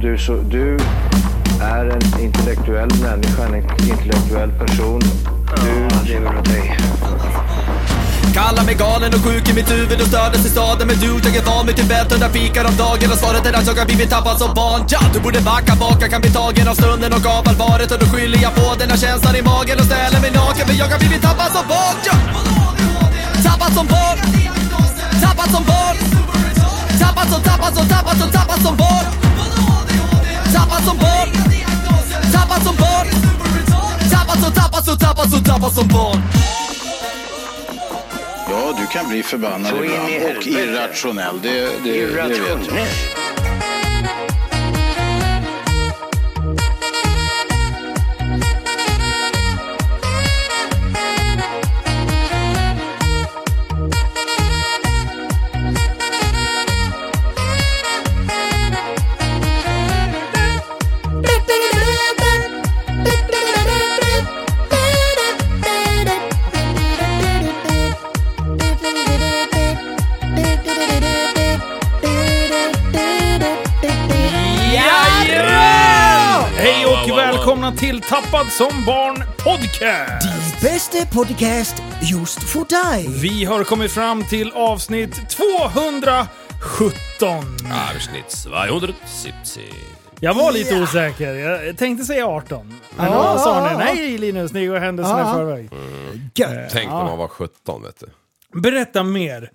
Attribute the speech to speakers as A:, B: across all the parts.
A: du, så, du är en intellektuell människa, en intellektuell person. Du lever av dig.
B: Kallar mig galen och sjuk i mitt huvud och stördes i staden Men du, jag är van vid Tibet och där fikar om dagen Och svaret är att jag har blivit tappad som barn ja, Du borde backa bak, jag kan bli tagen av stunden och av allvaret Och då skyller jag på den här känslan i magen och ställer mig naken För jag har blivit tappad som barn ja. Tappad som barn Tappad som barn Tappad som, tappad som, tappad som, tappad som barn Tappad som barn Tappad som barn Tappad som, tappad som, tappad som, tappad som barn
C: Ja, du kan bli förbannad
A: Så in i
C: ibland och
A: helvete.
C: irrationell. Det, det, det vet jag.
A: Irrationell.
D: Hej och välkomna till Tappad som barn podcast!
E: Bästa podcast just för dig.
D: Vi har kommit fram till avsnitt 217.
F: Avsnitt 270.
D: Jag var lite osäker. Jag tänkte säga 18. Men då sa ni nej Linus, ni går händelserna i förväg.
E: Gött.
F: Tänk när man var 17 vet du.
D: Berätta mer.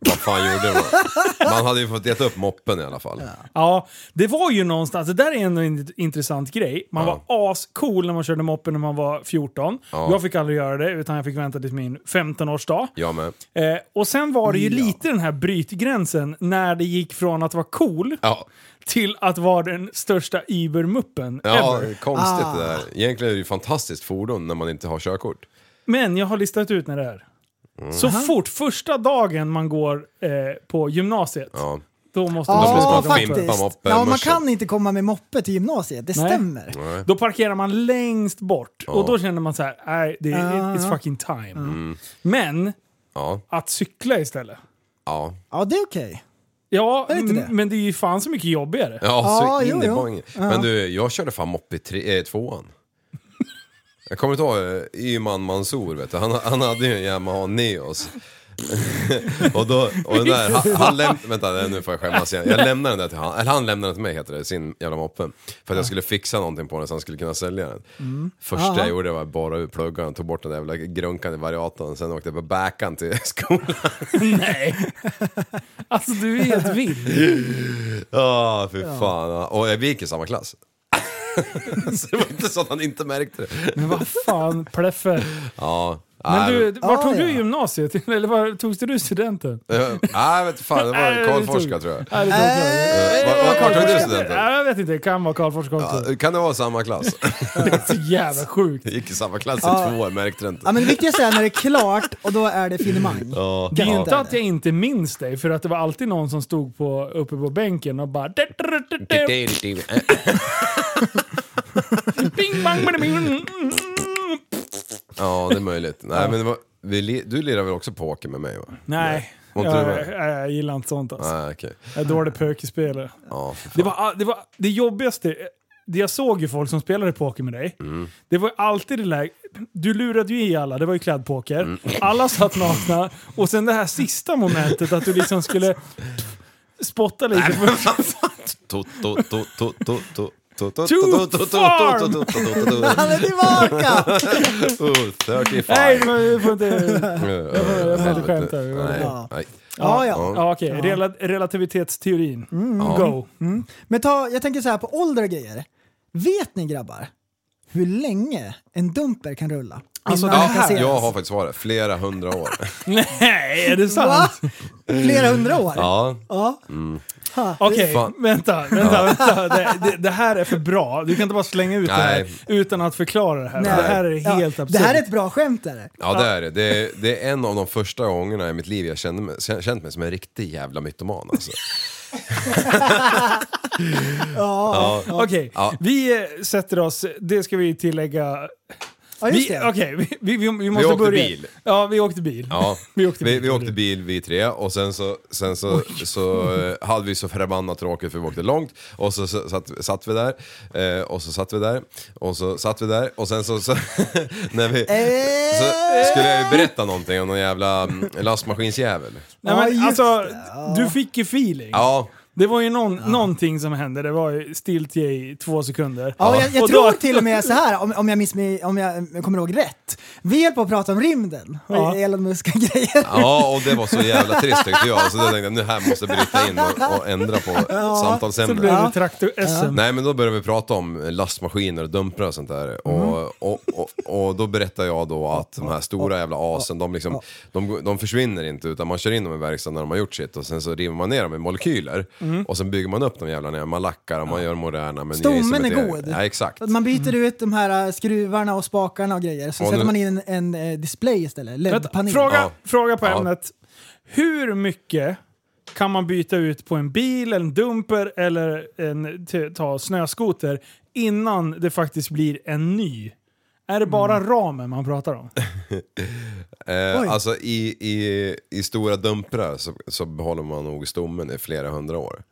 F: Vad fan gjorde man? Man hade ju fått gett upp moppen i alla fall.
D: Ja, det var ju någonstans, det där är ändå en intressant grej. Man
F: Ja.
D: var ascool när man körde moppen när man var 14. Jag fick aldrig göra det, utan jag fick vänta till min 15-årsdag.
F: Jag med.
D: Eh, och sen var det ju lite den här brytgränsen när det gick från att vara cool
F: Ja,
D: till att vara den största Uber-muppen
F: ja
D: ever.
F: konstigt det
E: Ah.
F: där. Egentligen är det ju fantastiskt fordon när man inte har körkort.
D: Men jag har listat ut när det är.
F: Mm.
D: Så fort första dagen man går eh, på gymnasiet,
F: Ja.
D: då måste
F: Då måste
E: Ja,
F: man
D: man
F: skimpa
E: faktiskt.
F: moppen,
E: Ja, man
F: muschen.
E: kan inte komma med moppe till gymnasiet, det
D: Nej.
E: stämmer.
D: Då parkerar man längst bort och då känner man så här, nej, det är
E: Ah.
D: it's fucking time.
E: Mm.
D: Men
F: Ja,
D: att cykla istället.
F: ja.
E: Ja, det är okej.
D: Ja,
E: Är det inte
D: m-
E: det?
D: men det är ju fan så mycket jobbigare.
F: Ja,
E: Ja,
F: så in
E: jo,
F: i
E: jo.
F: poängen. Men du, jag körde fan moppe i tre, eh, tvåan. Jag kommer inte ihåg, eh, Iman Mansour vet du, han, han hade ju en Yamaha Neos. och då, och den där, han, han läm, vänta nu får jag skämmas igen. Jag lämnade den där till han, eller han lämnade den till mig heter det, sin jävla moppe. För att jag skulle fixa någonting på den så han skulle kunna sälja den.
E: Mm.
F: Första jag gjorde var bara ur pluggaren, tog bort den där jävla grunkan i variatorn, sen åkte jag på backan till skolan.
D: Nej. Alltså du är helt vild.
F: Ja, fy fan. Och vi gick i samma klass. så det var inte så att han inte märkte det.
D: Men vad fan, pleffer.
F: Ja.
D: Men du, var
E: Ja,
D: tog du
E: Ah, ja.
D: gymnasiet? Eller var togs du studenten?
F: Nej, vet fan. Det var Karlforska tror jag.
D: Nej, det tog jag.
F: Eh, var- var- Vart tog du studenten?
D: Nej, jag vet inte, det kan vara Karlfors också.
F: Ja, Kan det vara samma klass?
D: Det är så jävla sjukt.
F: Jag gick i samma klass i två år, märkte det
E: Ja,
F: inte.
E: men det viktigaste är när det är klart och då är det finemang.
D: Det är ju
E: Ja.
D: inte att jag inte minns dig, för att det var alltid någon som stod på, uppe på bänken och bara... Bing, bang, bada, bing, mm, mm.
F: Ja, det är möjligt. Nej, men det var, vi, li- du lirar väl också poker med mig? Va?
D: Nej,
F: Var
D: jag,
F: inte du
D: jag,
F: med?
D: jag gillar inte sånt alltså.
F: Nej, okej.
D: Jag är dålig pokerspelare.
F: Ja, för fan.
D: Det, var, det, var, det jobbigaste, det jag såg ju folk som spelade poker med dig, det var alltid det där, du lurade ju i alla, det var ju klädpoker, alla satt nakna och sen det här sista momentet att du liksom skulle spotta lite.
F: To, to, to, to, to, to. Too
E: Han är tillbaka!
D: Nej, du får inte...
F: Nej.
E: ja, ja. Mm,
D: Ja, okej. Rela- relativitetsteorin. Go.
E: Men ta, jag tänker så här på ålder och grejer. Vet ni grabbar hur länge en dumper kan rulla?
D: Alltså,
E: innan den
F: Ja,
E: kasseras?
F: jag har faktiskt svaret. Flera hundra år.
D: Nej, är det
E: Va?
D: sant?
E: Flera hundra år?
F: Ja.
E: Ja.
D: Okej,
F: Fan.
D: vänta. vänta, vänta. Det, det, det här är för bra. Du kan inte bara slänga ut det här
F: Nej.
D: utan att förklara det här.
E: Nej.
D: Det här är
E: Ja,
D: helt absurt.
E: Det här är ett bra skämt är det?
F: Ja det är det. det. är- Det är en av de första gångerna i mitt liv jag kände mig, kä- känt mig som en riktig jävla mytoman alltså.
D: Okej,
F: Ja.
D: vi eh, sätter oss, det ska vi tillägga,
E: Ja, just
D: Vi,
E: det.
D: okej, vi, vi, vi, vi måste
F: åkte
D: börja.
F: bil.
D: Ja, vi åkte bil.
F: Ja,
D: Vi åkte
F: vi,
D: bil.
F: vi åkte bil vi tre och sen så, sen så, så eh, hade vi så förbannat tråkigt för vi åkte långt och så, så satt, satt vi där eh, och så satt vi där och så satt vi där och sen så, så när vi
E: Eh.
F: så skulle jag ju berätta någonting om någon jävla mm, lastmaskinsjävel.
D: Nej,
E: Ja,
D: men,
E: just
D: alltså,
E: det. Ja.
D: Du fick ju feeling.
F: Ja,
D: Det var ju någon, någonting som hände. Det var ju stiltje i två sekunder.
E: Ja, jag, jag
D: Och
E: tror
D: då-
E: till och med så här, om, om, jag miss, om jag kommer ihåg rätt. Vi höll på att prata om rymden och
D: Ja.
E: Elon Musk-grejer.
F: ja och det var så jävla trist tyckte jag så då tänkte jag nu här måste jag bryta in och, och ändra på
D: Så
F: samtalsämnet.
D: blev det traktor-SM.
F: Nej men då började vi prata om lastmaskiner och dumprar och sånt
E: Mhm.
F: där. Och, och, och, och då berättar jag då att de här stora jävla asen, de, liksom, de, de försvinner inte utan man kör in dem i verkstaden när de har gjort sitt och sen så river man ner dem i molekyler. Och sen bygger man upp de jävlarna, man lackar och man gör dem moderna. men
E: Mhm. Stommen är
F: nya isometrier.
E: god.
F: Ja exakt.
E: Man byter
D: Mm.
E: ut de här eh, skruvarna och spakarna och grejer, så
F: Och
E: sätter
F: nu-
E: man in en, en eh, display istället,
D: Vänta,
E: LED-panel.
D: fråga,
F: Ja.
D: fråga på
F: Ja.
D: ämnet. Hur mycket kan man byta ut på en bil, en dumper eller en t- ta snöskoter innan det faktiskt blir en ny? Är det bara
F: Mm.
D: ramen man pratar om?
F: Eh, alltså i, i, i stora dumprar så, så behåller man nog stommen i flera hundra år.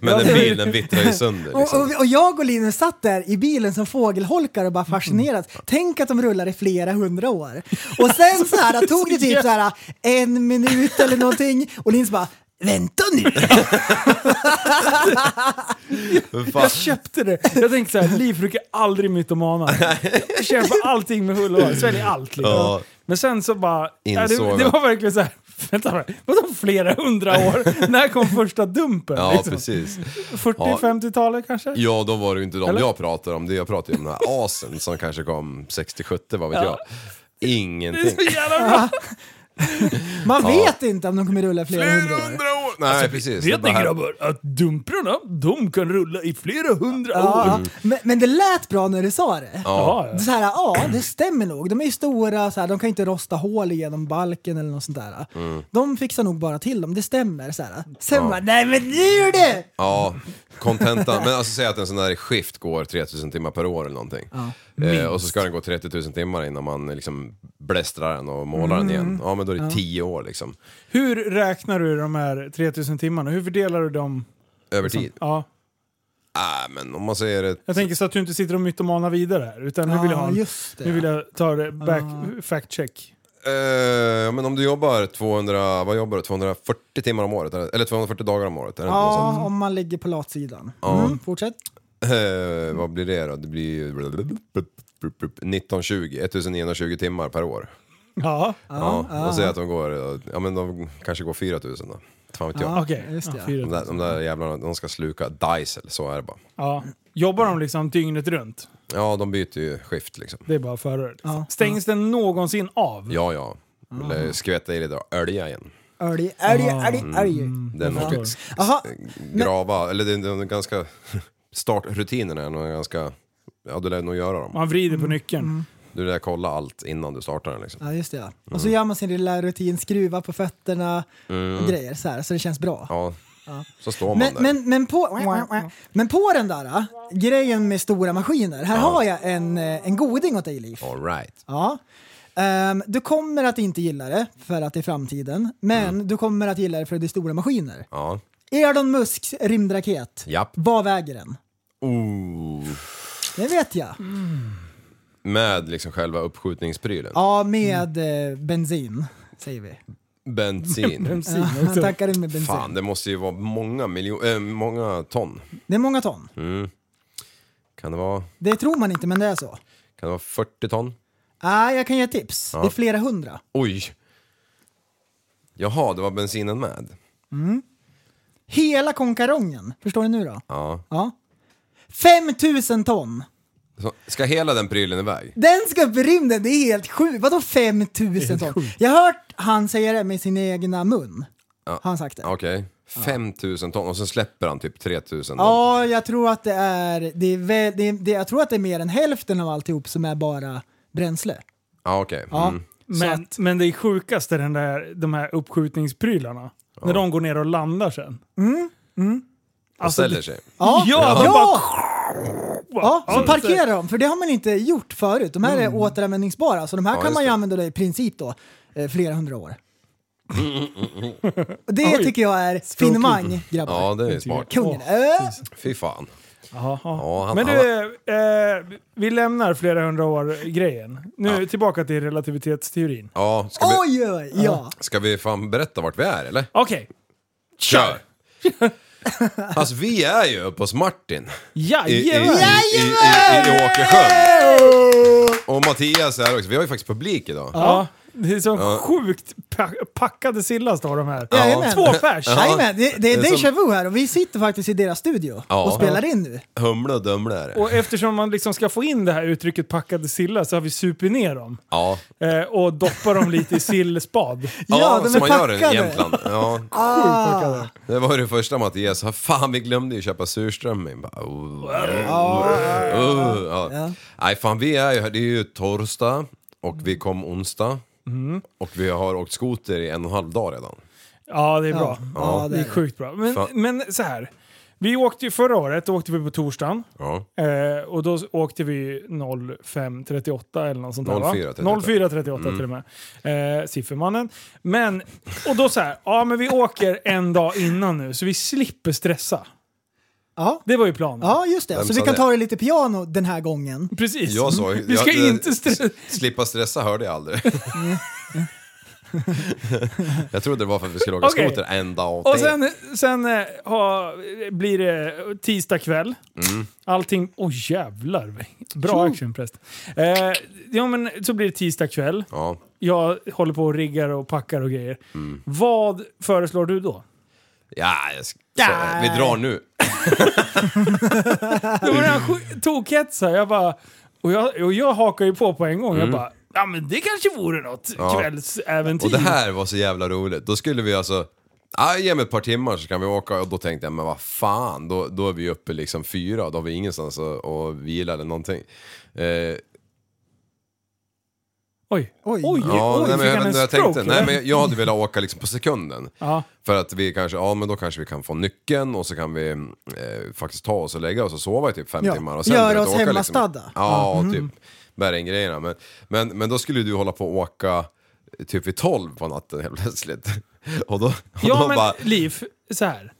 F: Men en
D: det-
F: bil den vittrar ju sönder
E: Och,
F: liksom.
E: och, och jag och Linus satt där i bilen som fågelholkar och bara
D: Mm.
E: fascinerat. Tänk att de rullar i flera hundra år. Och sen så här tog det typ så här en minut eller någonting och Linus bara Vänta nu!
F: Hur fan-
D: Jag köpte det! Jag tänkte såhär, Liv brukar aldrig mytomana. Jag Kämpar allting med hull och hår, sväljer allt liksom.
F: Ja.
D: Men sen så bara... Ja, det,
F: Insåg
D: det
F: att-
D: var verkligen såhär, vänta vadå flera hundra år? När kom första dumpen?
F: Ja
D: liksom?
F: precis.
D: 40-50-talet kanske?
F: Ja, då var det ju inte de
D: Eller?
F: jag pratar om. Det jag pratar ju om den här asen som kanske kom 60-70, vad vet
D: Ja.
F: jag.
D: Det är
F: Ingenting.
D: så jävla bra!
E: Man vet inte om de kommer rulla i flera hundra år.
F: år! Nej, precis. Det
D: Alltså, Vet ni
F: bara-
D: grabbar att dumprarna, de kan rulla i flera hundra år.
E: Ja, men, men det lät bra när du sa det.
D: Ja,
E: Så här, ja, det stämmer nog. De är ju stora, så här, de kan inte rosta hål genom balken eller något sånt där.
F: Mm.
E: De fixar nog bara till dem, det stämmer. Så här. Sen bara, nej men nu är det!
F: Ja, kontentan. Men alltså säg att en sån där skift går 3000 timmar per år eller någonting. eh, och så ska den gå 30 000 timmar innan man liksom blästrar den och målar den
D: Mm.
F: igen. Ja, men då är det 10 år liksom.
D: Hur räknar du de här 3000 timmarna? Hur fördelar du dem?
F: Över tid.
D: Ja.
F: Nej, men om man säger ett...
D: Jag tänker så att du inte sitter och mytomanar vidare här, utan nu vill jag, ha
E: Ja,
D: en,
E: just det.
D: nu vill jag ta det back, fact check.
F: Eh, men om du jobbar 200, vad jobbar du? 240 timmar om året? Eller 240 dagar om året? Är det inte något sånt?
E: Ja, om man ligger på latsidan. Mm, fortsätt.
F: Eh, vad blir det då? Det blir ju 1920, 1920 timmar per år.
D: Ja,
F: Ja, och säg att de går, eh, ja men de kanske går 4000 då. Fan vet jag.
D: okej.
E: just det.
D: Ja,
F: De
D: fyra.
F: där, de där jävlarna, de ska sluka diesel, så är det bara.
D: Ja. Jobbar de liksom dygnet runt?
F: Ja, de byter ju skift liksom.
D: Det är bara förare. Liksom. Stängs den någonsin av?
F: Ja, ja. Eller skvätta i lite och ölja igen.
E: Älg, älg, älg, älg.
F: Den
D: Jag
F: är
D: förstår.
E: Jaha,
F: grava, eller det är- de är ganska, startrutinerna är nog ganska, ja du lär nog göra dem.
D: Man vrider på
E: Mm.
D: nyckeln.
F: Du lär kolla allt innan du startar den liksom.
E: ja, just det ja. Och så gör man sin lilla rutin, skruva på fötterna
F: Mm.
E: och grejer så här, så det känns bra.
F: Ja, så står man
E: Men,
F: där.
E: men, men, på, men på den där äh, grejen med stora maskiner, här har jag en, eh, en goding åt dig Liv.
F: All right.
E: Ja. Ehm, du kommer att inte gilla det för att det är framtiden, men
F: Mm.
E: du kommer att gilla det för att det är stora maskiner.
F: Ja.
E: Elon Musks rymdraket,
F: Japp.
E: vad väger den? Det vet jag.
F: Med liksom själva uppskjutningsprylen.
E: Ja, med eh, bensin, säger vi.
F: Bensin.
D: Bensin
E: Han
D: också.
E: tackar in med bensin.
F: Fan, det måste ju vara många, miljo- äh, många ton.
E: Det är många ton.
F: Mm. Kan det, vara,
E: Det tror man inte, men det är så.
F: kan det vara 40 ton?
E: Ah, jag kan ge ett tips. Det är flera hundra.
F: Oj! Jaha, det var bensinen med?
E: Hela konkarongen. Förstår ni nu då?
F: Ja.
E: Ja. 5000 ton!
F: Så, ska hela den prylen iväg?
E: Den ska upp i rymden, det är helt sjukt. Vadå 5000 ton? Jag har hört han säga det med sin egna mun. Har han sagt det? Ja,
F: Okej. 5000 ton och sen släpper han typ 3000 ton.
E: jag tror att det är, det är, väl, det är det, jag tror att det är mer än hälften av alltihop som är bara bränsle.
F: Ja, okej.
E: Ja.
F: Mm.
D: Men, men det är sjukaste den där, de här uppskjutningsprylarna. När de går ner och landar sen. Alltså,
F: Och ställer sig.
D: Ja, de
E: ja!
D: bara...
E: Ja, så parkerar de, för det har man inte gjort förut. De här är återanvändningsbara, så de här
F: Ja,
E: kan
F: just
E: man ju
F: det.
E: använda då i princip då, eh, flera hundra år. Och det tycker jag är finemang, grabbar.
F: Ja, det är smart.
E: Kungen. Äh,
F: Fy fan.
D: Jaha.
F: Ja, han-
D: Men
F: han-
D: du, eh, vi lämnar flera hundra år-grejen. Nu tillbaka till relativitetsteorin.
F: Ja, ska vi,
E: oj, oj, ja.
F: ska vi fan berätta vart vi är eller?
D: Okej,
F: Kör! Alltså vi är ju uppe hos Martin. I, i, i, i, i,
D: jajamän!
F: i, i Åkersjön. Och Mattias är här också. Vi har ju faktiskt publik idag.
D: Ja, det är så sjukt pa- packade Silla står de här.
E: Jajamän.
D: Två färs!
E: Jajamän, det, det är
F: Det är
E: déjà
F: som-
E: vu här och vi sitter faktiskt i deras studio
F: Ja.
E: och spelar in nu.
F: Humle och Dumle är det.
D: Och eftersom man liksom ska få in det här uttrycket packade Silla så har vi supit ner dem.
F: Ja,
D: Eh, och doppar dem lite i sillspad.
E: Ja,
F: ja
E: de
F: som
E: är
F: man gör i
E: packade.
F: Jämtland. Ja.
E: Ah,
F: Det var ju det första Mattias sa, fan vi glömde ju köpa surströmming. Bara, oh, oh, ja. Nej fan vi är ju här, det är ju torsdag och vi kom onsdag. Och vi har åkt skoter i en och en halv dag redan.
D: Ja, det är bra.
E: ja, ja,
D: Det är
E: det.
D: sjukt bra. Men,
F: Fan.
D: men så här. Vi åkte ju förra året, då åkte vi på torsdagen.
F: Ja.
D: Eh, och då åkte vi 05.38 eller något sånt där va?
F: 04.38.
D: 04.38
F: Mm.
D: till och med. Eh, siffermannen. Men, och då så här, ja men vi åker en dag innan nu så vi slipper stressa.
E: Ja.
D: Det var ju planen.
E: ja, just det.
F: Vem
E: Så vi
F: sa
E: kan
F: det?
E: ta det lite piano den här gången.
D: Precis.
F: Jag sa
D: vi ska
F: jag,
D: inte stressa.
F: Slippa stressa hörde jag aldrig. jag trodde det var för att vi skulle åka
D: Okej.
F: skoter en dag åt
D: Och
F: det.
D: sen, sen eh, ha, blir det tisdag kväll.
F: Mm.
D: Allting... Åh jävlar. Bra action förresten. Eh, ja men så blir det tisdag kväll.
F: Ja.
D: Jag håller på och riggar och packar och grejer.
F: Mm.
D: Vad föreslår du då?
F: Ja, jag ska, så, eh, vi drar nu.
D: Det var den sj- tokhetsar. Jag bara... Och jag, och jag hakar ju på på en gång. Jag bara... Ja men det kanske vore något
F: Mm. Ja.
D: kvällsäventyr.
F: Och det här var så jävla roligt. Då skulle vi alltså, ah, ge mig ett par timmar så kan vi åka. Och då tänkte jag, men vad fan, då, då är vi uppe liksom fyra och då har vi ingenstans att, att vila eller någonting. Eh,
D: Oj. Oj.
E: Oj.
D: Oj.
F: ja, nej, men,
D: fick
F: jag,
D: han
F: vet
D: en
F: inte vad jag
D: stroke?
F: tänkte,
D: eller?
F: nej, men jag hade velat åka liksom på sekunden.
D: Ja.
F: För att vi kanske, ja men då kanske vi kan få nyckeln och så kan vi eh, faktiskt ta oss och lägga oss och sova i typ fem
E: Ja,
F: timmar. Och
E: göra
F: direkt
E: oss Mm.
F: åka liksom.
E: hemmastadda.
F: Ja, typ. Bära in grejerna. Men, men, men då skulle du hålla på och åka typ vid tolv på natten helt plötsligt. Och då, och
D: Ja
F: då
D: men
F: bara,
D: Liv, så här.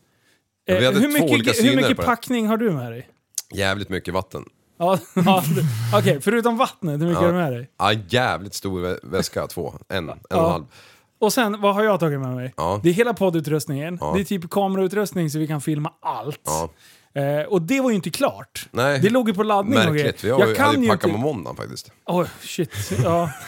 F: Ja, vi
D: Eh,
F: hade
D: hur
F: två olika
D: mycket, hur
F: syner
D: mycket
F: på det.
D: packning har du med dig?
F: jävligt mycket vatten.
D: Ja, ja, det- Okej, förutom vattnet, hur mycket har du med dig?
F: Ja, jävligt stor vä- väska, två. En, en och
D: Ja.
F: en halv.
D: Och sen, vad har jag tagit med mig?
F: Ja.
D: Det är hela poddutrustningen,
F: Ja.
D: det är typ kamerautrustning så vi kan filma allt.
F: Ja.
D: Eh, och det var ju inte klart.
F: Nej.
D: Det låg ju på laddning och grejer.
F: Märkligt, vi har,
D: jag
F: jag hade
D: kan
F: ju
D: ju typ-
F: packat
D: inte...
F: på måndagen faktiskt.
D: Oj, shit. Ja.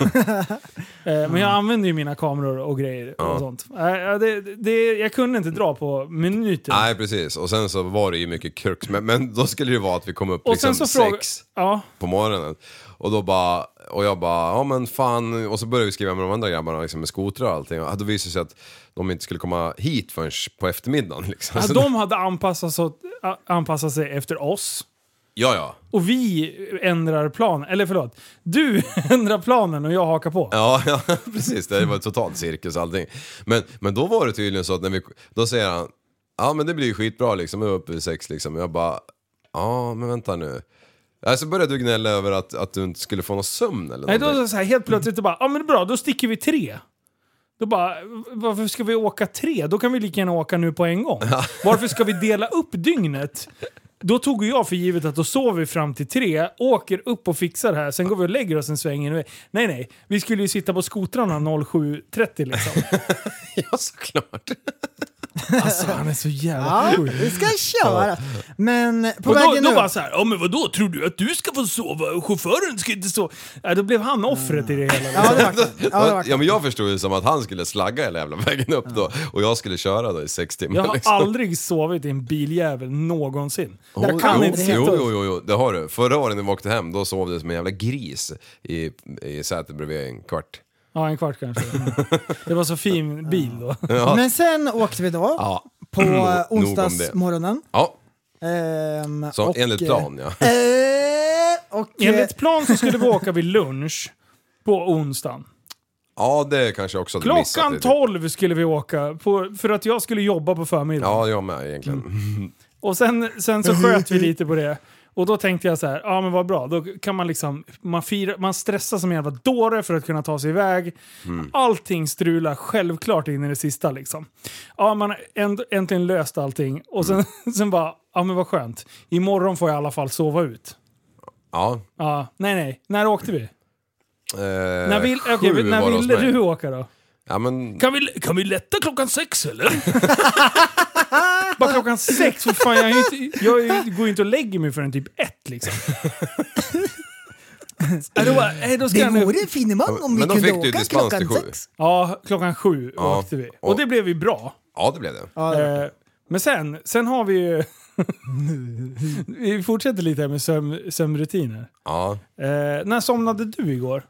D: eh, men jag använder ju mina kameror och grejer och sånt. Eh, ja, det, det, jag kunde inte dra på minuter.
F: Nej precis, och sen så var det ju mycket krux. Men, men då skulle det ju vara att vi kom upp
D: och
F: liksom
D: sen så frågar...
F: sex.
D: Ja.
F: på morgonen. Och då bara, och jag bara, ja men fan, och så började vi skriva med de andra grabbarna liksom med skotrar och allting. Och då visade det sig att de inte skulle komma hit förrän på eftermiddagen liksom.
D: Ja,
F: Så-
D: de hade anpassat, så, a- anpassat sig efter oss.
F: ja, ja.
D: Och vi ändrar planen. Eller förlåt, du ändrar planen och jag hakar på.
F: Ja, ja precis. Det var totalt cirkus allting. Men, men då var det tydligen så att när vi, då säger han, ja men det blir ju skitbra liksom, jag är uppe vid sex liksom. Jag bara, ja men vänta nu. Ja, Så började du gnälla över att, att du inte skulle få någon sömn eller
D: Nej, då
F: någonting.
D: är det så här, helt plötsligt då bara, ja men bra, då sticker vi tre. Då bara, varför ska vi åka tre? Då kan vi lika gärna åka nu på en gång. Varför ska vi dela upp dygnet? Då tog ju jag för givet att då sover vi fram till tre, åker upp och fixar det här, sen går vi och lägger oss en sväng. innan vi- Nej, nej. Vi skulle ju sitta på skotrarna 07.30 liksom.
F: Ja, såklart.
D: Alltså han är så jävla
E: Ja,
D: sjuk.
E: vi ska köra. Men på
D: Och då,
E: vägen
D: då
E: upp.
D: bara såhär, ja men vadå tror du att du ska få sova? Chauffören ska inte sova. Ja, då blev han offret i det hela.
E: Ja, det var klart. ja, det var
F: Ja
E: klart.
F: men jag förstod ju som att han skulle slagga hela jävla vägen upp då och jag skulle köra då i sex timmar.
D: Jag har
F: liksom.
D: aldrig sovit i en biljävel någonsin.
F: Jo,
D: Jag kan
F: jo,
D: inte sitta
F: jo,
D: upp.
F: jo, jo, jo, det har du. Förra året när vi åkte hem då sov du som en jävla gris i, i sätet bredvid en kvart.
D: Ja, en kvart kanske. Mm. Det var så fin bil då.
E: Men sen åkte vi då
F: Ja,
E: på eh,
F: om det.
E: onsdagsmorgonen.
F: ja
E: Ehm,
F: så
E: och,
F: enligt
E: eh,
F: plan ja.
E: Eh, och, eh,
D: Enligt plan så skulle vi åka vid lunch på onsdagen.
F: Ja det kanske jag också hade missat.
D: Klockan
F: lite.
D: 12 skulle vi åka på, för att jag skulle jobba på förmiddagen.
F: Ja jag med egentligen. Mm-hmm.
D: Och sen, sen så sköt vi lite på det. Och då tänkte jag så här, ja men vad bra, då kan man liksom, man, fira, man stressar som en jävla dåre för att kunna ta sig iväg.
F: Mm.
D: Allting strular självklart in i det sista liksom. Ja, man har änt- äntligen löst allting och sen,
F: Mm.
D: sen bara, ja men vad skönt. Imorgon får jag i alla fall sova ut.
F: Ja.
D: Ja, nej nej, när åkte vi?
F: Eh,
D: när vill,
F: sju
D: okej, när
F: var det hos
D: ville
F: mig.
D: du åka då?
F: Ja, men,
D: Kan vi, kan vi lätta klockan sex eller? Bara klockan sex? För fan, jag, är ju inte, jag är ju- går ju inte och lägger mig förrän typ ett liksom. Ja, då bara, eh, då ska
E: Det
D: jag nu-
E: vore en finemang om
F: Men
E: vi
F: då
E: kunde
F: fick du
E: åka
F: dispens till
E: klockan
F: sju.
E: sex.
D: Ja, klockan sju
F: Ja,
D: åkte vi.
F: och-
D: Och det blev ju bra.
F: ja, det blev det.
D: Eh, Men sen, sen har vi ju... vi fortsätter lite här med sömn, sömnrutiner.
F: Ja.
D: Eh, när somnade du igår?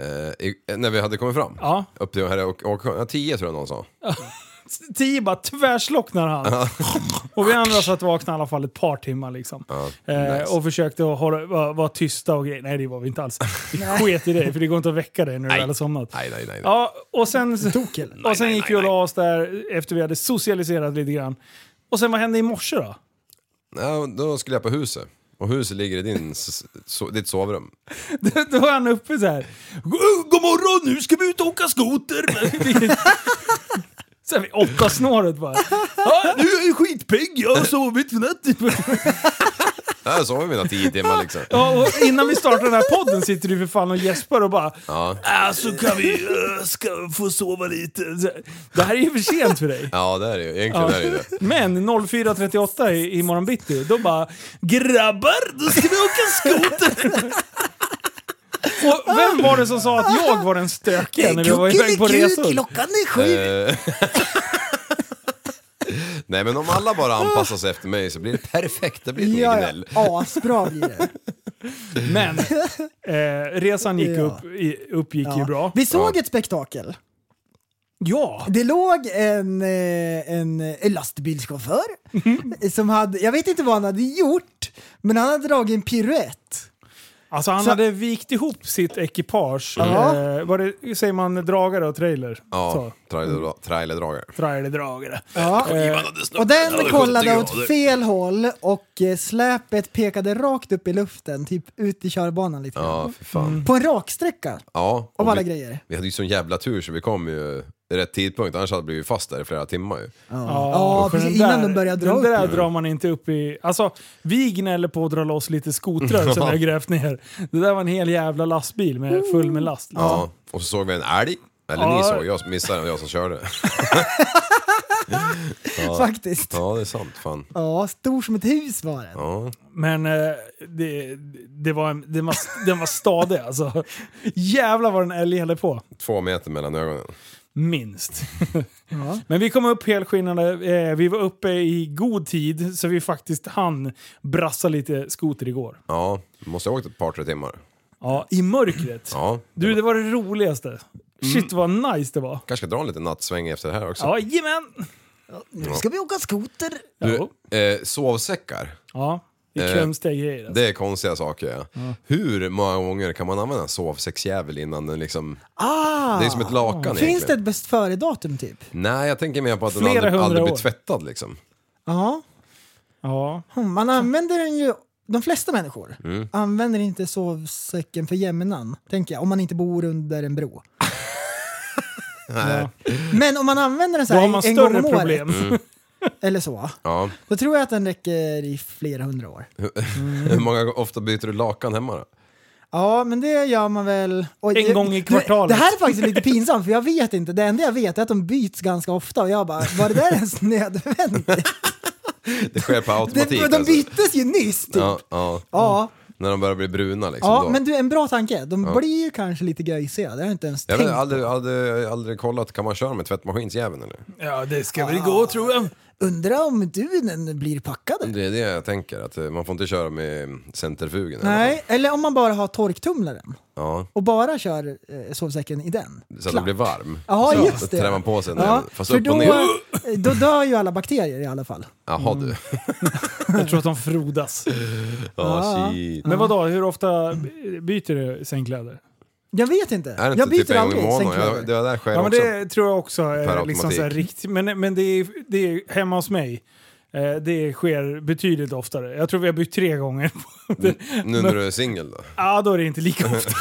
F: Eh, i, när vi hade kommit fram.
D: Ja.
F: Upp till här och, och, ja, tio tror jag någon sa.
D: Tio bara tvärslocknar han. och vi andra satt vakna i alla fall ett par timmar liksom. eh,
F: nice.
D: Och försökte att hålla, vara, vara tysta och grejer. Nej det var vi inte alls. Vi sket i det för det går inte att väcka dig när du väl har somnat.
F: Nej, nej, nej. nej.
D: Ja, och sen, och sen gick vi och la oss där efter vi hade socialiserat lite grann. Och sen vad hände i morse då?
F: Ja, då skulle jag på huset. Och huset ligger i din, s- so, ditt sovrum.
D: Då var han uppe så här. "God- God morgon, nu ska vi ut och åka skoter! Vilket- Sen vid åtta snåret bara. Ja, nu är jag skitpigg, jag har sovit för natten.
F: Där sov vi mina tio timmar liksom.
D: Ja, och innan vi startar den här podden sitter du för fan och gäspar och bara
F: Ja,
D: äh, så kan vi, äh, ska få sova lite. Så- Det här är ju för sent för dig.
F: ja det är det ju. Egentligen är det ju det.
D: Men 04.38 i, i morgon bitti, då bara “Grabbar, då ska vi åka skoter!” Och vem var det som sa att jag var den stökiga när vi var iväg på
E: Kuckeliku,
D: resor?
E: Klockan är sju.
F: Eh, Nej men om alla bara anpassar sig efter mig så blir det perfekt, det blir ett
E: Ja,
F: gnäll.
E: ja. Asbra blir det.
D: Men eh, resan gick
E: Ja.
D: upp, i, uppgick ju
E: Ja.
D: bra.
E: Vi såg
F: Ja.
E: ett spektakel.
D: Ja!
E: Det låg en, eh, en, en lastbilschaufför
D: Mhm.
E: som hade, jag vet inte vad han hade gjort, men han hade dragit en piruett.
D: Alltså han
E: Så-
D: hade vikt ihop sitt ekipage. Eh, vad det, säger man dragare och trailer?
F: Ja,
D: Så,
F: trailerdra- trailerdragare.
D: trailerdragare.
E: Ja. Och den kollade åt fel håll och eh, släpet pekade rakt upp i luften, typ ut i körbanan lite grann.
F: Ja, för fan.
E: På en raksträcka.
F: Ja,
E: Av
F: och
E: mm. alla
F: vi,
E: grejer.
F: Vi hade ju sån jävla tur så vi kom ju i rätt tidpunkt, annars hade vi blivit fast där i flera timmar ju.
E: Ja,
D: för
E: precis,
D: den
E: innan de börjar dra
D: Den
E: upp
D: där drar man inte upp i... Alltså, vi gnäller på att dra loss lite skotrar som vi har grävt ner. Det där var en hel jävla lastbil
E: Mm.
D: med, full med last. liksom.
F: Ja, och så såg vi en älg. Eller
D: Ja.
F: ni såg, jag missade den, jag som körde.
E: Faktiskt.
F: Ja, det är sant fan.
E: Ja, stor som ett hus var den.
F: Ja,
D: Men eh, det, det var, en- den, var, den var stadig alltså. Jävlar vad den älg höll på.
F: två meter mellan ögonen.
D: Minst. Men vi kom upp helskinnade. Eh, vi var uppe i god tid så vi faktiskt hann brassa lite skoter igår.
F: Ja, måste ha åkt ett par tre timmar.
D: Ja, i mörkret.
F: Ja,
D: Du, det var det roligaste. Shit vad nice det var.
F: kanske ska dra en liten nattsväng efter det här också.
D: Ja, jajamän!
E: Nu ska vi åka skoter.
D: Du...
F: Du, eh, sovsäckar,
D: Ja, det är
F: Eh,
D: konstiga grejer. Alltså.
F: det är konstiga saker ja.
D: Mm.
F: Hur många gånger kan man använda en sovsäcksjävel innan den liksom...
E: Ah,
F: Det är som ett lakan
E: Finns det
F: egentligen.
E: ett bäst före-datum typ?
F: Nej, jag tänker mer på att den
D: Flera
F: aldrig,
D: hundra
F: aldrig
D: år.
F: blir tvättad liksom.
E: Ja.
D: Ja.
E: Hmm, Man använder den ju, de flesta människor
F: Mm.
E: använder inte sovsäcken för jämnan, tänker jag. Om man inte bor under en bro.
F: Nej.
E: Men om man använder den så
D: Då har
E: här en,
D: man
E: en gång
D: större
E: om året,
D: problem.
E: eller så,
F: Ja.
E: då tror jag att den räcker i flera hundra år.
F: Hur många, ofta byter du lakan hemma då?
E: Ja, men det gör man väl... Oj,
D: En
E: det-
D: gång i
E: du,
D: kvartalet.
E: Det här är faktiskt lite pinsamt, för jag vet inte. Det enda jag vet är att de byts ganska ofta och jag bara, var det där ens nödvändigt?
F: Det sker på automatik
E: De, de
F: alltså.
E: byttes ju nyss typ.
F: Ja, Mm.
E: Ja,
F: ja.
E: ja,
F: När de börjar bli bruna liksom. då.
E: men du, en bra tanke. De blir ju kanske lite göjsiga, det har jag inte ens
F: Jag
E: tänkt
F: har aldrig, aldrig, aldrig kollat, kan man köra med tvättmaskinsjäveln eller?
D: Ja, det ska väl
E: Ah.
D: gå tror jag.
E: Undra om dunen blir packade?
F: Det är det jag tänker, att eh, man får inte köra med centerfugen. eller
E: Nej, eller om man bara har torktumlaren
F: Ja,
E: och bara kör eh, sovsäcken i den.
F: så att den
E: Klart.
F: blir varm.
E: Ja,
F: så
E: just det.
F: trär man på sig den.
E: Ja,
F: Fast
E: för
F: upp och
E: då, eh,
F: ner.
E: då dör ju alla bakterier i alla fall.
F: Jaha du.
D: Jag tror att de frodas.
F: Ja, shit.
D: Men vadå, hur ofta by- byter du sängkläder?
E: Jag vet inte.
F: Är det inte
E: jag byter
F: typ en gång
E: aldrig
F: i månaden?
E: sängkläder.
F: Jag, det där sker
D: Ja, men
F: också.
D: det tror jag också är
F: Per
D: liksom så här
F: automatik.
D: riktigt. Men, men det, är, det är hemma hos mig. Eh, Eh, det sker betydligt oftare. Jag tror vi har byggt tre gånger.
F: Nu när du är singel då?
D: Ja, då är det inte lika ofta.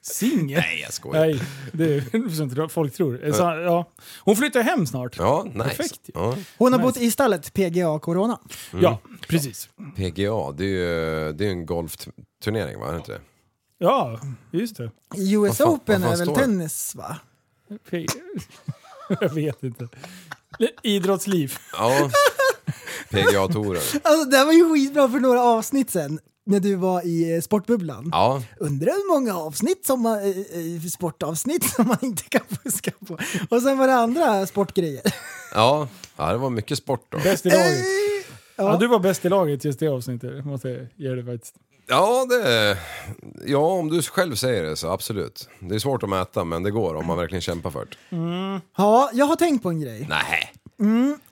D: Singel?
F: Nej, jag skojar.
D: Nej, det är som inte folk tror. Eh, Så, ja. Hon flyttar hem snart.
F: Ja, nice.
D: Perfekt.
F: Ja.
E: Hon har bott i stallet, PGA Corona.
D: Ja,
F: Mm.
D: precis.
F: PGA, det är ju det är en golfturnering va? Är det inte det?
D: Ja, just det.
E: I US
F: fan-
E: Open
F: vad fan
E: är väl
F: står det?
E: tennis va?
D: P- Jag vet inte. Idrottsliv.
F: Ja. PGA-touren.
E: Alltså det här var ju skitbra för några avsnitt sen. När du var i eh, sportbubblan.
F: Ja.
E: Undrar hur många avsnitt som man, eh, eh, sportavsnitt som man inte kan fuska på. Och sen var det andra sportgrejer.
F: ja, ja, det var mycket sport då.
D: Bäst i laget. Ja, du var bäst i laget just det avsnittet, måste jag ge dig faktiskt.
F: Ja, det, ja, om du själv säger det så absolut. Det är svårt att mäta men det går om man verkligen kämpar för det.
E: Ja, jag har tänkt på en grej.
F: Nej.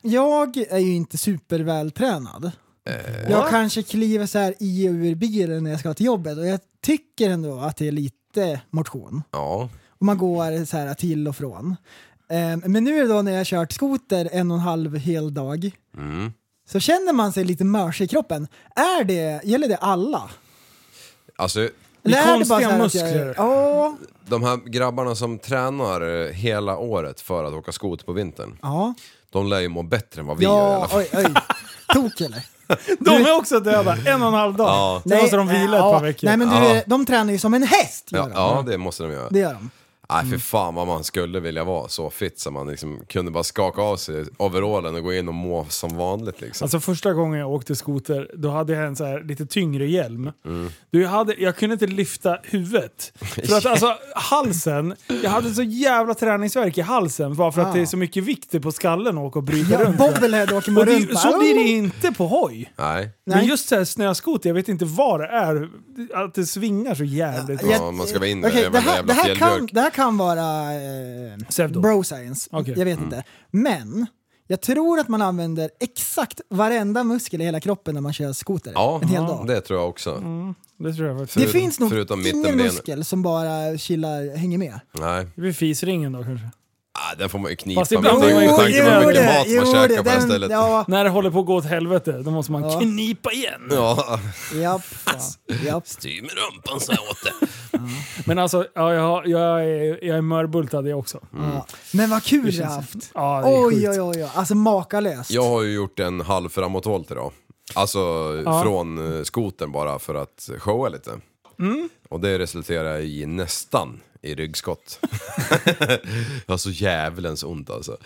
E: Jag är ju inte supervältränad.
F: Eh.
E: jag kanske kliver så här i och ur bilen när jag ska till jobbet och jag tycker ändå att det är lite motion.
F: Ja.
E: Och man går så här till och från. Ehm, men nu då när jag har kört skoter en och en halv hel dag
F: Mm.
E: så känner man sig lite mörsig i kroppen. Är det, gäller det alla?
F: Alltså,
D: Det är
E: Eller
D: konstiga
E: så här
D: muskler.
E: Att jag, ja,
F: de här grabbarna som tränar eh, hela året för att åka skoter på vintern.
E: ja,
F: De lär ju må bättre än vad vi gör i alla
E: ja,
F: fall.
E: oj, oj. Tok eller?
D: De är också döda, en och en halv dag. Sen måste de vila ett
E: ja,
D: par veckor.
E: Nej men du,
F: Ja.
E: de tränar ju som en häst gör
F: Ja,
E: de.
F: ja, det måste de göra.
E: Det gör de.
F: Nej, för fan vad man skulle vilja vara så fit så man liksom kunde bara skaka av sig overallen och gå in och må som vanligt liksom.
D: Alltså första gången jag åkte skoter, då hade jag en så här lite tyngre hjälm. Du, jag, hade, jag kunde inte lyfta huvudet. För att alltså halsen, jag hade så jävla träningsvärk i halsen bara för att
E: Ah.
D: det är så mycket vikt på skallen och åka och bryta
E: Ja,
D: runt.
E: bobblehead åker man
D: Och
E: runt
D: det,
E: bara,
D: så blir det inte på hoj.
F: Nej.
D: Men
E: Nej.
D: just så här snöskoter, jag vet inte vad det är. Att det svingar så jävligt.
F: Ja, man ska vara in där
E: Okej,
F: i
E: det,
F: varenda
E: här,
F: jävla
E: det, här kan,
F: fjällbjörk.
E: det här kan vara eh,
D: Pseudo.
E: bro science.
D: Okej.
E: Jag vet inte. Men jag tror att man använder exakt varenda muskel i hela kroppen när man kör skoter.
F: Ja,
E: en hel dag. Mm. Det,
F: det tror jag också.
D: Det tror jag faktiskt.
F: Förut-
E: finns nog
F: förutom
E: ingen
F: mittenbenet.
E: muskel som bara chillar, hänger med.
F: Nej,
D: Det blir fisringen då kanske.
F: ah, den får man ju knipa
D: Fast
F: med
D: ibland
F: tanke-
D: är man ju
F: med tanke på hur mycket
D: skitnödig.
F: mat man
E: jo,
F: käkar på det här
E: den-
F: stället. Ja.
E: Ja,
D: När det håller på att gå åt helvete, då måste man
E: Ja.
D: knipa igen.
E: japp, japp.
F: Styr med rumpan så jag åt det.
D: Men alltså, ja, jag, jag, är, jag är mörbultad jag också.
F: Mm.
E: Ja. Men vad kul
D: känns-
E: vi har haft.
D: Ja, det är
E: Oj,
D: sjukt.
E: oj, oj, oj. Alltså makalöst.
F: Jag har ju gjort en halv framåtvolt idag. Alltså från eh, skotern bara för att showa lite. Och det resulterar i nästan i ryggskott. jag har så jävlens ont alltså.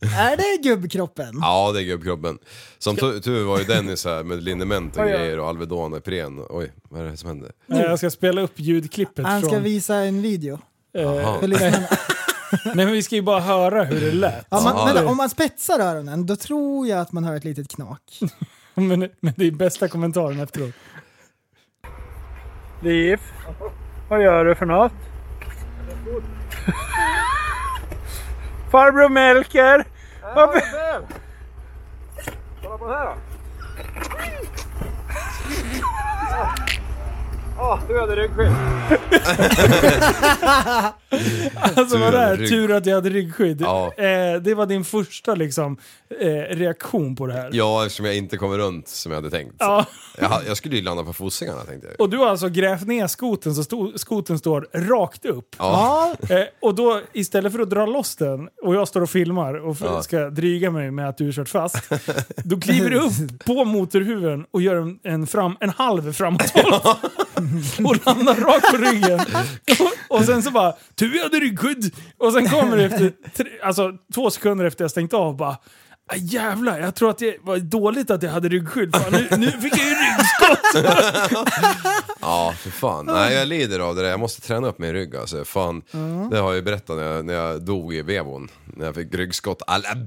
E: Är det gubbkroppen?
F: Ja, det är gubbkroppen. Som tu- tur var ju Dennis här med liniment och grejer och Alvedon och Ipren. Oj, vad är det som händer?
D: Nej, Jag ska spela upp ljudklippet
E: Han ska
D: från...
E: visa en video.
D: eh,
E: För lyssnarna.
D: nej men vi ska ju bara höra hur det lät.
E: Ja, man,
F: Ja,
E: vänta,
D: det-
E: om man spetsar öronen, då tror jag att man hör ett litet knak.
D: Men, men det är bästa kommentaren efteråt.
G: Liv, vad gör du för något? Farbror Melker! Varför...
D: Alltså vad det är,
F: Rygg-
D: tur att jag hade ryggskydd.
F: Ja.
D: Eh, det var din första liksom, eh, reaktion på det här.
F: Ja, eftersom jag inte kommer runt som jag hade tänkt.
D: Ja.
F: Jag, jag skulle ju landa på fossingarna tänkte jag.
D: Och du har alltså grävt ner skoten så sto- skoten står rakt upp.
E: Ja,
D: Eh, och då istället för att dra loss den och jag står och filmar och f-
F: Ja.
D: ska dryga mig med att du är kört fast. Då kliver du upp på motorhuven och gör en, en, fram, en halv framåtvolt. och landar rakt på ryggen. och, och sen så bara, tur jag hade ryggskydd. Och sen kommer det efter tre, alltså, två sekunder efter jag stängt av bara, "Ah, Jävlar, jag tror att det var dåligt att jag hade ryggskydd. Fan, nu, nu fick jag ju ryggskott!
F: Ja, för fan. Nej, jag lider av det där. Jag måste träna upp min rygg alltså. Fan, det har jag ju berättat när jag, när jag dog i vevon. När jag fick ryggskott Alabama.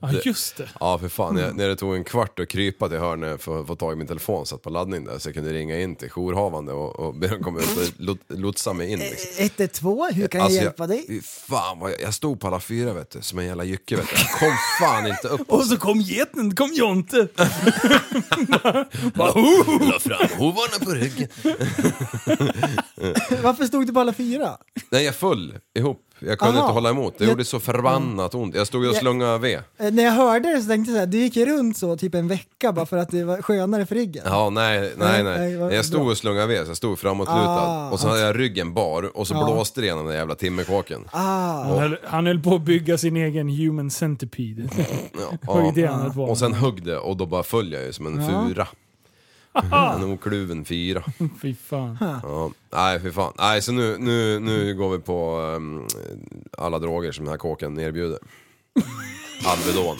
D: Ja, just det.
F: Ja, för fan.
E: Mm.
F: Jag, när det tog en kvart att krypa till hörnet för att få tag i min telefon satt på laddning där. Så jag kunde ringa in till jourhavande och, och be dem komma ut och lot, lotsa mig in liksom.
E: 112, hur kan
F: Alltså,
E: jag hjälpa dig?
F: fy Fan vad jag, jag stod på alla fyra vet du, som en jävla jycke vet du. Jag kom fan inte upp.
D: Och så kom geten, kom Jonte.
F: Bara, la fram hovarna på ryggen.
E: Varför stod du på alla fyra?
F: Nej jag föll ihop Jag kunde
E: Aha.
F: inte hålla emot. Det
E: Jag-
F: gjorde så förbannat ont. Jag stod och
E: Jag-
F: slungade ved.
E: Eh, När jag hörde det så tänkte jag så här, du gick ju runt så typ en vecka bara för att det var skönare för ryggen.
F: Ja, nej, nej,
E: Nej,
F: nej.
E: nej, vad
F: Jag stod
E: bra.
F: och slungade ved, så jag stod framåtlutad.
E: Ah,
F: och så hade jag ryggen bar och så
E: Ja.
F: blåste det genom den jävla timmerkåken.
E: Ah,
D: Han höll, han höll på att bygga sin egen human centipede.
F: Ja,
D: Det var ju
F: ja.
D: det han höll på
F: Och
D: med.
F: sen högg det och då bara föll jag ju som en fura. En okluven fyra.
D: Fy fan.
F: Ja. Nej, för fan. Nej, så nu, nu, nu går vi på ehm, alla droger som den här kåken erbjuder. Alvedon.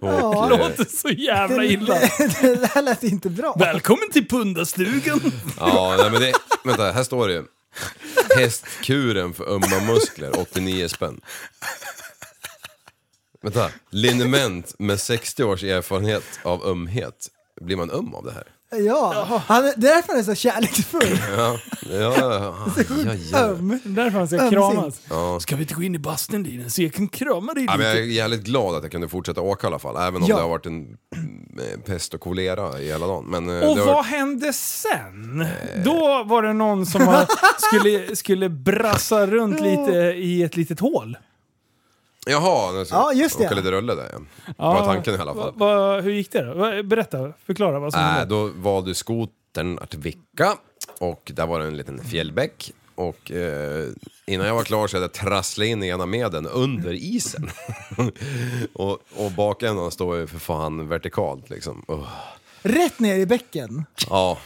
F: och,
E: Ja,
F: eh,
D: Låter så jävla
E: det,
D: illa.
E: det där lät inte bra.
D: Välkommen till pundastugan!
F: Ja, nej, men det, vänta, här står det ju. Hästkuren för ömma muskler, 89 spänn. Vänta, liniment med 60 års erfarenhet av ömhet. Blir man öm av det här?
E: Ja, han, det är därför han är så kärleksfull.
F: Ja, ja, ja. ja, ja.
E: Öm.
D: Där fanns jag
E: Ömsint.
D: kramas. Ska vi inte gå in i bastun Linus så jag kan krama dig
F: Ja, men
D: lite?
F: jag är jävligt glad att jag kunde fortsätta åka i alla fall, även om
E: Ja.
F: det har varit en eh, pest och kolera i hela dagen. Men, eh,
D: Och
F: det Eh. har
D: vad
F: varit-
D: hände sen? Då var det någon som var, skulle, skulle brassa runt lite i ett litet hål.
F: Jaha, nu ska
E: Ja, just det,
F: åka
E: ja.
F: lite rulle där ja. var tanken i alla fall.
D: Va, va, hur gick det då? Va- Berätta, förklara vad som
F: Nej,
D: hände.
F: Äh, då valde skotern att vicka och där var det en liten fjällbäck. Och eh, innan jag var klar så hade jag trasslat in ena meden under isen. och, och bakändan står ju för fan vertikalt liksom. Ugh.
E: Rätt ner i bäcken.
F: Ja,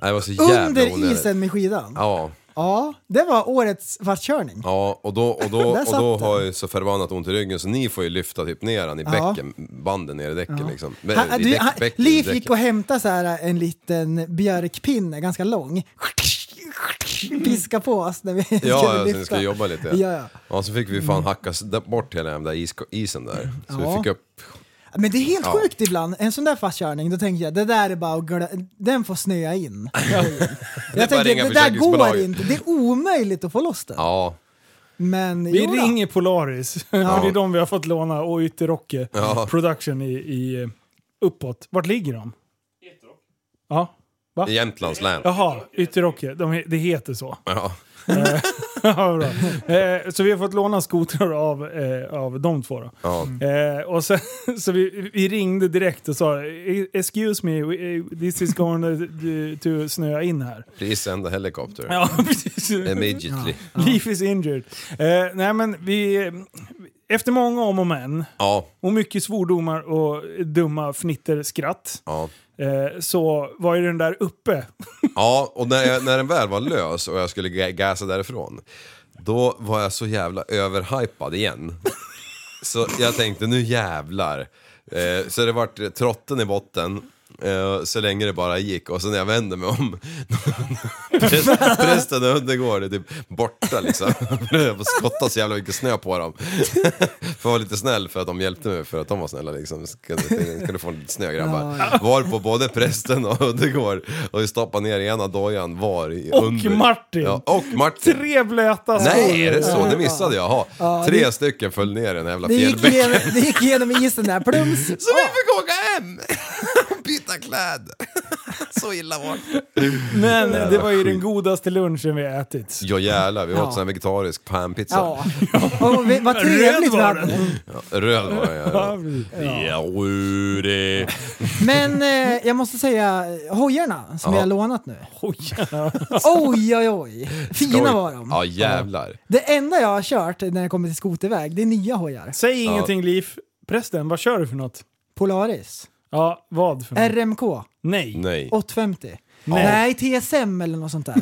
F: Nej, det var så jävla
E: Under
F: onödigt.
E: isen med skidan.
F: Ja,
E: Ja, det var årets fastkörning.
F: ja, och då, och då,
E: Där
F: och
E: satt
F: då
E: den.
F: har jag ju så förbannat ont i ryggen så ni får ju lyfta typ ner den i
E: Ja.
F: bäcken, banden ner i däcken liksom.
E: Han,
F: I
E: du,
F: däck-
E: han,
F: bäcken, i
E: Liv
F: däcken.
E: gick och hämtade så här en liten björkpinne, ganska lång. Piska på oss när vi skulle
F: Ja, ja, så ni
E: lyfta.
F: ska jobba lite.
E: Ja, ja. Mm.
F: ja, så fick vi fan hacka s- där- bort hela den där is, isen där. Så vi
E: Ja.
F: fick upp...
E: Men det är helt
F: Ja.
E: sjukt ibland, en sån där fastkörning, då tänker jag det där är bara att glö- den får snöa in.
F: bara
E: jag tänker
F: ringa
E: det där går
F: försäkringsbolaget.
E: inte, det är omöjligt att få loss den.
F: Ja,
E: Men
D: Vi
E: jo då.
D: ringer Polaris. Det är de vi har fått låna och Ytterrocke
F: Ja.
D: Production i, i eh, uppåt. Vart ligger de? Ja. Va?
F: i Jämtlands län.
D: Jaha, Ytterrocke. De, he- det heter så.
F: Ja.
D: Ja, bra. Eh, så vi har fått låna skotrar av, eh, av de två. Då.
F: Ja.
D: Eh, och sen, så vi, vi ringde direkt och sa "E-, “Excuse me, we, eh, this is going to, to snöa in här”.
F: Please send a helicopter.
D: Ja, precis.
F: Immediately.
D: Leaf is injured. Eh, nej men vi... Efter många om och men
F: Ja,
D: och mycket svordomar och dumma fnitterskratt
F: ja.
D: eh, så var ju den där uppe.
F: Ja, och när, jag, när den väl var lös och jag skulle ga- gasa därifrån, då var jag så jävla överhypad igen. Så jag tänkte, nu jävlar. Eh, så det vart trotten i botten. eh, Så länge det bara gick och sen när jag vände mig om präst- Prästen och Undergård är typ borta liksom. Jag skottade så jävla mycket snö på dem. För att vara lite snäll för att de hjälpte mig för att de var snälla liksom. Ska du- ska du få lite snö grabbar? Var på både prästen och Undergård och stoppade ner i ena dojan var i
D: Och
F: under.
D: Martin.
F: Ja, och Martin.
D: Tre blöta skor.
F: Nej, är det så? Det missade jag. Jaha. Tre stycken föll ner i den här jävla
E: det, gick
F: fjällbäcken.
E: igenom, det gick igenom isen där, plums.
F: Så vi fick åka hem! Byta kläder. Så illa var det.
D: Men det var ju den godaste lunchen vi ätit.
F: Ja jävlar, vi åt
E: Ja.
F: sån här vegetarisk panpizza.
E: Ja. Och vi, vad
D: Röd
E: trevligt vi
D: var
E: hade.
D: den.
F: Röd var den ja. Ja, det.
E: Men eh, jag måste säga, hojarna som
F: Ja.
E: vi har lånat nu.
F: Oh,
D: Hojarna.
E: Oj, oj, oj. Fina var de.
F: Ja jävlar.
E: Det enda jag har kört när jag kommer till skoterväg, det är nya hojar.
D: Säg ingenting Liv. Prästen, vad kör du för något?
E: Polaris,
D: Ja, vad
F: Mm.
D: för något?
E: RMK,
D: Nej.
F: Nej.
E: 850. Nej, TSM eller något sånt där.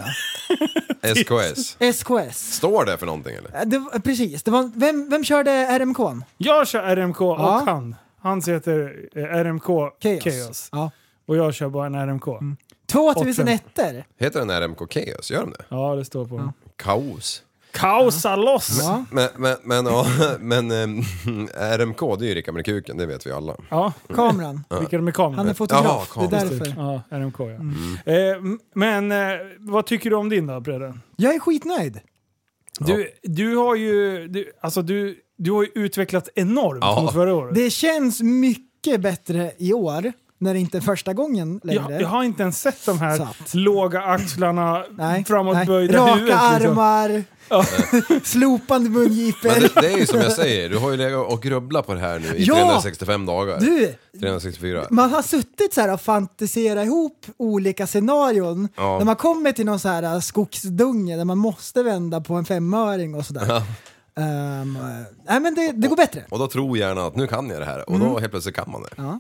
F: SKS.
E: SKS.
F: Står det för någonting eller?
E: Eh, Det, var- precis, det var, vem, vem körde RMK?
D: Jag kör RMK och
E: Ja.
D: han. Hans heter eh, RMK Chaos.
E: Chaos. E
F: E
E: Mm. Ja.
D: Och jag kör bara en RMK.
E: 2001 er
F: Heter den RMK Chaos? Gör den det?
D: Ja, det står på den.
F: Kaos.
D: Kaosa loss! Ja.
E: Ja.
F: Men, men, men, ja, men ehm, RMK det är ju Rika med kuken, det vet vi alla.
E: Kameran.
D: Vilka de är kameror.
E: Han är
F: Jaha,
E: fotograf, det Mm. är
F: kameran.
E: därför.
D: Ja, RMK ja. Eh, m- men eh, vad tycker du om din då, Bredden?
E: Jag är skitnöjd.
D: Du, du har ju du, alltså du, du har ju utvecklat enormt
F: Ja.
D: mot förra året.
E: Det känns mycket bättre i år. när det inte är första gången längre.
D: Jag, jag har inte ens sett de här
E: Så att-
D: låga axlarna,
E: Nej,
D: framåtböjda
E: nej. Raka
D: huvudet. liksom.
E: armar, slopande
F: Men
E: mungipor.
F: det, det är ju som jag säger, du har ju legat och grubblat på det här nu i
E: Ja!
F: 365 dagar.
E: Du,
F: 364.
E: man har suttit så här och fantiserat ihop olika scenarion.
F: Ja.
E: När man kommer till någon så här äh, skogsdunge där man måste vända på en femöring och sådär. Ehm, nej men det, det går bättre.
F: Och då tror gärna att nu kan jag det här och då helt plötsligt kan man det.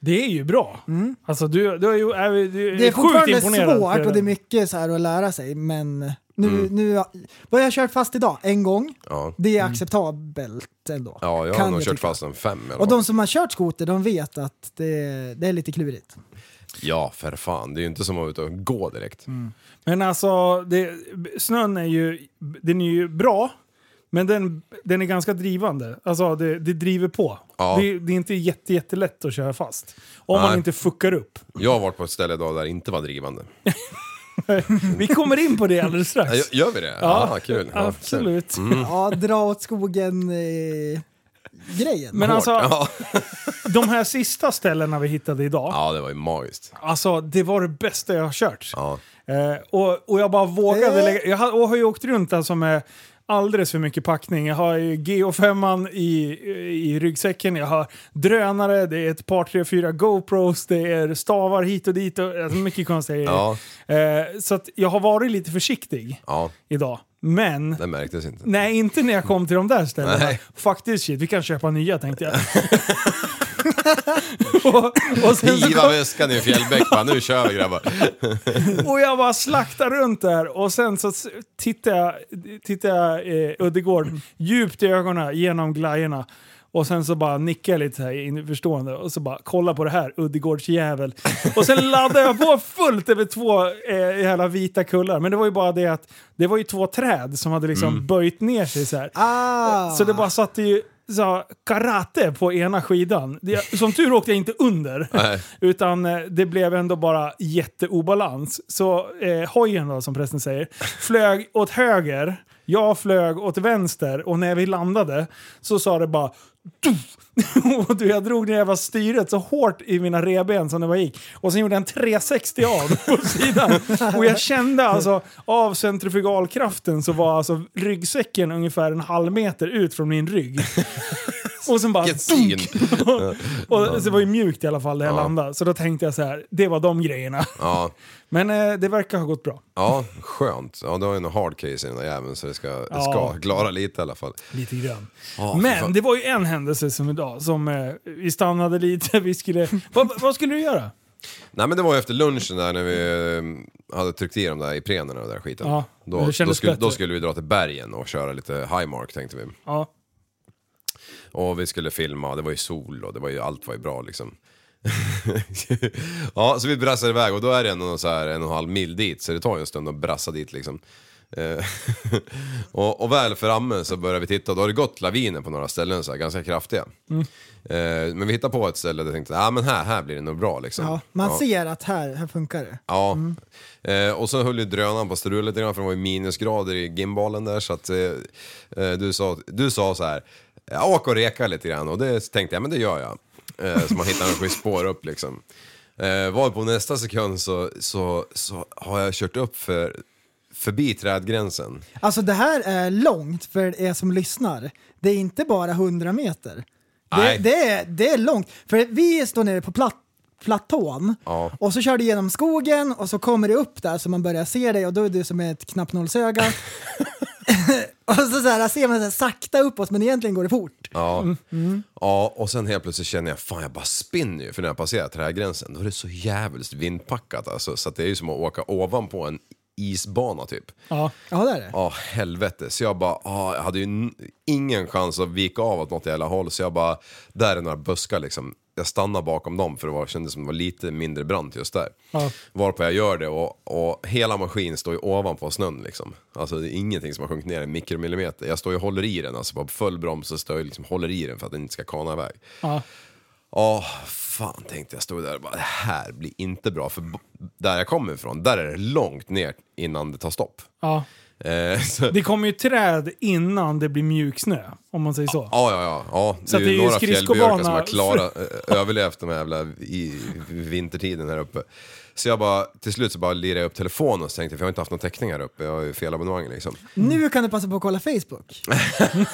D: Det är ju bra. Alltså du, du är ju är, du, du
E: Mm. Det är
D: sjukt
E: fortfarande
D: imponerad.
E: svårt och det är mycket så här att lära sig men nu, nu vad jag har kört fast idag, en gång.
F: Mm. Ja.
E: Det är
D: Mm.
E: acceptabelt ändå.
F: Ja, jag
E: Kan
F: har nog kört
E: tycka.
F: fast en fem i alla
E: Och
F: fall.
E: de som har kört skoter de vet att det, det är lite klurigt.
F: Ja, för fan. Det är ju inte som att vara ute och gå direkt.
D: Men alltså, det, snön är ju, den är ju bra, men den, den är ganska drivande. Alltså det, det driver på.
F: Ja.
D: Det, det är inte jätte, jättelätt att köra fast. Om
F: Nej.
D: man inte fuckar upp.
F: Jag har varit på ett ställe idag där det inte var drivande.
D: Vi kommer in på det alldeles strax.
F: Ja, gö- Gör vi det? Ja, kul. Mm. Ja, kul.
D: Absolut.
E: Ja, dra åt skogen eh, grejen.
D: Men alltså,
F: Ja.
D: de här sista ställena vi hittade idag,
F: ja, det var ju magiskt.
D: alltså det var det bästa jag har kört.
F: Ja.
D: Eh, och, och jag bara vågade
E: Eh.
D: lägga... Jag har, och har ju åkt runt alltså med alldeles för mycket packning. Jag har ju GH5 i, i ryggsäcken, jag har drönare, det är ett par, tre, fyra GoPros, det är stavar hit och dit. Och, alltså mycket konstiga
F: Ja.
D: grejer. Eh, så att jag har varit lite försiktig
F: Ja,
D: idag. Men...
F: det märktes inte.
D: Nej, inte när jag kom till de där ställena.
F: Nej.
D: Faktiskt shit, vi kan köpa nya tänkte jag. och, och sen så
F: Hiva väskan i Fjällbäck bara, nu kör vi grabbar.
D: Och jag bara slaktar runt där och sen så s- tittar jag, tittar jag eh, Uddegård djupt i ögonen genom glajjorna. Och sen så bara nickar jag lite så här införstående och så bara kolla på det här Uddegårdsjävel. Och sen laddar jag på fullt över två eh, jävla vita kullar. Men det var ju bara det att det var ju två träd som hade liksom böjt ner sig så här.
E: ah,
D: Så det bara satte ju så här, karate på ena skidan. Det, som tur åkte jag inte under.
F: Nej.
D: Utan eh, det blev ändå bara jätteobalans. Så eh, hojen då, som prästen säger, flög åt höger. Jag flög åt vänster och när vi landade så sa det bara "Tuff!" och du, jag drog ner jävla styret så hårt i mina reben som det bara gick. Och sen gjorde jag en 360 av på sidan. Och jag kände alltså av centrifugalkraften så var alltså ryggsäcken ungefär en halv meter ut från min rygg. Och sen bara...
F: Vilket syn.
D: Och det var ju mjukt i alla fall där jag
F: Ja.
D: landade. Så då tänkte jag så här, det var de grejerna.
F: Ja,
D: Men eh, det verkar ha gått bra.
F: ja skönt. Ja, du har ju en hard case i den där jäveln så det ska, det
D: Ja.
F: ska klara lite i alla fall.
D: Lite grann.
F: Ja, för
D: Men
F: fan.
D: det var ju en händelse som idag som eh, vi stannade lite. Vi skulle, vad, vad skulle du göra?
F: Nej men det var ju efter lunchen där när vi eh, hade tryckt i de där Iprenerna och den där skiten.
D: Ja,
F: då,
D: men det kändes
F: då, skulle,
D: bättre.
F: då skulle vi dra till bergen och köra lite highmark tänkte vi.
D: Ja.
F: Och vi skulle filma, det var ju sol och det var ju, allt var ju bra liksom. ja, så vi brassar iväg och då är det ändå så här en och en halv mil dit, så det tar ju en stund att brassa dit liksom. Eh, och, och väl framme så börjar vi titta, då har det gått laviner på några ställen så här, ganska kraftiga.
D: Mm.
F: Eh, men vi hittar på ett ställe där jag tänkte, ja ah, men här, här blir det nog bra liksom.
E: ja, man
F: Ja.
E: ser att här, här funkar det.
F: Ja, eh, och så höll ju drönaren på att strula lite grann för det var ju minusgrader i gimbalen där så att eh, eh, du, sa, du sa så här, "Ja, åk och reka lite grann och det tänkte jag, men det gör jag. Eh, så man hittar en schysst spår upp liksom. Eh, var på nästa sekund så, så, så har jag kört upp för, förbi trädgränsen.
E: Alltså det här är långt för er som lyssnar. Det är inte bara 100 meter. Det,
F: Nej.
E: det, är, det är långt. För vi står nere på platt, platån
F: Ja.
E: och så kör du genom skogen och så kommer det upp där så man börjar se dig och då är du som ett knappnålsöga. och så, så här, ser man så här, sakta uppåt men egentligen går det fort.
F: Ja. ja, och sen helt plötsligt känner jag fan jag bara spinner ju för när jag passerar trädgränsen då är det så jävligt vindpackat alltså så att det är ju som att åka ovanpå en isbana typ.
D: ja.
E: Ja, det är det.
F: Ja, helvete. Så jag bara, ah, jag hade ju n- ingen chans att vika av åt något jävla håll. Så jag bara, där är några buskar liksom. Jag stannar bakom dem för det var, kändes som det var lite mindre brant just där.
D: Ja.
F: Varpå jag gör det och, och hela maskin står ju ovanpå snön liksom. Alltså det är ingenting som har sjunkit ner en mikromillimeter. Jag står ju och håller i den, alltså på full broms så står jag liksom håller i den för att den inte ska kana iväg.
D: Ja.
F: Åh, fan tänkte jag. Stod där och bara, det här blir inte bra. För b- där jag kommer ifrån, där är det långt ner innan det tar stopp.
D: ja.
F: Eh, så,
D: Det kommer ju träd innan det blir mjuksnö, om man säger så.
F: Ja, ja, ja. ja. Det
D: Så
F: är
D: att det är
F: ju
D: ju
F: några
D: skridskobana
F: fjällbjörkar som har
D: för-
F: klara, eh, överlevt de här jävla i, vintertiden här uppe. Så jag bara, till slut så bara lirade jag upp telefonen och så tänkte, jag, för jag har inte haft någon täckning här uppe, jag har ju fel abonnemang liksom.
E: Nu kan du passa på att kolla Facebook.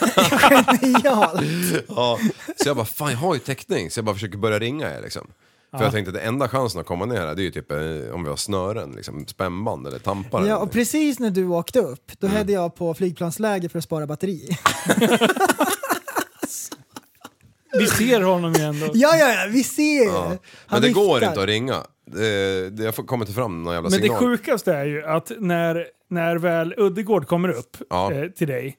E: Genialt!
F: Ja. Så jag bara, fan jag har ju täckning, så jag bara försöker börja ringa er liksom. För jag tänkte att det enda chansen att komma ner här, det är ju typ eh, om vi har snören, liksom spännband eller tampar. eller
E: Ja, och
F: någonting.
E: precis när du åkte upp,
F: Mm.
E: då hade jag på flygplansläge för att spara batteri.
D: Vi ser honom ju ändå.
E: Ja, ja, ja, vi ser!
F: Ja.
E: Ja.
F: Men det går inte att ringa. Eh, det- Jag får- kommer inte fram någon jävla
D: Men det
F: signal.
D: sjukaste är ju att när, när väl Uddegård kommer upp
F: Ja.
D: eh, till dig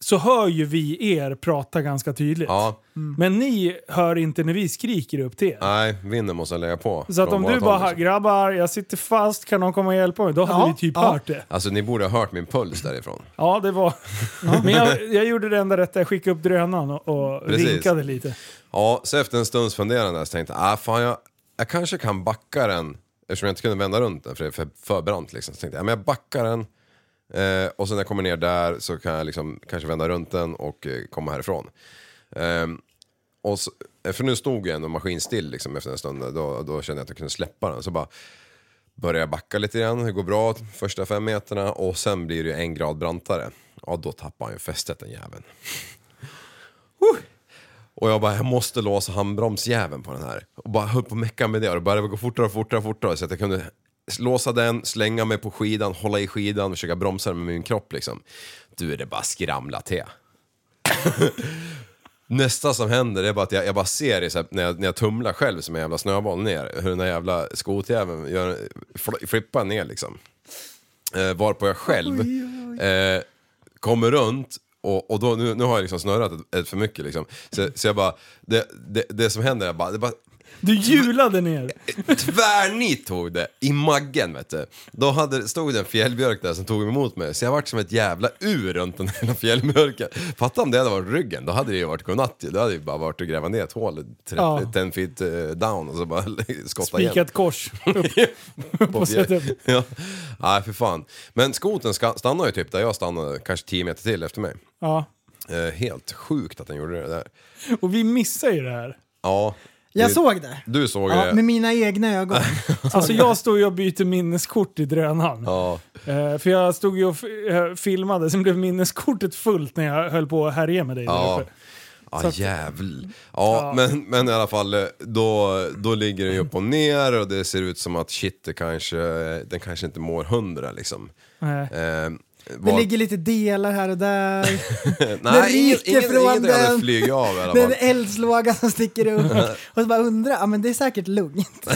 D: så hör ju vi er prata ganska tydligt.
F: Ja,
E: Mm.
D: Men ni hör inte när vi skriker upp till er.
F: nej, vinden måste jag lägga på.
D: Så att
F: från
D: om
F: vårat
D: du bara
F: håll, liksom.
D: “grabbar, jag sitter fast, kan någon komma och hjälpa mig?” Då hade
E: Ja,
D: vi typ
E: ja.
D: hört det.
F: Alltså ni borde ha hört min puls därifrån.
D: Ja, det var... Men jag, jag gjorde det enda rätta, jag skickade upp drönaren och, och
F: Precis.
D: vinkade lite.
F: Ja, så efter en stunds funderande så tänkte jag, ah, fan jag, jag kanske kan backa den. Eftersom jag inte kunde vända runt den för det är för, för brant liksom. Så tänkte jag, men jag backar den. Eh, och sen när jag kommer ner där så kan jag liksom kanske vända runt den och eh, komma härifrån. Ehm, och så, för nu stod ju ändå maskin still liksom efter en stund. Då, då kände jag att jag kunde släppa den. Så bara började jag backa lite grann, det går bra första fem meterna och sen blir det ju en grad brantare. Ja, då tappar han ju fästet den jäveln. Och jag bara, jag måste låsa handbromsjäveln på den här. Och bara höll på och mecka med det och det började gå fortare och fortare och fortare så att jag kunde låsa den, slänga mig på skidan, hålla i skidan, försöka bromsa den med min kropp liksom. Du, det bara skramla till. Nästa som händer det är bara att jag, jag bara ser det så här, när, jag, när jag tumlar själv som en jävla snöboll ner, hur den där jävla skotjäveln gör, fl- flippar ner liksom. Eh, varpå jag själv Eh, kommer runt och, och då, nu, nu har jag liksom snurrat ett, ett för mycket liksom. Så, så jag bara, det, det, det som händer är bara, det bara
D: Du hjulade ner.
F: Tvärnit tog det i maggen vet du. Då hade, stod det en fjällbjörk där som tog emot mig så jag vart som ett jävla ur runt den här fjällbjörken. Fatta om det hade varit ryggen, då hade det ju varit godnatt ju. Då hade det ju bara varit att gräva ner ett hål 10
D: Ja.
F: feet eh, down och så bara skotta igen.
D: Spikat kors.
F: på
D: och
F: fjäll.
E: typ-
D: sätter
F: ja. Nej för fan. Men skoten ska- stannade ju typ där jag stannade kanske 10 meter till efter mig.
D: Ja.
F: Eh, helt sjukt att den gjorde det där.
D: Och vi missar ju det här.
F: Ja.
E: Jag
F: det-
E: såg det.
F: Du såg
E: Ja,
F: det.
E: med mina egna ögon.
D: Alltså jag stod ju och bytte minneskort i drönaren.
F: Ja.
D: Eh, för jag stod ju och f- eh, filmade, sen blev minneskortet fullt när jag höll på att härja med dig där
F: Ja.
D: uppe.
F: Ja jävlar. Ja, men, men i alla fall eh, då, då ligger den ju upp och ner och det ser ut som att shit det kanske, den kanske inte mår hundra liksom.
D: Nej.
F: Eh,
E: Det
F: var-
E: ligger lite delar här och där.
F: Nej, ingen,
E: ryker
F: ingen,
E: från
F: ingen del
E: den.
F: flyger av i alla
E: Det är
F: fall.
E: en eldslåga som sticker upp. Och så bara undrar, ja men det är säkert lugnt.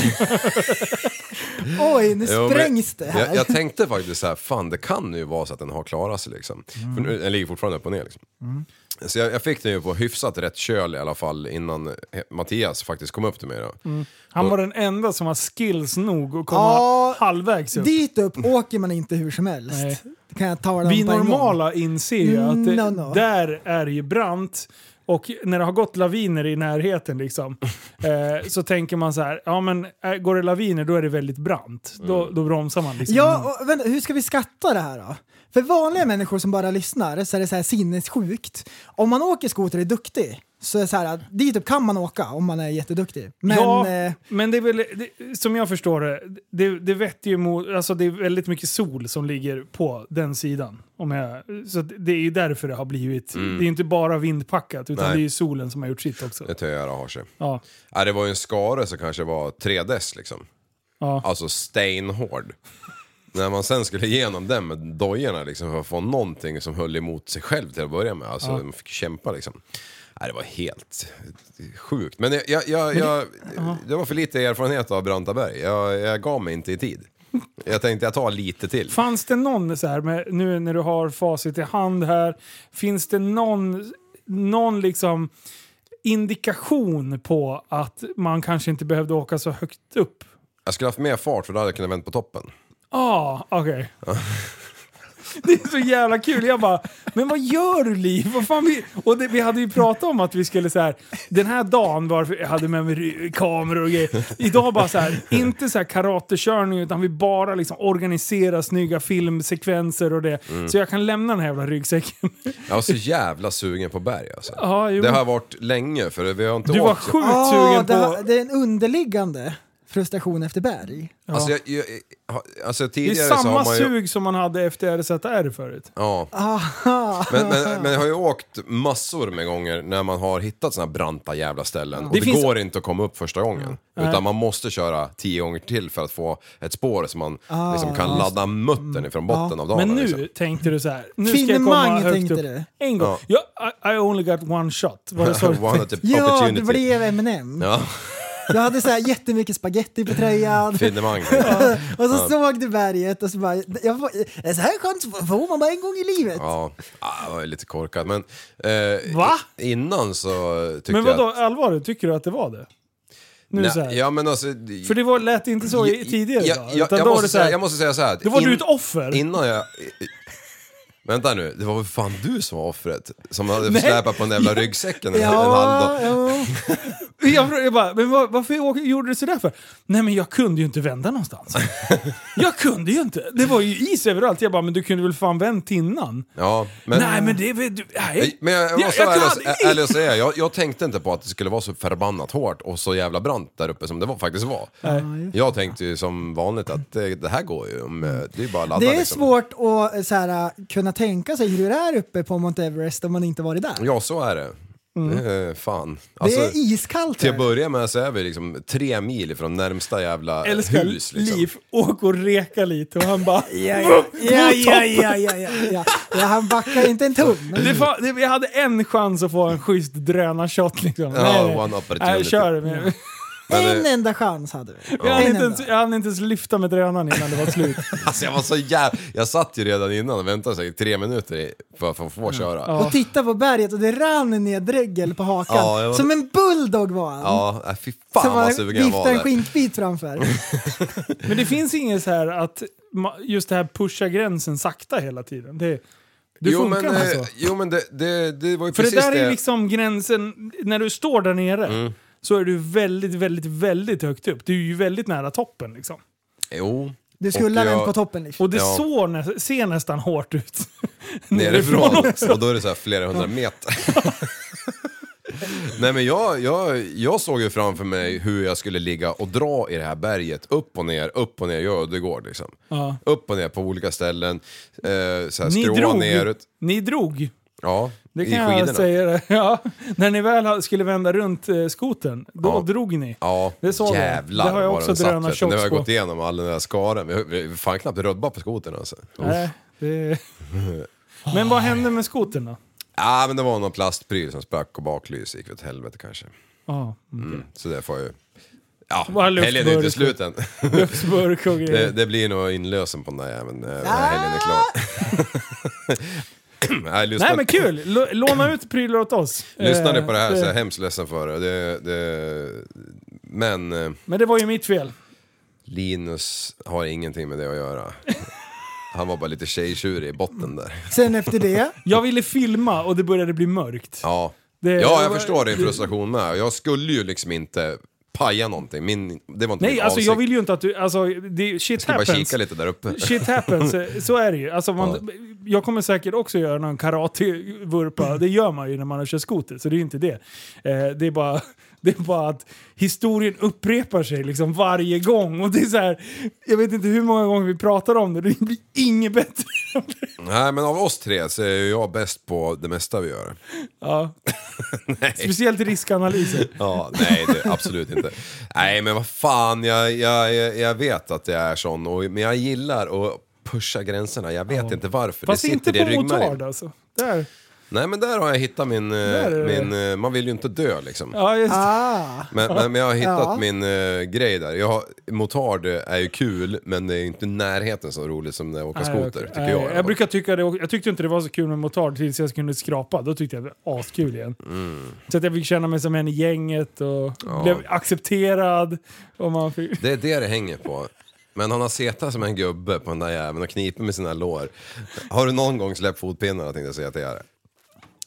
E: Oj, nu
F: Jo, men
E: sprängs det här.
F: Jag, jag tänkte faktiskt så här, fan det kan ju vara så att den har klarat sig liksom. För nu, den ligger fortfarande upp och ner liksom.
E: Mm.
F: Så jag, jag fick den ju på hyfsat rätt köl i alla fall innan eh, Mattias faktiskt kom upp till mig då.
E: Mm.
D: Han var den enda som har skills nog att komma
E: Ja,
D: halvvägs upp.
E: Dit upp åker man inte hur som helst.
D: Nej.
E: Det kan jag tala om
D: Vi
E: på en gång.
D: normala inser ju att det,
E: No, no.
D: där är det ju brant och när det har gått laviner i närheten liksom, eh, så tänker man så här, ja men eh, går det laviner då är det väldigt brant. Då, då bromsar man liksom.
E: Mm. Ja, och, vänta, hur ska vi skatta det här då? För vanliga människor som bara lyssnar så är det så här sinnessjukt. Om man åker skoter och är duktig så är det så här att dit upp kan man åka om man är jätteduktig. Men
D: ja,
E: eh,
D: men det är väl, det, som jag förstår det, det, det vetter ju mot, alltså det är väldigt mycket sol som ligger på den sidan. Om jag, så att det är ju därför det har blivit,
E: Mm.
D: det är inte bara vindpackat utan
F: Nej.
D: det är ju solen som har gjort sitt också.
F: Det tar jag har sig.
D: Ja.
F: Ja, det var ju en skare som kanske var 3 dess liksom.
D: Ja.
F: Alltså stenhård. När man sen skulle igenom den med dojorna liksom för att få någonting som höll emot sig själv till att börja med. Alltså man fick kämpa liksom. Nej, det var helt sjukt. Men jag, jag, jag, jag, det var för lite erfarenhet av Brantaberg. Jag, jag gav mig inte i tid. Jag tänkte jag tar lite till.
D: Fanns det någon, så här, med, nu när du har facit i hand här, finns det någon, någon liksom indikation på att man kanske inte behövde åka så högt upp?
F: Jag skulle haft mer fart för då hade jag kunnat vänt på toppen.
D: Ah, okej. Ah, Det är så jävla kul. Jag bara, men vad gör du Liv? Vad fan vi... Och det, vi hade ju pratat om att vi skulle så här, den här dagen var jag hade med mig ry- kameror och grejer. Idag bara så här, inte så här karatekörning utan vi bara liksom organiserar snygga filmsekvenser och det.
F: Mm.
D: Så jag kan lämna den här jävla ryggsäcken.
F: Jag var så jävla sugen på berg alltså.
D: Ja, jo.
F: Det har jag varit länge för vi har inte
D: Du
F: åkt.
D: var sjukt
E: Ah,
D: sugen
E: det,
D: på...
E: har- det är en underliggande frustration efter berg.
F: Alltså, jag, jag, jag, alltså
D: Det är
F: tidigare så
D: samma
F: har man ju...
D: sug som man hade efter RZR förut.
F: Ja. Men, men, men jag har ju åkt massor med gånger när man har hittat såna här branta jävla ställen. Och
D: Det
F: det,
D: finns-
F: går inte att komma upp första gången. Utan man måste köra tio gånger till för att få ett spår som man liksom kan ladda muttern ifrån botten av dagen.
D: Ah, Men nu
F: Liksom.
D: tänkte du så här. Nu ska jag komma
E: Finemang
D: högt
E: tänkte
D: upp.
E: du.
D: En gång. Ja, I, I only got one shot. Var det så?
F: One at the
E: Ja,
F: opportunity.
E: det blev M&M.
F: Ja,
E: Du hade så här jättemycket spaghetti på tröjan.
F: finemang.
E: Och så såg du berget och så bara, jag får, så här chans får man bara en gång i livet.
F: Ja, ah, det var ju lite korkat. Men eh,
D: Va?
F: innan så tyckte
D: Men
F: jag...
D: vadå, allvarligt? Tycker du att det var det? Nu så här.
F: Nej, ja, men alltså, det-
D: För det var, lät inte så i, tidigare
F: jag,
D: va?
F: jag,
D: Utan
F: jag,
D: då var
F: måste
D: det så här,
F: säga, jag måste säga så här. att
D: Då var
F: in-
D: du ett offer.
F: Innan jag... Vänta nu, det var väl fan du som var offret? Som hade
D: Nej.
F: släpat på den jävla ryggsäcken en, en halv
E: Ja,
F: dag.
E: ja.
D: jag, frågade- jag bara, men var, varför åk- gjorde du sådär för? Nej men jag kunde ju inte vända någonstans. jag kunde ju inte. Det var ju is överallt. Jag bara, men du kunde väl fan vänt innan?
F: Ja, men...
D: nej men det... är väl- Du, nej.
F: Men jag, jag måste
D: Jag- jag
F: vara ärlig
D: kan-
F: och- ä- ärlig och säga, jag, jag tänkte inte på att det skulle vara så förbannat hårt och så jävla brant där uppe som det var, faktiskt var. Jag tänkte ju som vanligt att det, det här går ju, om, eh, det är bara att ladda
E: Det är
F: liksom.
E: svårt att eh, så här, kunna tänka sig hur det är uppe på Mount Everest om man inte varit där.
F: Ja, så är det.
D: Mm.
F: Det är fan.
E: det
F: Alltså,
E: är iskallt
F: till att
E: där.
F: börja med så är vi liksom tre mil från närmsta jävla
D: Älskar
F: hus liksom.
D: Liv, åk och reka lite och han bara...
E: Ja, ja, ja, ja, ja, ja. ja, han backar inte en tum.
D: Det fa- det, jag hade en chans att få en schysst drönarshot liksom.
F: Ja,
D: Nej, nej.
F: one opportunity.
D: Nej, kör. Men,
F: Men,
E: En
F: eh,
E: enda chans hade vi.
D: jag, hann inte
E: En enda.
D: ens, jag hann inte ens lyfta med drönaren innan det var slut.
F: Alltså jag var så jävla... Jag satt ju redan innan och väntade säkert tre minuter i- för för att få köra. Ja,
E: Och titta på berget och det rann ner dregel på hakan.
F: Ja, jag var-
E: Som en bulldog var han.
F: äh, fy fan
E: Som
F: vad
E: han
F: sugen jag var
E: viftade en
F: där.
E: skinkbit framför.
D: Men det finns inget så här att ma- just det här pusha gränsen sakta hela tiden. Det, det
F: Jo
D: funkar
F: men,
D: inte
F: eh,
D: så.
F: jo men det, det, det Mm. var ju
D: För det
F: precis
D: där är ju liksom gränsen, när du står där nere så är du väldigt, väldigt, väldigt högt upp. Du är ju väldigt nära toppen liksom.
F: Jo.
E: Du skulle ha
F: Och jag-
E: vänt på toppen. liksom. Liv.
D: Och det
F: Ja.
D: såg nä- ser nästan hårt ut.
F: nerifrån och då är det så här flera hundra meter. Nej men jag, jag, jag såg ju framför mig hur jag skulle ligga och dra i det här berget. Upp och ner, upp och ner, ja det går liksom.
D: Ja.
F: Upp och ner på olika ställen. Eh, så här,
D: Ni
F: skråa
D: drog.
F: nerut.
D: Ni drog.
F: Ja,
D: Det
F: i
D: kan jag
F: skidorna.
D: säga. det. Ja, när ni väl ha- skulle vända runt eh, skoten, då
F: Ja.
D: drog ni.
F: Ja,
D: Det såg jag.
F: jävlar
D: Det har jag
F: vad
D: också
F: den satt,
D: drönat
F: vet du. Nu har jag
D: shots på.
F: gått igenom all den där skaran. Vi har- Vi har fan knappt rubbat på skotern alltså.
D: Nej, det... Men vad hände med skotern då?
F: Ja, men det var någon plastpryl som sprack och baklys gick åt helvete kanske.
D: Ja,
F: Mm. Så det får ju... Ja,
D: Bara
F: helgen är ju inte
D: luftburk.
F: slut än.
D: Luxburg och
F: Det,
D: grejer.
F: det blir nog inlösen på den där jäveln eh, när helgen är klar. Nej, lyssna,
D: Nej men kul! L- låna ut prylar åt oss.
F: lyssnar ni
D: Eh,
F: på det här så är jag
D: det-
F: hemskt ledsen för det. det, det men eh,
D: Men det var ju mitt fel.
F: Linus har ingenting med det att göra. Han var bara lite tjejtjurig i botten där.
E: Sen efter det,
D: Jag ville filma och det började bli mörkt.
F: Ja,
D: Det-
F: ja jag
D: det-
F: förstår din frustration med. Jag skulle ju liksom inte paja någonting. Min, det var inte
D: Nej,
F: min
D: alltså
F: avsikt.
D: jag vill ju inte att du... Alltså, det, shit
F: bara
D: happens.
F: kika lite där uppe.
D: Shit happens, eh, så är det ju. Alltså man, Jag kommer säkert också göra någon karatevurpa, det gör man ju när man kör skoter, så det är ju inte det. Eh, det, är bara, det är bara att historien upprepar sig liksom varje gång. Och det är så här, jag vet inte hur många gånger vi pratar om det, det blir inget bättre.
F: Nej, men av oss tre så är ju jag bäst på det mesta vi gör.
D: Ja. Speciellt riskanalyser.
F: Ja, nej det, absolut inte. Nej men vad fan, jag, jag, jag- jag vet att jag är sån, och, men jag gillar att pusha gränserna. Jag vet inte varför.
D: Fast
F: det sitter
D: inte
F: i
D: på
F: ryggmärgen.
D: motard alltså. Där.
F: Nej men där har jag hittat min, eh,
D: Där är det.
F: min eh, man vill ju inte dö liksom.
D: Ja, just det.
E: ah,
F: Men, men, men jag har hittat
E: Ja.
F: min eh, grej där. Jag, har- motard är ju kul, men det är ju inte i närheten så roligt som när jag åker
D: Nej,
F: skoter,
D: okej.
F: tycker
D: Nej,
F: jag.
D: jag brukar tycka det, jag tyckte inte det var så kul med motard tills jag kunde skrapa. Då tyckte jag det var askul igen.
F: Mm.
D: Så att jag fick känna mig som en i gänget och blev accepterad. Och man fick,
F: Det är det det hänger på. Men han har setat som en gubbe på den där jäveln och knipit med sina lår. Har du någon gång släppt fotpinnarna tänkte jag säga till er.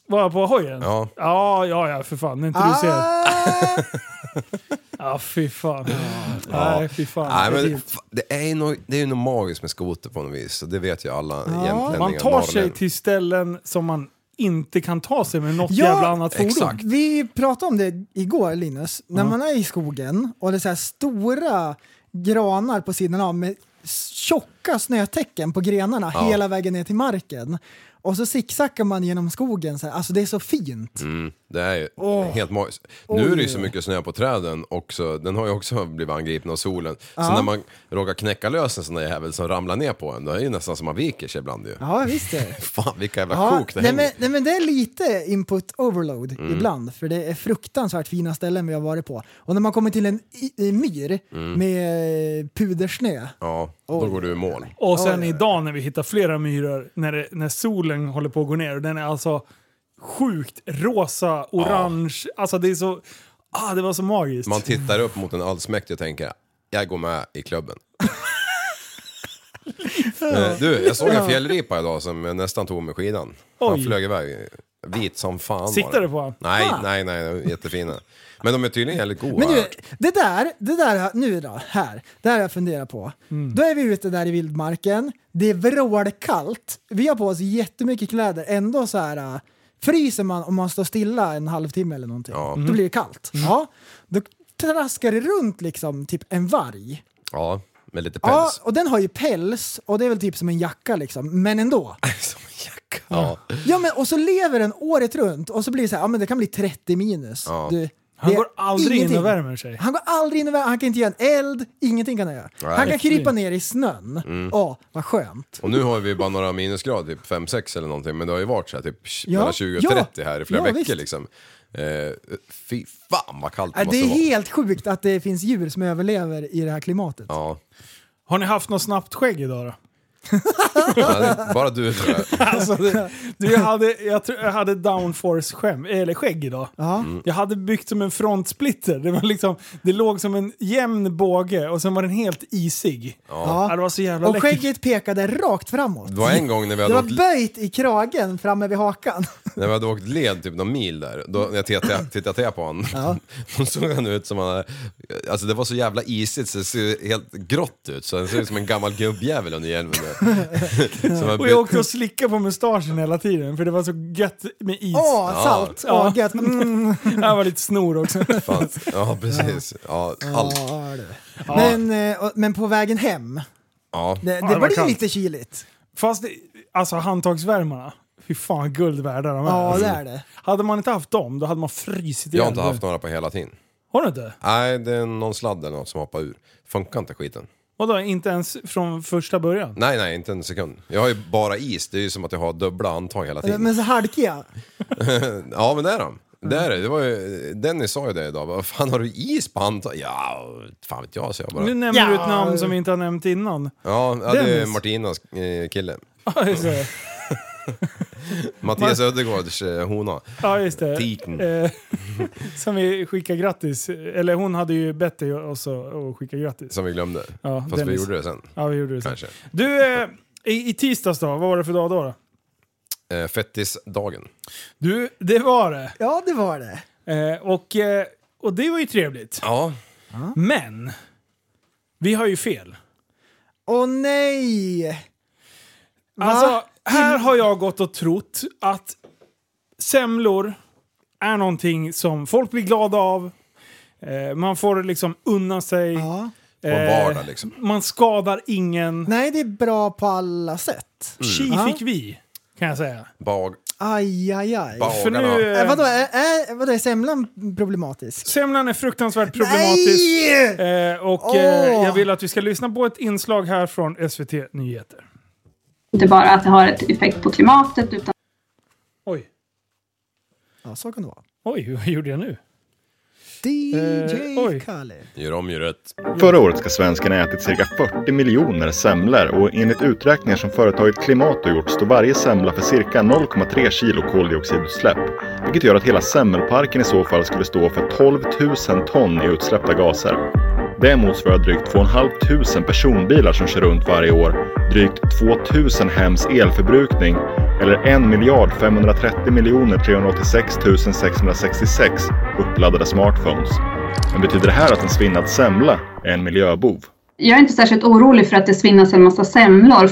D: Var på hojen?
F: Ja.
D: Ja, ja, ja, för fan. När inte du
E: Ah.
D: ser. Ja, fy fan. Nej, fy fan.
F: Nej,
D: Det är
F: men
D: fint.
F: fa- det är ju något, det är ju något magiskt med skoter på något vis. Och det vet ju alla jämtlänningar.
D: Man tar sig
F: norrlänningar.
D: till ställen som man inte kan ta sig med något
E: Ja,
D: jävla annat fordon.
F: exakt.
E: Vi pratade om det igår Linus, när man är i skogen och det är så här stora granar på sidan av med tjocka snötäcken på grenarna hela vägen ner till marken. Och så zigzaggar man genom skogen, så här. alltså det är så fint.
D: Mm.
F: Mm. Det är ju helt magiskt. Nu är det ju så mycket snö på träden också. Den har ju också blivit angripen av solen. Så när man råkar knäcka lös en sån där jävel som ramlar ner på en, då är det ju nästan som man viker sig ibland ju.
E: Ja, visst är det.
F: Fan vilka jävla
E: Ja,
F: sjok det
E: nej,
F: hänger.
E: men, nej, men det är lite input overload
D: Mm.
E: ibland, för det är fruktansvärt fina ställen vi har varit på. Och när man kommer till en i, i myr
D: Mm.
E: med eh, pudersnö,
F: Ja, då går du i mål.
D: Och sen idag när vi hittar flera myror, när, det, när solen håller på att gå ner och den är alltså sjukt rosa, orange. Alltså det är så... Ah, det var så magiskt.
F: Man tittar upp mot en allsmäktig och tänker, jag går med i klubben. Eh, Du, jag såg en fjällripa idag som jag nästan tog med skidan. Han
D: Oj.
F: flög iväg. Vit som fan var
D: Siktade
F: den.
D: du på han?
F: Nej, nej, nej, de är jättefina. Men de är tydligen jävligt goda.
E: Ah. Men
F: har jag
E: du,
F: hört.
E: det där, det där, nu då, här, det här har jag funderat på.
F: Mm.
E: Då är vi ute där i vildmarken, det är vrålkallt, vi har på oss jättemycket kläder, ändå så här äh, fryser man om man står stilla en halvtimme eller någonting. Då blir det kallt.
F: Mm.
E: Ja, då traskar det runt liksom typ en varg.
F: Ja, med lite päls.
E: Ja, och den har ju päls och det är väl typ som en jacka liksom, men ändå.
F: Som en jacka. Ja.
E: Ja, men och så lever den året runt och så blir det så här, ja men det kan bli 30 minus.
F: Ja.
E: Du,
D: Han
E: det är
D: går aldrig
E: ingenting.
D: in och värmer sig.
E: Han går aldrig in och värmer, han kan inte göra en eld, ingenting kan han göra. Han kan krypa ner i snön. Ja, vad skönt.
F: Och nu har vi bara några minusgrader, typ 5-6 eller någonting. Men det har ju varit så här, typ
E: Ja,
F: mellan 20 och
E: ja.
F: 30 här i flera
E: Ja,
F: veckor
E: visst.
F: liksom. Eh, fy fan vad kallt det
E: Äh,
F: måste
E: Det är
F: vara.
E: helt sjukt att det finns djur som överlever i det här klimatet.
F: Ja.
D: Har ni haft något snabbt skägg idag då?
F: Men Bara du tror jag.
D: Alltså, det, du, jag hade, jag, tror- jag hade downforce skäm, eller skägg idag.
E: Mm.
D: Jag hade byggt som en frontsplitter. Det, var liksom, det låg som en jämn båge och sen var den helt isig.
E: Ja.
D: det var så jävla
E: Och
D: läckert.
E: skägget pekade rakt framåt.
F: Det var en gång när vi
E: Det
F: hade,
E: var
F: åkt,
E: böjt i kragen framme vid hakan.
F: när vi hade åkt led typ någon mil där. Då, när jag tittade, tittade jag på honom. Då såg han ut som han hade- Alltså det var så jävla isigt så det ser helt grått ut. Så han ser ut som en gammal gubbjävel under hjälmen. Som har
D: Och
F: bytt-
D: jag åkte och slickade på mustaschen hela tiden för det var så gött med is.
E: Åh, salt! Åh,
D: Ja.
E: gött! Mm,
D: Jag var lite snor också.
F: Fan. Ja, precis. Ja, kallt.
E: ja, du. Men, eh, och- men på vägen hem,
F: Ja.
E: det, det
D: det var
E: blir
D: kallt.
E: lite kyligt.
D: Fast det, alltså handtagsvärmarna, fy fan guld värda de är. Alltså,
E: Ja, det är det.
D: Hade man inte haft dem då hade man frysit
F: Jag har
D: ihjäl.
F: inte haft några på hela tiden.
D: Har du inte?
F: Nej, det är någon sladd eller något som hoppar ur. Funkar inte skiten.
D: Vadå, inte ens från första början?
F: Nej, nej, inte en sekund. Jag har ju bara is. Det är ju som att jag har dubbla handtag hela tiden.
E: Men så halkiga.
F: Ja, men det är de.
D: Mm.
F: Det är det. det var ju, Dennis sa ju det idag. Vad fan, har du is på handtag? Ja, fan vet jag, så jag bara.
D: Nu nämner du ett namn som vi inte har nämnt innan.
F: Ja, ja det är
D: Dennis.
F: Martinas eh, kille.
D: Ja, just det.
F: Mattias Ödegårds eh, hona.
D: Ja, just
F: Tiken.
D: det. Eh, som vi skickar grattis. Eller hon hade ju bett dig oss att att skicka grattis.
F: Som vi glömde.
D: Ja,
F: Fast vi
D: Dennis.
F: gjorde det sen,
D: Ja, vi gjorde det. sen.
F: kanske.
D: Du, eh, i, i tisdags då, vad var det för dag då? då?
F: Eh, fettisdagen.
D: Du, det var det.
E: Ja, det var det.
D: Eh, och, eh, och det var ju trevligt.
F: Ja,
D: Men, vi har ju fel.
E: Åh nej!
D: Alltså, här har jag gått och trott att semlor är någonting som folk blir glada av. Eh, man får liksom unna sig.
E: Ja. Mm.
F: på
D: Eh.
F: vardag liksom.
D: Man skadar ingen.
E: Nej, det är bra på alla sätt.
D: Tji fick vi, kan jag säga.
F: Bag,
E: Aj, aj, aj.
D: För
F: bagarna.
D: nu...
E: Äh,
D: Eh,
E: vadå, är, är, vadå, är semlan problematisk?
D: semlan är fruktansvärt problematisk.
E: Nej!
D: Eh, och eh,
E: Åh.
D: jag vill att vi ska lyssna på ett inslag här från SVT Nyheter.
H: Inte bara att det har ett effekt på klimatet utan
D: Oj,
E: Ja, så kan det vara.
D: oj, vad gjorde jag nu? Eh,
E: DJ
D: oj.
E: Kalle.
F: Gör om, gör rätt.
I: Förra året ska svenskarna ha ätit cirka 40 miljoner semlor och enligt uträkningar som företaget Klimato gjort står varje semla för cirka 0,3 kilo koldioxidutsläpp. Vilket gör att hela semmelparken i så fall skulle stå för 12 000 ton i utsläppta gaser. Det motsvarar drygt 2 500 personbilar som kör runt varje år, drygt 2 000 hems elförbrukning eller 1 530 386 666 uppladdade smartphones. Men betyder det här att en svinnad semla är en miljöbov?
H: Jag är inte särskilt orolig för att det svinnas en massa semlor.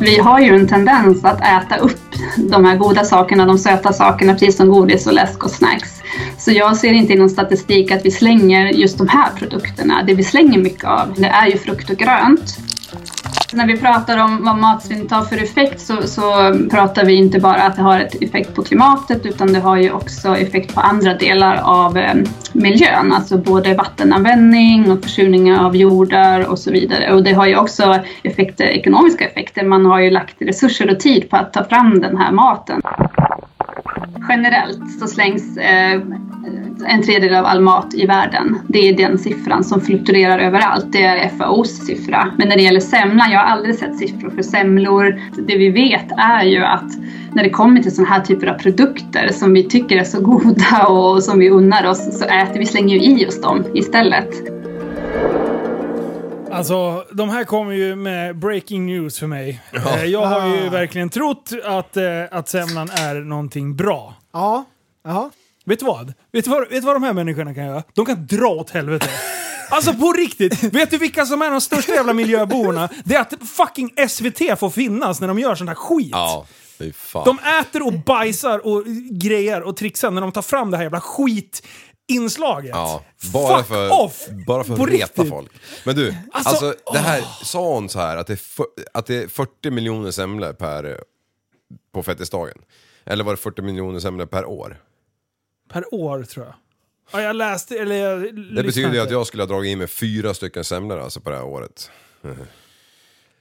H: Vi har ju en tendens att äta upp de här goda sakerna, de söta sakerna, precis som godis och läsk och snacks. Så jag ser inte i någon statistik att vi slänger just de här produkterna. Det vi slänger mycket av, det är ju frukt och grönt. När vi pratar om vad matsvinnet har för effekt så, så pratar vi inte bara att det har ett effekt på klimatet utan det har ju också effekt på andra delar av eh, miljön, alltså både vattenanvändning och försurning av jordar och så vidare. Och det har ju också effekter, ekonomiska effekter. Man har ju lagt resurser och tid på att ta fram den här maten. Generellt så slängs eh, en tredjedel av all mat i världen. Det är den siffran som fluktuerar överallt. Det är FAOs siffra. Men när det gäller semlan, jag har aldrig sett siffror för semlor. Det vi vet är ju att när det kommer till sådana här typer av produkter som vi tycker är så goda och som vi unnar oss så äter vi, slänger ju i oss dem istället.
D: Alltså, de här kommer ju med breaking news för mig. Eh, Jag har
E: Ah.
D: ju verkligen trott att, eh, att semlan är någonting bra.
E: Ja. Jaha.
D: Vet du vad? Vet du vad, vet du vad de här människorna kan göra? De kan dra åt helvete. Alltså på riktigt, vet du vilka som är de största jävla miljöboarna? Det är att fucking SVT får finnas när de gör sån här skit.
F: Ja, fy fan.
D: De äter och bajsar och grejer och trixar när de tar fram det här jävla skitinslaget.
F: Ja, bara
D: Fuck
F: för,
D: off!
F: Bara för att
D: På
F: reta
D: riktigt.
F: folk. Men du, alltså, det här, sa hon så här att det, är fyr- att det är 40 miljoner semlor per, eh, på fettisdagen? Eller var det 40 miljoner semlor per år?
D: Per år tror jag. Ja, jag läste, eller jag lyssnade
F: Det betyder ju
D: inte.
F: att jag skulle ha dragit in mig fyra stycken semlor alltså på det här året.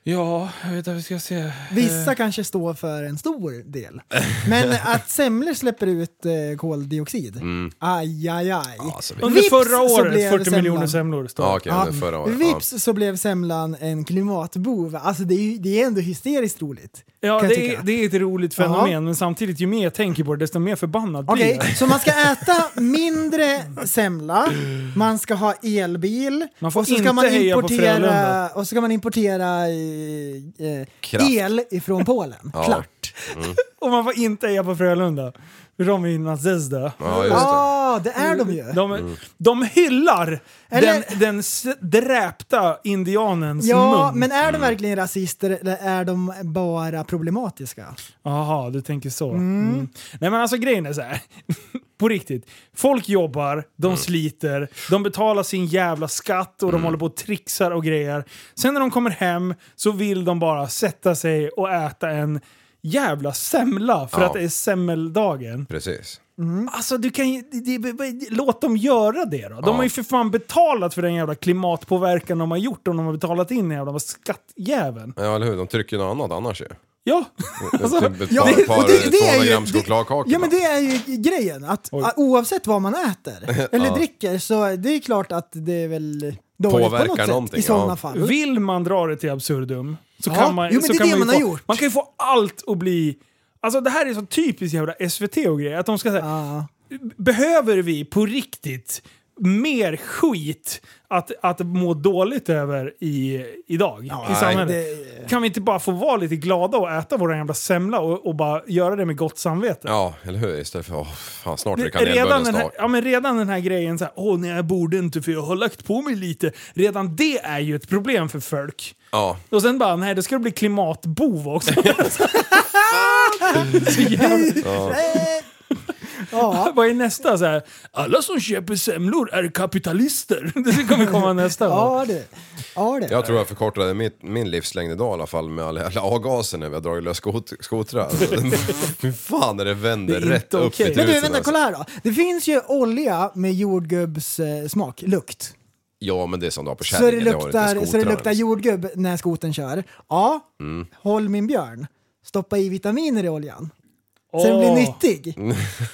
D: Ja, jag vet inte, vi ska se.
E: Vissa kanske står för en stor del. Men att semlor släpper ut eh, koldioxid, aj, aj, aj.
F: Alltså, vi...
D: Under
E: Vips
D: förra
E: så
D: året
E: blev
D: 40
E: semlan.
D: miljoner semlor. står det.
F: Ja, okej,
E: Ja,
F: det är förra året. Ja.
E: Vips så blev semlan en klimatbov. Alltså det är, ju- det är ändå hysteriskt roligt.
D: Ja,
E: kan jag
D: det är,
E: tycka.
D: det är ett roligt fenomen, men samtidigt ju mer jag tänker på det, desto mer förbannad blir
E: Okej,
D: jag.
E: så man ska äta mindre semla, man ska ha elbil
D: Man får
E: och, så
D: inte
E: ska man
D: heja på Frölunda.
E: importera, och så ska man importera eh,
F: Kraft.
E: eh, el ifrån Polen.
F: Ja.
E: Klart.
D: Och man får inte heja på Frölunda. För de är ju nazister.
F: Ja, Mm. just det.
E: Ja, det är de ju.
D: Mm, De, de hyllar
E: Eller-
D: den, den s- dräpta indianens
E: Ja,
D: mun.
E: men är de verkligen rasister eller är de bara problematiska?
D: Jaha, du tänker så. Mm. Nej men alltså grejen är så här. på riktigt. Folk jobbar, de sliter, de betalar sin jävla skatt och de håller på och trixar och grejer. Sen när de kommer hem så vill de bara sätta sig och äta en jävla semla för
F: Ja.
D: att det är semmeldagen.
F: Precis.
D: Alltså du kan ju, det, det, det, låt dem göra det då. De
F: Ja.
D: har ju för fan betalat för den jävla klimatpåverkan de har gjort om de har betalat in den jävla skattjäveln.
F: Ja, eller hur? De trycker ju något annat annars ju.
D: Ja, alltså,
F: typ ett
E: ja,
F: par,
E: det-
F: par
E: och det- det är
F: 200
E: ju-
F: grams
E: det-
F: chokladkakor.
E: Ja men det är ju grejen, att
D: Oj.
E: att oavsett vad man äter eller dricker så det är klart att det är väl dåligt
F: Påverkar
E: på något sätt
F: någonting,
E: i sådana
F: ja.
E: fall.
D: Vill man dra det till absurdum så
E: Ja,
D: kan man
E: jo, men
D: så
E: det är
D: kan
E: det
D: man ju
E: man har
D: få,
E: gjort.
D: Man kan ju få allt att bli... Alltså det här är så typiskt jävla SVT och grejer. Att de ska säga,
E: Ja.
D: behöver vi på riktigt mer skit att, att må dåligt över i, idag i
F: nej.
D: samhället?
E: Det-
D: Kan vi inte bara få vara lite glada och äta våra jävla semla och, och bara göra det med gott samvete?
F: Ja, eller hur? Istället för, åh, fan, snart är det
D: redan,
F: kanelbullens
D: den här,
F: dag.
D: ja, men redan den här grejen, så här, åh nej jag borde inte för jag har lagt på mig lite. Redan det är ju ett problem för folk.
F: Ja,
D: Och sen bara, nej det ska bli klimatbov också. Så jävla-
E: Ja.
D: Vad är nästa? Så här, alla som köper semlor är kapitalister. Det kommer komma nästa gång.
E: Ja det. Ja det.
F: Jag tror jag förkortade mitt, min livslängd idag i alla fall med alla, alla avgaser när vi har dragit lös skot, skotrar. Alltså, Hur fan är det vänder
D: Det är
F: rätt
D: inte
F: upp
D: okej.
F: i
E: Men
F: truten.
E: du vänta,
F: alltså.
E: kolla här då. Det finns ju olja med jordgubbssmak, lukt.
F: Ja men det är som du har på
E: Så det,
F: kärringen, har du inte
E: luktar,
F: i
E: så det
F: skotrarna,
E: luktar
F: liksom.
E: jordgubb när skoten kör. Ja,
F: Mm.
E: håll min björn. Stoppa i vitaminer i oljan. Så den blir
D: Åh.
E: nyttig.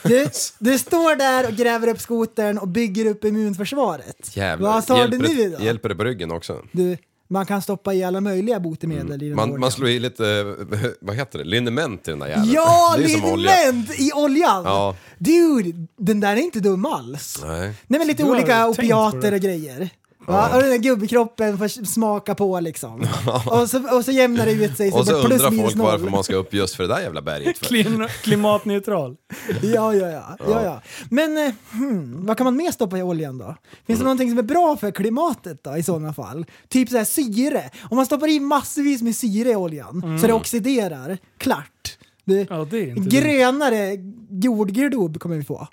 E: Du, du står där och gräver upp skotern och bygger upp immunförsvaret.
F: Jävlar.
E: Vad sa du
F: hjälper,
E: nu
F: det,
E: då?
F: hjälper det på ryggen också?
E: Du, Man kan stoppa i alla möjliga botemedel i den
F: Man,
E: ordningen.
F: man slår i lite, eh, vad heter det, liniment i den där jäveln.
E: Ja,
F: Det är som olja.
E: liniment i oljan!
F: Ja.
E: Dude, den där är inte dum alls.
F: Nej.
E: Nej men lite
D: Du har
E: olika
D: tänkt på
E: opiater
D: det.
E: och grejer. Va? Och den där gubbkroppen får smaka på liksom. och, så, och så jämnar det ut sig.
F: Och så
E: bara plus
F: undrar
E: minus
F: folk varför
E: noll.
F: man ska upp just för det där jävla berget. För.
D: Klim, klimatneutral.
E: Ja, ja, ja. ja, ja. Men eh, hmm, vad kan man mer stoppa i oljan då? Finns
D: Mm.
E: det någonting som är bra för klimatet då i sådana fall? Typ så här syre. Om man stoppar i massvis med syre i oljan så det oxiderar, klart. Det,
D: Mm. Ja, det är inte dumt.
E: grönare jordglob kommer vi få.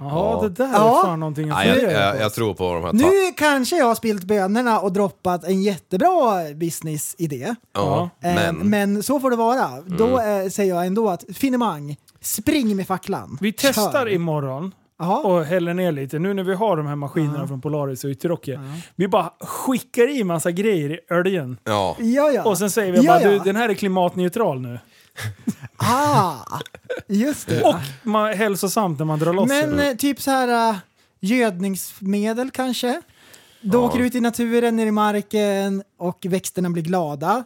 D: Ja, det där är
E: Ja.
D: fan någonting att
F: Nej, jag,
D: fundera
F: jag,
D: på.
F: jag tror på de här ta-
E: alltså. Nu kanske jag har spilt bönorna och droppat en jättebra business-idé.
F: ja,
E: Eh,
F: men.
E: men så får det vara. Då
D: Mm.
E: eh, säger jag ändå att finemang, spring med facklan.
D: Vi testar
E: Kör.
D: imorgon
E: Jaha.
D: och häller ner lite. Nu när vi har de här maskinerna från Polaris och Ytterrocker. Vi bara skickar i massa grejer i öljen.
F: Ja.
E: Ja, ja.
D: Och sen säger vi
E: Ja,
D: bara
E: ja.
D: du den här är klimatneutral nu.
E: Ah, just det.
D: Och man, hälsosamt när man drar loss
E: Men
D: den.
E: eh, typ så här eh, gödningsmedel kanske? Då åker du ut i naturen, ner i marken och växterna blir glada.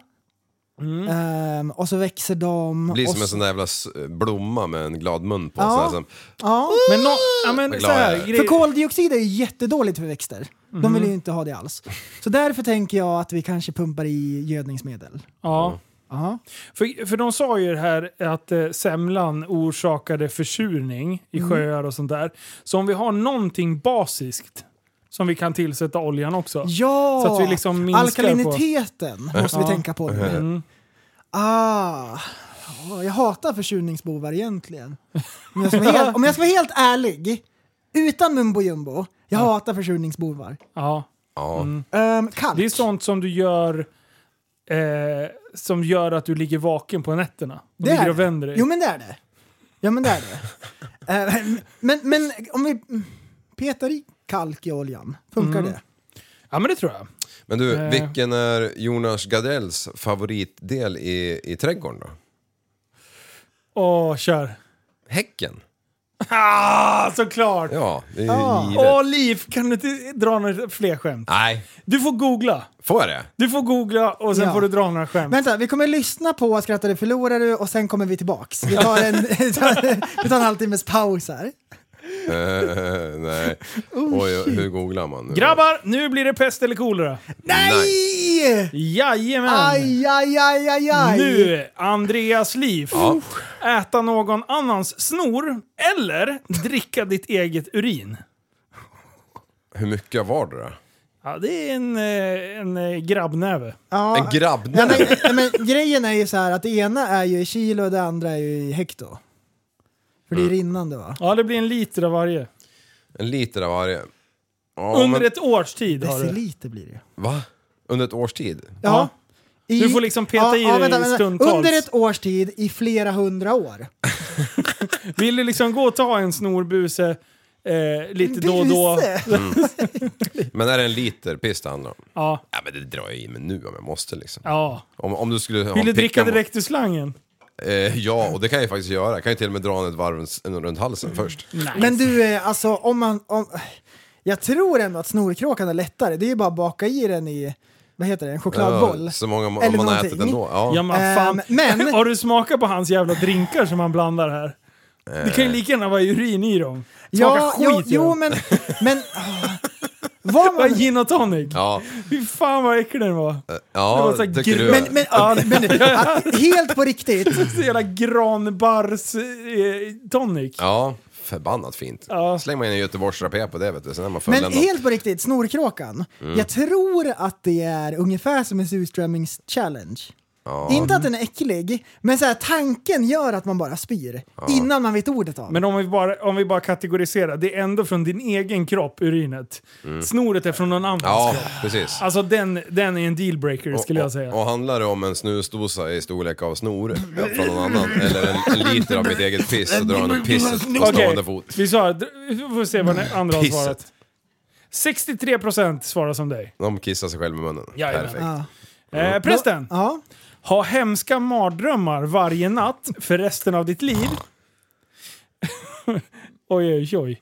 D: Mm.
E: Ehm, och så växer de.
F: Blir
E: och
F: som en
E: så-
F: sån där jävla s- blomma med en glad mun på.
E: Ja.
F: Sån här som,
E: Ja.
D: Men, nå- ja, men
F: Vad
D: så
F: glad
D: här,
F: jag är.
D: grej-
E: För koldioxid är ju jättedåligt för växter. De vill ju
D: Mm.
E: inte ha det alls. Så därför tänker jag att vi kanske pumpar i gödningsmedel.
D: ja.
E: Ja.
D: För, för de sa ju det här att eh, semlan orsakade försurning i sjöar och sånt där. Så om vi har någonting basiskt som vi kan tillsätta oljan också.
E: Ja!
D: Så att vi liksom minskar
E: Alkaliniteten måste vi
D: Ja.
E: tänka på nu.
D: Mm.
E: Ah. Ja, Jag hatar försurningsbovar egentligen. Om jag ska vara helt, om jag ska vara helt ärlig, utan mumbo jumbo, jag hatar försurningsbovar.
D: Ja.
F: ja.
E: Um, kalk.
D: Det är sånt som du gör eh, som gör att du ligger vaken på nätterna. Du
E: Det är
D: ligger och
E: det.
D: vänder dig.
E: Jo men det är det. Ja men det är det. Eh, men, men om vi petar i kalk i oljan, funkar
D: Mm.
E: det?
D: Ja men det tror jag.
F: Men du,
D: Eh.
F: vilken är Jonas Gardells favoritdel i, i trädgården då?
D: Åh, kör.
F: Häcken?
D: Ah, såklart!
F: Ja, det är ju
E: Ja.
F: givet.
D: Ah. Åh Liv, kan du inte dra några fler skämt?
F: Nej,
D: Du får googla.
F: får jag det?
D: Du får googla och sen
E: Ja.
D: får du dra några skämt.
E: Vänta, vi kommer lyssna på Skrattade förlorade och sen kommer vi tillbaks. Vi tar en, vi tar, vi tar en halvtimmes paus här.
F: Eh, Nej. Oj, hur googlar man nu?
D: Oh, Grabbar, nu blir det pest eller kolera.
E: Nej!
D: Jajamän!
E: Aj, aj, aj, aj, aj!
D: Nu, Andreas Liv.
F: Ja.
D: Äta någon annans snor eller dricka ditt eget urin.
F: Hur mycket var det då?
D: Ja, det är en, eh, en eh, grabbnäve.
E: Ja.
F: En grabb?
E: Ja, men, ja, men, grejen är ju så här att det ena är ju i kilo och det andra är ju i hekto. För det
D: Mm.
E: är rinnande va?
D: Ja, det blir en liter av varje.
F: En liter av varje. Ja,
D: Under
F: men-
D: ett års tid har du.
E: Deciliter blir det ju.
F: Va? Under ett års tid?
E: Ja. I,
D: Du får liksom peta i dig stundtals.
E: Under ett års tid i flera hundra år.
D: Vill du liksom gå och ta en snorbuse eh, lite då och då?
E: Buse.
F: Men är det en liter piss det handlar om?
D: Ja.
F: Ja men det drar jag i mig nu om jag måste liksom.
D: ja.
F: Om, om du skulle ha
D: Vill du
F: en
D: dricka
F: picka mot-
D: direkt ur slangen?
F: Eh, ja, och det kan jag ju faktiskt göra. Jag kan ju till och med dra en ett varv s- runt halsen först.
D: Mm.
E: Men du, eh, alltså om man... Om, jag tror ändå att snorkråkan är lättare. Det är ju bara att baka i den i, vad heter det, en chokladboll.
F: Ja, Så många om
E: Eller
F: man har
E: någonting.
F: ätit ändå. Ja.
D: Ja men fan.
E: Ehm, men-
D: Har du smakat på hans jävla drinkar som han blandar här? Det kan ju
F: Eh.
D: lika gärna vara urin i dem. Smaka
E: Ja,
D: skit
E: jo,
D: i
E: jo
D: dem.
E: men... men ah, vad
D: Det var
E: man,
D: gin och tonic.
F: Ja, Eh.
D: Fy fan vad äcklig den var.
F: ja
D: Det var så
F: tycker
D: gr-
F: du?
E: men, men, ja, men ah, helt på riktigt.
D: Så jävla granbars eh, tonic.
F: Ja, förbannat fint.
D: Ja.
F: Släng mig in en Göteborgsrapé på det vet du, sen är man
E: Men
F: fulländad.
E: helt på riktigt, snorkråkan. Jag tror att det är ungefär som en surströmmings challenge. Inte att den är äcklig, men så här, tanken gör att man bara spyr innan man vet ordet av det.
D: Men om vi, bara, om vi bara kategoriserar, det är ändå från din egen kropp, urinet. Snoret är från någon annans
F: Mm. Ja,
D: kropp.
F: precis.
D: Alltså den, den är en dealbreaker skulle jag säga.
F: Och, och handlar det om en snusdosa i storlek av snor från någon annan, eller en, en liter av mitt eget piss och drar en pisset på
D: Okej,
F: stående fot.
D: vi sa, vi får se vad den andra har
F: Pisset.
D: svarat. 63% svarar som dig.
F: De kissar sig själva i munnen.
D: Jajamän.
F: Perfekt.
E: Ja.
F: Mm.
D: Eh, prästen,
E: Ja.
D: ha hemska mardrömmar varje natt för resten av ditt liv. oj, oj, oj.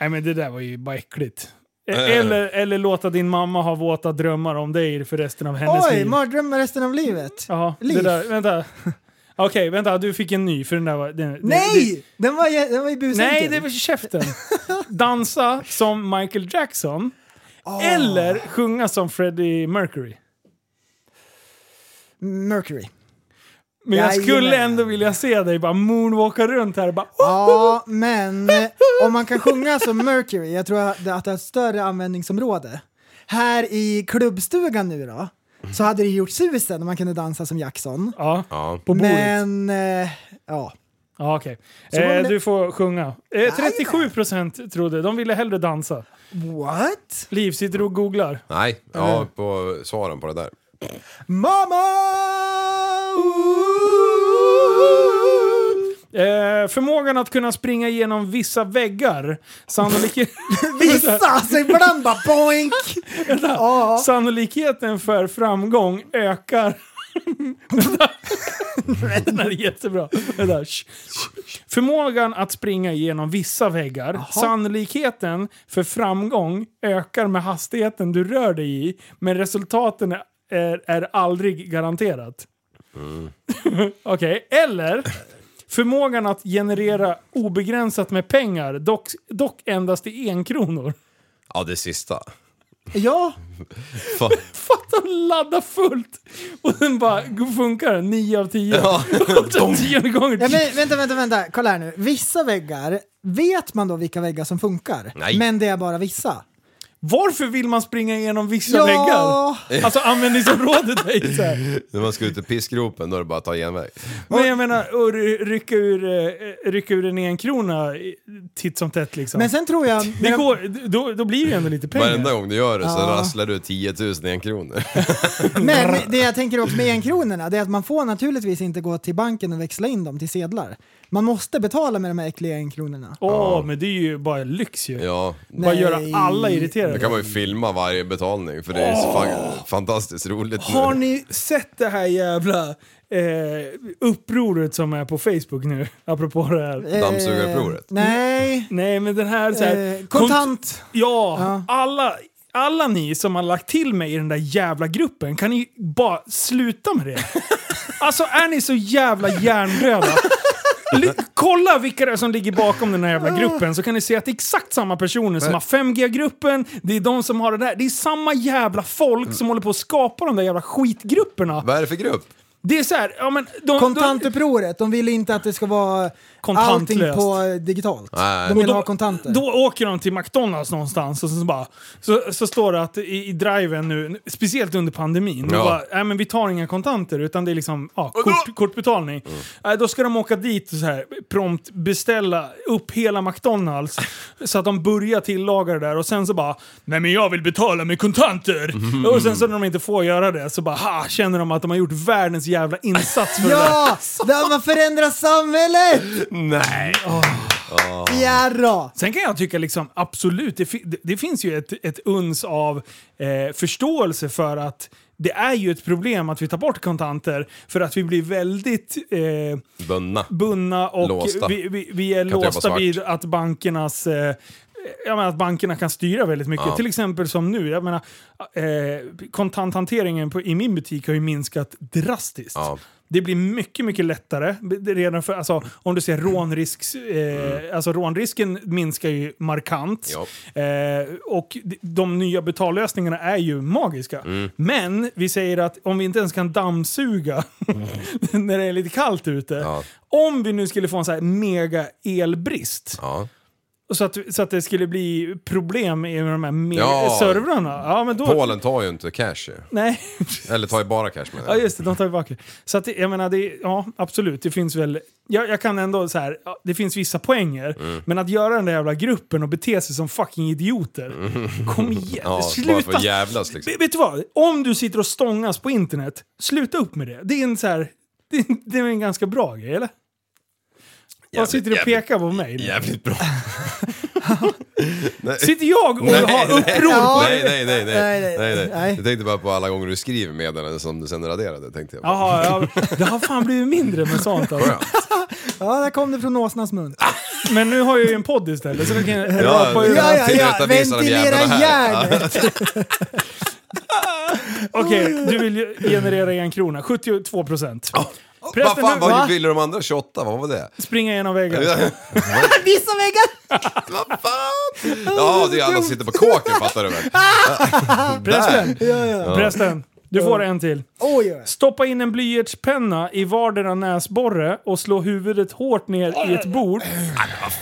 D: Nej men det där var ju bara äckligt. Eh, Eller, eller låta din mamma ha våta drömmar om dig för resten av hennes
E: Oj,
D: liv.
E: mardröm resten av livet.
D: Ja, det
E: Liv.
D: där, vänta. Okej, vänta, du fick en ny för den där var... Den, den-
E: Nej! Den var, jä- den var ju
D: det-
E: busenkel.
D: nej, det var käften. Dansa som Michael Jackson.
E: Ah.
D: Eller sjunga som Freddie Mercury.
E: Mercury.
D: Men jag
E: Jajamän.
D: skulle ändå vilja se dig bara moonwalka runt här och bara... "Oh!"
E: Ja, men eh, om man kan sjunga som Mercury, jag tror att det att det har ett större användningsområde. Här i klubbstugan nu då, så hade det gjort susen om man kunde dansa som Jackson.
D: Ja,
F: Ja.
D: på bordet.
E: Men, eh, ja.
D: Ja, okej.
E: Så man
D: Eh,
E: vill-
D: du får sjunga. Eh, 37% trodde, de ville hellre dansa.
E: What?
D: Liv sitter och googlar.
F: Nej, ja, på svaren på det där.
E: Mamma!
D: Eh, förmågan att kunna springa igenom vissa väggar. Sannolik-
E: Vissa! Så ibland bara boink! Ja,
D: Sannolikheten för framgång ökar. Vänta. Den här är jättebra. Vänta. Shh. Förmågan att springa igenom vissa väggar. Sannolikheten för framgång ökar med hastigheten du rör dig i. Men resultaten är, är aldrig garanterat. Okej, eller förmågan att generera obegränsat med pengar, dock, dock endast i enkronor.
F: Ja, det sista.
E: ja.
F: Fan.
D: Fatta att ladda fullt och sen bara funkar den 9 av 10.
F: Ja.
D: Och sen tionde gången.
E: Ja, men, vänta, vänta, vänta. Kolla här nu. Vissa väggar, vet man då vilka väggar som funkar?
F: Nej.
E: Men det är bara vissa.
D: Varför vill man springa igenom vissa väggar? Alltså användningsområdet är ju så här.
F: När man ska ut i pissgropen då är det bara att ta genväg.
D: Men jag menar, och ry- rycka ur, eh, rycka ur en enkrona i- titt som tätt liksom.
E: Men sen tror jag...
D: det går, då, då blir det ju ändå lite pengar.
F: Varenda gång du gör det så
E: Ja.
F: rasslar du 10 000 i en kronor.
E: Men det jag tänker också med enkronorna, det är att man får naturligtvis inte gå till banken och växla in dem till sedlar. Man måste betala med de här äckliga enkronorna.
D: Åh, men det är ju bara lyx ju.
F: Ja.
D: Bara
E: Nej.
D: göra alla
F: Då
D: irriterade.
F: kan man ju filma varje betalning för det är ju så fan, fantastiskt roligt
D: Har
F: nu.
D: ni sett det här jävla eh, upproret som är på Facebook nu? Apropå det här.
F: Dammsugarupproret.
E: Eh, Nej.
D: Nej, men den här... Så här
E: Eh,
D: kont-
E: kontant.
D: ja,
E: Ja.
D: Alla, alla ni som har lagt till mig i den där jävla gruppen, kan ni bara sluta med det? alltså, är ni så jävla hjärndöda? L- Kolla vilka det är som ligger bakom den här jävla gruppen så kan ni se att det är exakt samma personer som har 5G-gruppen, det är de som har det där. Det är samma jävla
E: Mm.
D: folk som håller på att skapa de där jävla skitgrupperna.
F: Vad är det för grupp?
D: Det är så här, ja men... De,
E: Kontantupproret, de vill inte att det ska vara allting
D: Kontantlöst.
E: på digitalt.
F: Nej.
E: De
D: Och
E: vill
D: Äh, då-
E: ha kontanter.
D: Då åker de till McDonalds någonstans och så, så, bara, så, så står det att i, i driven nu, speciellt under pandemin, då
F: Ja.
D: bara, nej, men vi tar inga kontanter utan det är liksom ja, kort, kortbetalning.
E: Mm.
D: Nej, då ska de åka dit och så här, prompt beställa upp hela McDonalds så att de börjar tillaga det där och sen så bara nej men jag vill betala med kontanter.
E: Mm.
D: Och sen så när de inte får göra det så bara ha, känner de att de har gjort världens jävla insats för det där.
E: Ja! Där man förändrar samhället!
F: Nej!
E: Ja då.
D: Sen kan jag tycka liksom, absolut, det, fi- det, det finns ju ett, ett uns av eh, förståelse för att det är ju ett problem att vi tar bort kontanter för att vi blir väldigt eh,
F: Bundna.
D: bundna och
F: Låsta.
D: Vi, vi, vi är
F: inte jobba
D: låsta
F: svart.
D: vid att bankernas eh, jag menar att bankerna kan styra väldigt mycket. Till exempel som nu, jag menar, eh, kontanthanteringen på, i min butik har ju minskat drastiskt.
F: Ja.
D: Det blir mycket, mycket lättare. Det är Redan för, alltså, om du ser
F: Mm.
D: rånrisks, eh, alltså, rånrisken minskar ju markant.
F: Ja.
D: Eh, och d- de nya betallösningarna är ju magiska.
F: Mm.
D: Men vi säger att om vi inte ens kan dammsuga när det är lite kallt ute.
F: Mm. Ja.
D: Om vi nu skulle få en så här mega elbrist.
F: Ja.
D: Så, att, så att det skulle bli problem med de här me-
F: Ja.
D: servrarna. Ja, men då...
F: Polen tar ju inte cash ju.
D: Nej,
F: Eller tar ju bara cash
D: ja,
F: menar jag.
D: just det. De tar tillbaka det. Så att, det- jag menar, det, ja absolut. Det finns väl... Jag, jag kan ändå så här, ja, det finns vissa poänger.
F: Mm.
D: Men att göra den där jävla gruppen och bete sig som fucking idioter. Kom igen,
F: Mm. Ja, bara för
D: sluta!
F: att jävlas liksom.
D: Vet- Vet du vad? Om du sitter och stångas på internet, sluta upp med det. Det är en så här... Det är, en- det är en ganska bra grej, eller? Vad sitter du och
F: jävligt-
D: pekar på mig? nu?
F: Jävligt bra. Nej.
D: Sitter jag och har uppror?
E: Ja.
F: Nej, nej, nej, nej,
E: Nej,
F: nej,
E: nej,
F: nej,
E: nej.
F: Jag tänkte bara på alla gånger du skriver meddelanden som du sen raderade, tänkte jag. på.
D: Jaha, ja, det har fan blivit mindre med sånt alltså.
F: Skönt.
E: Ja, där kom det från åsnans mun.
D: Men nu har jag ju en podd istället så då kan jag
F: Ja,
D: rapa ur.
E: Ja, ja, ja.
F: Tillrättavisa de
E: Ventilera
F: jävlarna här.
E: järnet.
D: Okej, du vill ju generera en krona. 72 procent.
F: Vad
D: Prästen,
F: fan,
D: nu, va?
F: vad ville de andra 28? Vad var det?
D: Springa genom väggen.
E: Vissa väggar!
F: Vad fan? Ja, det är alla som sitter på kåken fattar du väl?
D: Prästen,
E: Ja, ja.
D: prästen. Du får en till.
E: Oj, oj.
D: Stoppa in en blyertspenna i vardera näsborre och slå huvudet hårt ner i ett bord.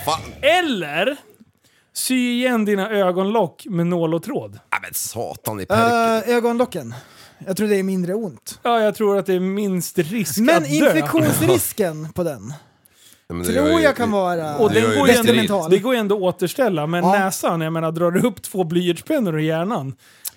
F: Fan.
D: Eller sy igen dina ögonlock med nål och tråd.
F: Ja, men satan i perken.
E: Eh, ögonlocken. Jag tror det är mindre ont.
D: Ja, jag tror att det är minst risk
E: Men
D: att dö.
E: infektionsrisken på den
F: Ja, men det gör
E: tror
F: ju-
E: jag kan vara...
D: Och
F: Det
D: den
F: gör ju
D: går ju
F: det
D: ändå,
E: sterilt.
D: det går ju ändå att återställa, men
E: Ja.
D: näsan, jag menar drar du upp två blyertspennor i hjärnan,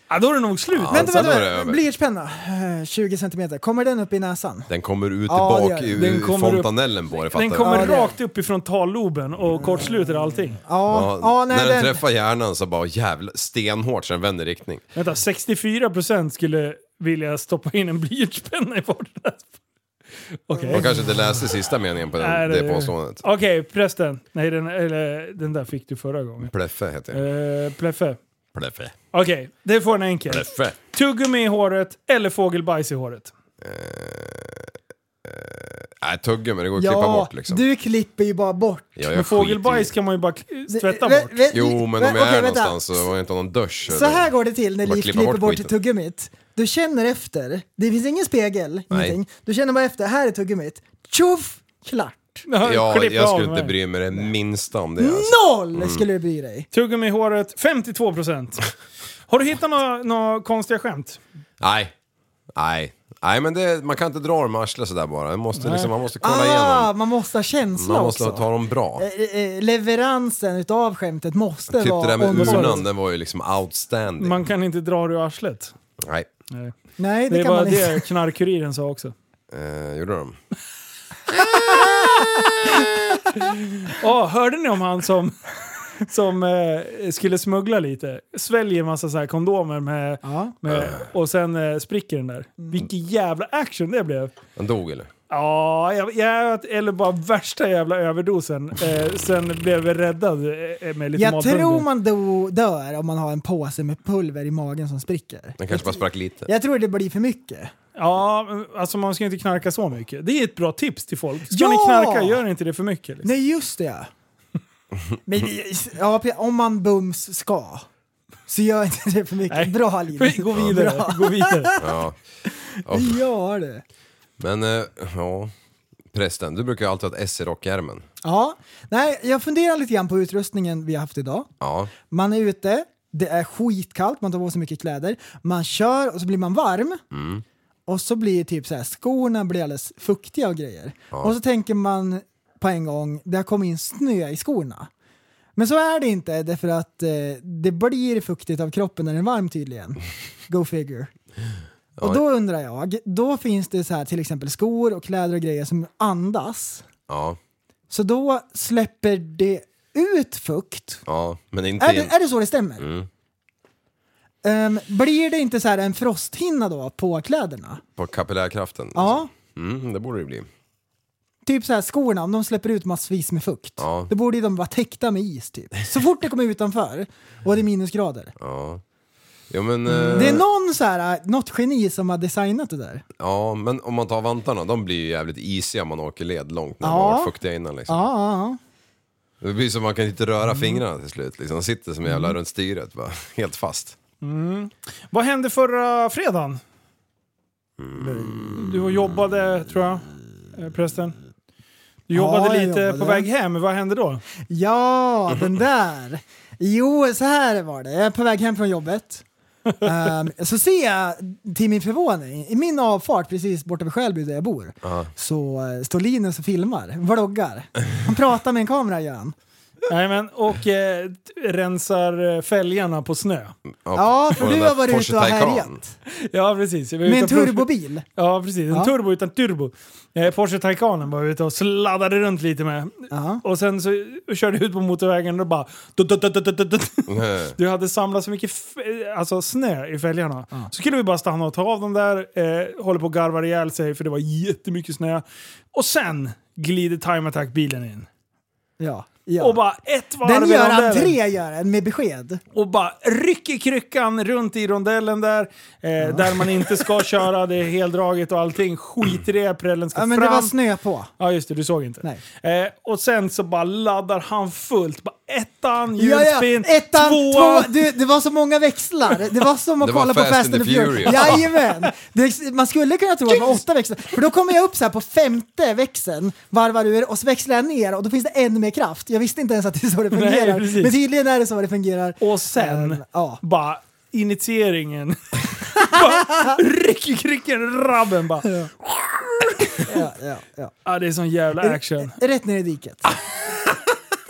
D: ja, då är det nog slut.
F: Ja.
D: Men,
E: Vänta,
F: sen var
E: vänta,
F: det
E: vänta.
F: över.
E: Blyertspenna. Eh, 20 centimeter. Kommer den upp i näsan?
F: Den kommer ut i
E: Ja, det
F: bak,
E: gör den.
F: i-
D: Den
F: ur
D: kommer upp-
F: fontanellen på dig fattar
D: den
F: du?
D: kommer
E: Ja, det är-
D: rakt uppifrån talloben och kortsluter allting.
E: Ja,
F: Ja,
E: ja
F: när
E: nej,
F: den
E: den...
F: träffar hjärnan så bara jävla stenhårt så den vänder riktning.
D: Vänta, 64% skulle vilja stoppa in en blyertspenna i vardera. Okej.
F: De kanske inte läste sista meningen på
D: Nej,
F: den,
D: det-
F: det påståendet.
D: Okej, prästen. Nej, den, eller, den där fick du förra gången.
F: Pleffe heter jag.
D: Uh, pleffe.
F: Pleffe.
D: Okej, det får en enkel.
F: Pleffe.
D: Tuggummi i håret eller fågelbajs i håret.
F: Nej, tuggummi, det går att klippa
E: Ja,
F: bort liksom.
E: du klipper ju bara bort.
F: Ja, jag
D: Men
F: skiter i-
D: fågelbajs kan man ju bara eh, tvätta
E: Vä-
D: bort.
E: vä-
F: Jo, men
E: vä-
F: om jag
E: okej,
F: är
E: vänta.
F: någonstans så har jag inte någon dusch.
E: Så
F: eller-
E: här går det till när
F: Bara
E: Liv
F: klippa
E: klipper
F: bort
E: bort
F: skiten.
E: tuggummit. Du känner efter. Det finns ingen spegel,
F: Nej.
E: ingenting. Du känner bara efter. Här är tuggummit. Tjoff! Klart.
F: Ja,
D: Klipp
F: jag
D: av
F: skulle
D: med
F: inte
D: mig.
F: bry mig det minsta om det. Alltså.
E: Noll skulle du bry dig.
D: Tuggummi i håret, 52%. Har du hittat några, några konstiga skämt?
F: Nej. Nej. Nej, men det, man kan inte dra dem i arslet sådär bara. Man måste, liksom, man måste kolla
E: Ah,
F: igenom.
E: man måste ha känsla
F: Man måste
E: också.
F: ta dem bra.
E: Eh, eh, Leveransen utav skämtet måste
F: Typ
E: vara
F: det där med
E: on point.
F: urnan, den var ju liksom outstanding.
D: Man kan inte dra det ur arslet.
F: Nej,
D: Nej.
E: Nej, det,
D: Det, är
E: kan
D: bara
E: man inte.
D: det knarkkuriren sa också.
F: eh, gjorde de?
D: Ja, hörde ni om han som, som eh, skulle smuggla lite? Sväljer en massa så här kondomer med,
E: Ja.
D: med, och sen eh, spricker den där.
E: Mm.
D: Vilken jävla action det blev.
F: Den dog eller?
D: Ja, jag, jag, eller bara värsta jävla överdosen. Eh, sen blev jag räddad eh, med lite
E: Jag
D: matbunder.
E: tror man do, dör om man har en påse med pulver i magen som spricker.
F: Den kanske bara sprack lite.
E: Jag tror det blir för mycket.
D: Ja, alltså man ska inte knarka så mycket. Det är ett bra tips till folk. Ska
E: Ja!
D: ni knarka, gör inte det för mycket. Liksom.
E: Nej, just det ja. Men, ja, pre- om man bums ska. Så gör inte det för mycket.
D: Nej.
E: Bra Linus.
D: Gå vidare,
E: Bra.
D: gå vidare.
F: Ja. Ja.
E: Gör det.
F: Men, eh, ja. Prästen, du brukar ju alltid ha ett S i rockärmen.
E: Ja. Nej, jag funderar lite grann på utrustningen vi har haft idag.
F: Ja.
E: Man är ute, det är skitkallt, man tar på sig mycket kläder. Man kör och så blir man varm. Och så blir typ så här, skorna blir alldeles fuktiga och grejer. Och så tänker man på en gång, det har kommit in snö i skorna. Men så är det inte, därför att eh, det blir fuktigt av kroppen när den är varm tydligen. Go figure. Och då undrar jag, då finns det så här till exempel skor och kläder och grejer som andas.
F: Ja.
E: Så då släpper det ut fukt
F: Ja. Men inte...
E: är
F: in-
E: det, är det så det stämmer? Ehm, blir det inte så här en frosthinna då på kläderna?
F: På kapillärkraften?
E: Ja,
F: Mm, det borde det bli.
E: typ så här skorna, om de släpper ut massvis med fukt.
F: Ja.
E: Då borde ju de vara täckta med is typ. Så fort det kommer utanför och det är minusgrader.
F: Ja. Jo men, eh,
E: Det är någon så här, något geni som har designat det där.
F: ja, men om man tar vantarna, de blir ju jävligt isiga om man åker led långt när de
E: Ja.
F: har varit fuktiga innan. Liksom.
E: Ja, ja, Mm.
F: Det blir som man kan inte röra fingrarna till slut. Liksom. De sitter som jävla runt styret, bara. helt fast.
D: Vad hände förra fredagen? Du och jobbade, tror jag, eh, prästen. Du
E: Ja,
D: jobbade
E: jag
D: lite på
E: jobbade.
D: väg hem, vad hände då?
E: ja.
D: Mm-hmm.
E: ja, den där. Jo, så här var det. Jag är på väg hem från jobbet. Ehm, så ser jag till min förvåning, i min avfart precis borta vid Skälby där jag bor, så eh, står Linus och filmar, vloggar. Han pratar med en kamera gör han.
D: Nej, men, och eh, t- rensar eh, fälgarna på snö.
E: Ja, för
F: och den
E: du
F: där
E: har varit
F: Porsche
E: ute och
F: Taycan.
E: härjat.
D: Ja, precis. Jag var
E: Med en
D: ute och-
E: turbobil.
D: Ja, precis. En
E: Ja.
D: turbo utan turbo. Eh, Porsche Taycanen var ute och sladdade runt lite med.
E: Ja.
D: Och sen så körde jag ut på motorvägen och bara... dut, dut, dut, dut, dut, dut.
F: Nej.
D: Du hade samlat så mycket f- eh, alltså snö i fälgarna. Så kunde vi bara stanna och ta av dem där, eh, håller på och garvar ihjäl sig för det var jättemycket snö. Och sen glider Time Attack-bilen in.
E: Ja. ja.
D: Och bara ett varv
E: den
D: i
E: gör han
D: rondellen.
E: tre gör en med besked.
D: och bara rycker kryckan runt i rondellen där. Eh, Där man inte ska köra, det är heldraget och allting. Skit i det, prällen ska
E: Ja, men det
D: fram.
E: var snö på.
D: Ja just det, du såg inte. Eh, och sen så bara laddar han fullt. Bara ettan,
E: Ja, ja.
D: hjulspinn,
E: Ettan,
D: tvåan.
E: två. Du, det var så många växlar. Det var som att
F: Det var
E: kolla på Fast and the Furious. Jajamän! Det, man skulle kunna tro att det var åtta växlar. För då kommer jag upp så här på femte växeln, varvar ur och så växlar jag ner och då finns det ännu mer kraft. Jag visste inte ens att det är så det fungerar.
D: precis.
E: men tydligen är det så det fungerar.
D: Och sen
E: Men, ja.
D: bara initieringen. bara rycker kryckan, rabben bara. Ja.
E: Ja, ja, ja.
D: det är sån jävla action.
E: Rätt ner i diket. det är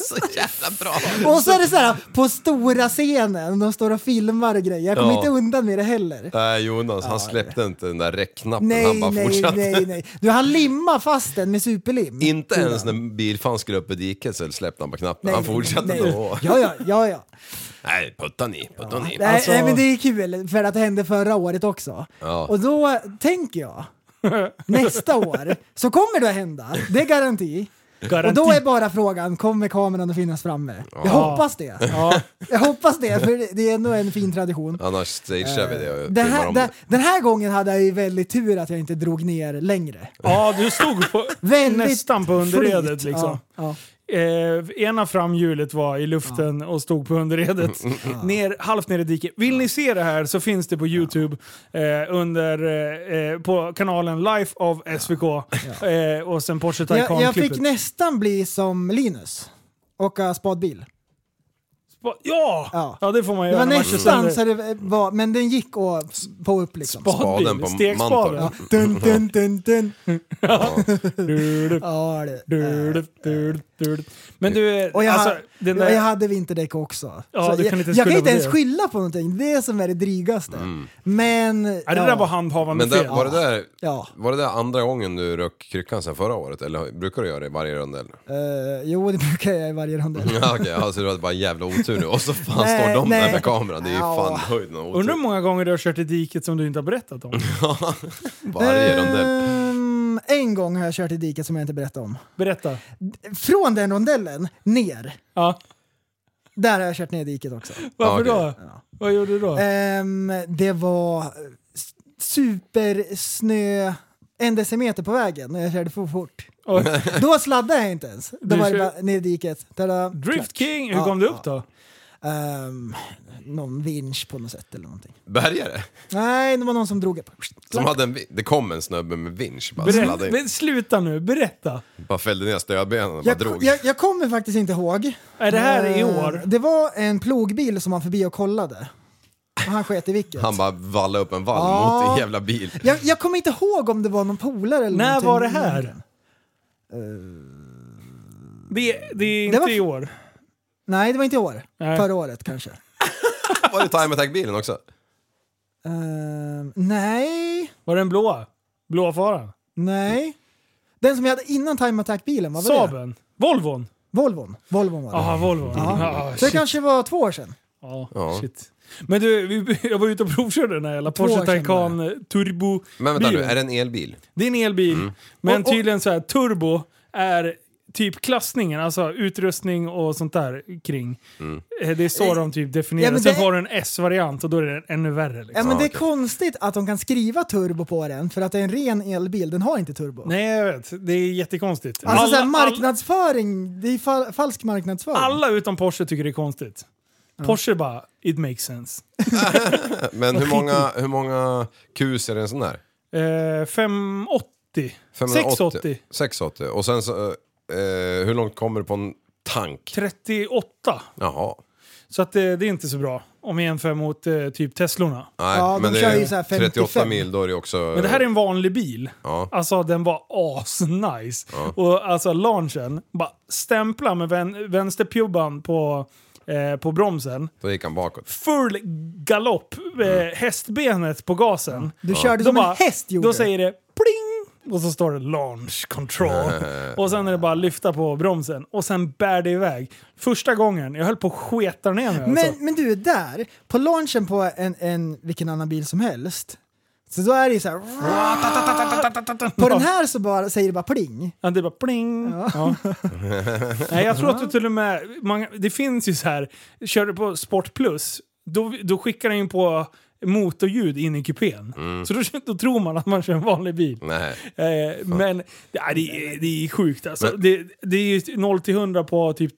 E: så jävla bra. Och så är det så här på stora scenen, de står och filmar och grejer. Jag kommer
F: Ja.
E: inte undan med det heller.
F: Nej Jonas, han släppte inte den där räckknappen. han
E: Nej,
F: bara
E: nej,
F: fortsatte.
E: nej, nej. Du, han limmar fast den med superlim.
F: Inte ens när bilfan skulle upp i diket så släppte han på knappen.
E: Nej,
F: han fortsatte
E: nej.
F: då.
E: Ja, ja, ja. ja.
F: Nej, putta ni, putta ni.
E: Nej,
D: Alltså-
E: nej, men det är kul för att det hände förra året också.
F: Ja.
E: Och då tänker jag, nästa år så kommer det att hända. Det är garanti. Och då är bara frågan, kommer kameran att finnas framme? Jag hoppas det.
D: Ja,
E: Jag hoppas det, för det är ändå en fin tradition.
F: Annars stagear vi det och
E: Den
F: filmar
E: här,
F: om
E: den,
F: det.
E: den här gången hade jag ju väldigt tur att jag inte drog ner längre.
D: ja, du stod på,
E: Väldigt
D: nästan på underredet
E: flyt.
D: liksom.
E: Ja, ja.
D: Eh, ena framhjulet var i luften och stod på underredet. Ner, halvt ner i diket. Vill ni se det här så finns det på Youtube eh, under, eh, eh, på kanalen Life of SVK. Eh, och sen Porsche
E: Jag, jag
D: Taycan-klippet.
E: fick nästan bli som Linus. Åka spadbil.
D: Ja! ja!
E: Ja.
D: det får man
E: Det
D: göra.
E: var
D: när man kör
E: nästan
D: sönder.
E: så det var, men den gick och s- på upp liksom.
D: Spadbil,
F: Spaden på
D: stegspaden.
F: Mantorp.
E: Dun, dun, dun, dun.
D: Du-du,
E: Ja, det-
D: du-du, du-du, du-du. Men du, eh,
E: Och jag,
D: alltså,
E: ha-
D: den
E: och jag
D: där,
E: hade vinterdäck också.
D: Ja,
E: Så
D: du kan
E: jag
D: inte
E: jag kan
D: skylla
E: inte
D: på
E: ens
D: det.
E: skylla på någonting, det är som är det drygaste.
F: Mm.
E: Men...
D: ja, det där var handhavande
F: Men där,
D: fel.
F: var, det där,
E: Ja.
F: var det där andra gången du rök kryckan sen förra året? Eller brukar du göra det i varje rondell?
E: Eh, jo, det brukar jag i varje rondell.
F: Ja, Okej, alltså du hade bara en jävla otur nu och så fan
E: Nej,
F: står de där
E: nej.
F: med kameran. Det är ju
E: Ja.
F: fan höjden av
D: Undrar hur
F: otur.
D: många gånger du har kört i diket som du inte har berättat om.
F: Varje
E: Eh.
F: rondell.
E: Ehm, en gång har jag kört i diket som jag inte berättade om.
D: Berätta.
E: Från den rondellen, ner.
D: Ja.
E: Där har jag kört ner i diket också.
D: Varför
F: Ja,
D: då? Vad gjorde du då?
E: Ehm, det var s- supersnö en decimeter på vägen och jag körde för fort.
D: Och,
E: Då sladdade jag inte ens. Då
D: Du
E: var det
D: kör-
E: bara ner i diket. Tada.
D: Drift King, hur
E: Ja,
D: kom du upp då?
E: Ehm, någon vinsch på något sätt eller någonting.
F: Bergare?
E: Nej, det var någon som drog det.
F: Som hade en, vi- det kom en snubbe med vinsch bara sladdade
D: Berätta,
F: in.
D: men sluta nu, berätta.
F: Bara fällde ner stödbenen och bara
E: Jag,
F: drog.
E: jag, jag kommer faktiskt inte ihåg.
D: Är det här i
E: Ehm,
D: år?
E: Det var en plogbil som var förbi och kollade. Och han sket i vilket.
F: Han bara vallade upp en vall
E: Ja.
F: mot en jävla bil.
E: jag, jag kommer inte ihåg om det var någon polare eller
D: När
E: någonting.
D: var det här? Det, det är inte
E: var-
D: i år.
E: Nej, det var inte i år.
D: Nej.
E: Förra året kanske.
F: Var det Time Attack-bilen också?
E: Ehm, nej,
D: Var det den blåa? Blåfaran?
E: nej. Den som jag hade innan Time Attack-bilen, vad var det?
D: Saben? Volvon?
E: Volvon. Volvon var det.
D: Jaha, Volvon. Ja,
E: Så det
D: shit.
E: kanske var två år sedan.
D: Ja,
F: Ja.
D: shit. Men du, vi, jag var ute och provkörde den här jävla
E: år
D: Porsche
E: sedan var det.
D: Taycan eh, Turbo.
F: Men vänta nu,
D: bilen.
F: är det en elbil?
D: Det är en elbil, men
E: Och- och-
D: tydligen så här, turbo är typ klassningen, alltså utrustning och sånt där kring. Eh, Det är så de typ definierar.
E: Ja, men
D: Sen
E: det-
D: får du en S-variant och då är det ännu värre. Liksom.
E: Ja, men
F: Ja,
E: det är
F: okej.
E: konstigt att de kan skriva turbo på den för att det är en ren elbil, den har inte turbo.
D: Nej, jag vet. Det är jättekonstigt.
E: Alltså så här,
D: alla,
E: marknadsföring, det är fa- falsk marknadsföring.
D: alla utom Porsche tycker det är konstigt. Porsche bara, it makes sense.
F: Men hur många, hur många kus är det en sån här?
D: Eh, 580. 680.
F: 680. Och sen så, eh, eh, hur långt kommer du på en tank?
D: 38.
F: Jaha.
D: Så att det, det är inte så bra. om vi jämför mot eh, typ Teslorna.
F: Nej,
E: Ja, de
F: men det
E: kör ju
F: är
E: så här
F: 38
E: 55.
F: mil, då är det också...
D: Men det här är en vanlig bil.
F: Ja.
D: Alltså den var asnice. Och alltså launchen, bara stämpla med vän, vänsterpubban på, eh, på bromsen.
F: Då gick han bakåt.
D: Full galopp, eh, hästbenet på gasen.
E: Du körde som en häst gjorde
D: Då
E: du.
D: säger det pling! Och så står det launch control. och sen är det bara att lyfta på bromsen. Och sen bär det iväg. Första gången, jag höll på att sketa ner mig. alltså.
E: Men, men du, där, på launchen på en, en vilken annan bil som helst, så då är det ju så här... På den här så bara, säger det bara pling.
D: Ja, det är bara pling. Ja. Nej, jag tror att du till och med... Man, det finns ju så här, kör du på Sport Plus, då, då skickar den ju på motorljud in i kupén. Så då, då tror man att man kör en vanlig bil.
F: Nej.
D: Eh, men ja, det, är- det är sjukt alltså. Det, det är ju 0-100 på typ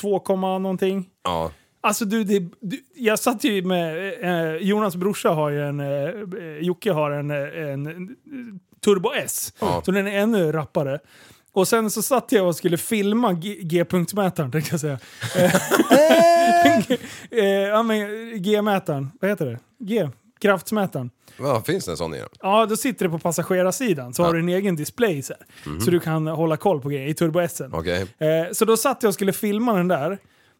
D: 2, komma någonting.
F: Ja.
D: Alltså du, det, du jag satt ju med... Eh, Jonas brorsa har ju en... Eh, Jocke har en, eh, en, en Turbo S.
F: Ja.
D: Så den är ännu rappare. Och sen så satt jag och skulle filma G- G-punktmätaren, tänkte jag säga. Eh, G- eh, ja, men G-mätaren. Vad heter det? G? Kraftsmätaren.
F: Vad finns det en sån i den?
D: Ja, då sitter det på passagerarsidan. Så har du en egen display så, här, så du kan hålla koll på grejer i Turbo S.
F: Okej.
D: Eh, så då satt jag och skulle filma den där.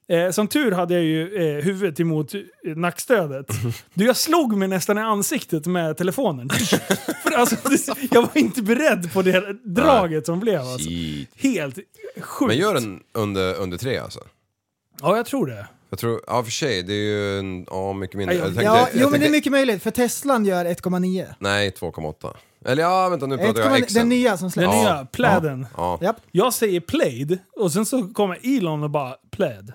D: Eh, som tur hade jag ju eh, huvudet emot eh, nackstödet. Du, jag slog mig nästan i ansiktet med telefonen. För alltså, det, jag var inte beredd på det draget som blev. Alltså.
F: Shit.
D: Helt sjukt.
F: Men gör den under, under tre alltså?
D: Ja, jag tror det.
F: Jag tror, ja för sig, det är ju en, ja, mycket mindre.
D: Ja,
F: Jag tänkte,
E: Ja,
F: jag
E: jo men det
F: tänkte-
E: är mycket möjligt, för Teslan gör 1,9.
F: Nej, 2,8. Eller ja, vänta nu pratar jag
E: 1,9,
F: exen.
E: Den nya som
D: Den
E: släpps.
D: nya pläden.
F: Ja,
E: Japp.
D: Jag säger played och sen så kommer Elon och bara pläd.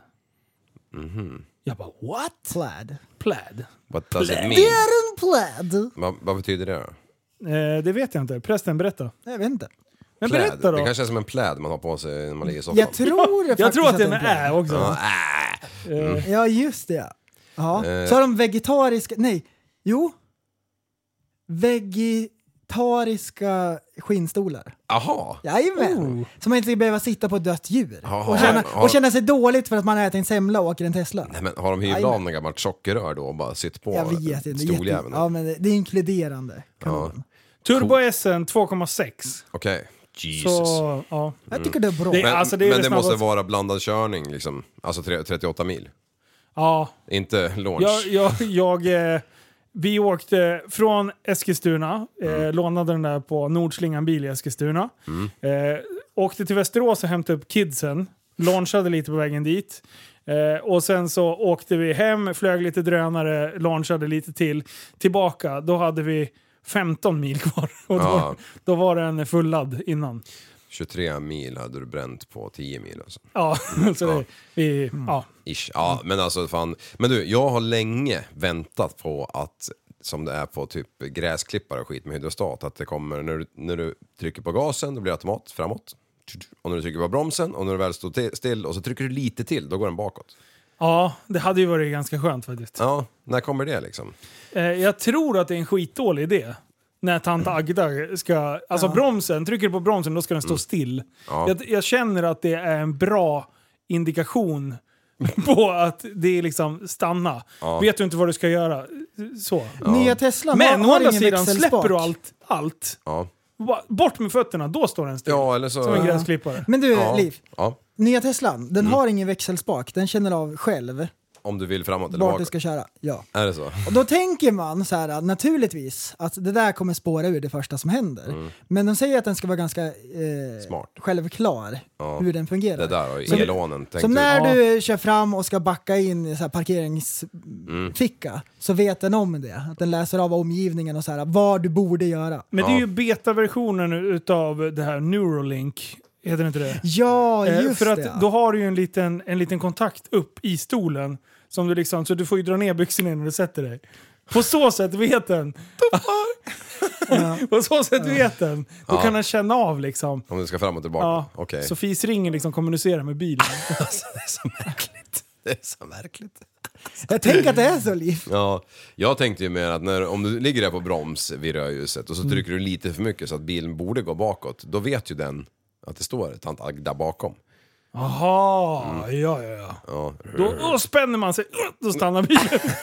F: Mhm.
D: Jag bara what?
E: Plaid.
D: Pläd?
F: what does it mean?
E: Det är en plaid!
F: Vad, vad betyder det då?
D: Eh, det vet jag inte. Prästen, berätta.
E: Jag vet inte.
D: Men
F: Pläd.
D: berätta då.
F: Det kanske är som en pläd man har på sig när man ligger i soffan. Äh,
E: Jag tror det
D: Jag
E: faktiskt
D: tror att
E: det
D: den
E: är en plaid.
D: är också.
E: Ja, just det ja. ja.
F: Eh.
E: Så har de vegetariska, nej, jo. Vegetariska skinnstolar.
F: Aha.
E: Jajamän!
D: Oh.
E: Så man inte ska behöva sitta på ett dött djur.
F: Jaha,
E: och, känna,
F: har-
E: och känna sig dåligt för att man har ätit en semla och åker en Tesla.
F: Nej, men har de hyvlat av något gammalt sockerrör då och bara sitt på
E: Jag vet inte. Jätte,
F: stoljäveln?
E: ja, men det, det är inkluderande. Kan
F: Ja.
E: man.
D: Turbo SN 2,6.
F: Okej. Jesus.
D: Så, ja.
E: Jag tycker det är bra.
D: Det-
F: Men,
D: Alltså, är
F: men
D: det
F: det måste
D: snabbaste-
F: vara blandad körning liksom, alltså tre- 38 mil.
D: ja.
F: Inte launch.
D: Jag, jag, jag, eh, vi åkte från Eskilstuna,
F: Mm.
D: eh, lånade den där på Nordslingan bil i Eskilstuna. Eh, åkte till Västerås och hämtade upp kidsen. Launchade lite på vägen dit. Eh, och sen så åkte vi hem, flög lite drönare, launchade lite till. Tillbaka, då hade vi 15 mil kvar. Och då,
F: Ja.
D: då var den full ladd innan.
F: 23 mil hade du bränt på 10 mil alltså.
D: Ja, så
F: Ja. Mm.
D: Det, vi, ja.
F: Ish. Ja, men alltså fan. Men du, jag har länge väntat på att, som det är på typ gräsklippare och skit med hydrostat, att det kommer när du, när du trycker på gasen, då blir det automat framåt. Och när du trycker på bromsen och när du väl står te- still och så trycker du lite till, då går den bakåt.
D: ja, det hade ju varit ganska skönt faktiskt.
F: Ja, när kommer det liksom?
D: Eh, jag tror att det är en skitdålig idé. När tant
F: Mm.
D: Agda ska... Alltså bromsen, trycker du på bromsen då ska den stå still.
F: Ja.
D: Jag, jag känner att det är en bra indikation på att det är liksom stanna. Vet du inte vad du ska göra, så.
E: Nya Tesla
D: Men
E: har,
D: å
E: har
D: andra
E: ingen
D: sidan,
E: växelspak.
D: släpper du allt, allt,
F: Ja,
D: bara bort med fötterna, då står den still.
F: ja eller så...
D: Som en gräsklippare.
E: Men du,
F: ja,
E: Liv.
F: ja,
E: Nya Teslan,
F: Mm.
E: den har ingen växelspak. Den känner av själv
F: om du vill framåt eller
E: vart du
F: bakåt.
E: ska köra. Ja.
F: Är det så?
E: Och då tänker man så här naturligtvis att det där kommer spåra ur det första som händer. Men de säger att den ska vara ganska eh,
F: Mm. Smart.
E: självklar
F: Ja.
E: hur den fungerar.
F: Det där har ju
E: Som-
F: elonen tänkt
E: Så
F: ut.
E: när
D: Ja.
E: du kör fram och ska backa in i så här parkeringsficka
F: Mm.
E: så vet den om det. Att den läser av omgivningen och så här, vad du borde göra.
D: Men det är
F: Ja.
D: ju betaversionen utav det här Neuralink, heter inte det?
E: Ja,
D: Eh,
E: just
D: för att
E: det.
D: då har du ju en liten, en liten kontakt upp i stolen. Som du liksom, så du får ju dra ner byxorna när du sätter dig. På så sätt vet den. På så sätt vet den. Då
F: Ja.
D: kan den känna av liksom.
F: Om du ska framåt eller bakåt?
D: Ja,
F: Okej.
D: Sofies ring liksom kommunicerar med bilen.
F: det är så märkligt. Det är så märkligt.
E: Jag tänker att det är så, Liv.
F: Ja, jag tänkte ju mer att när, om du ligger där på broms vid rödljuset och
D: Mm.
F: så trycker du lite för mycket så att bilen borde gå bakåt, då vet ju den att det står tant Agda bakom.
D: Jaha, ja, ja, ja.
F: Mm. Ja.
D: Då åh, spänner man sig, åh, då stannar bilen.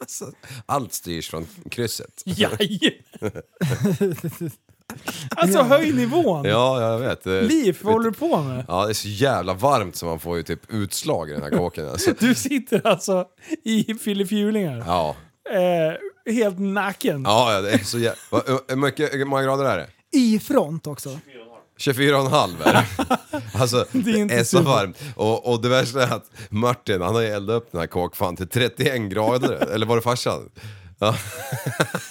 D: Alltså.
F: Allt styrs från krysset.
D: Jaj. Alltså höj nivån!
F: Ja, jag vet. Det-
D: Liv, vad håller du på med?
F: Ja, det är så jävla varmt så man får ju typ utslag i den här kåken alltså.
D: Du sitter alltså i filifjulingar.
F: Ja.
D: Eh, helt naken.
F: Ja, ja, det är så jävla... Va- Hur hur mycket, hur många grader är det?
E: I front också.
F: 24,5 är det. Alltså, det är,
D: inte
F: så
D: super.
F: varmt. Och, och det värsta är att Martin, han har ju eldat upp den här kåkfan till 31 grader. Eller var det farsan? Ja.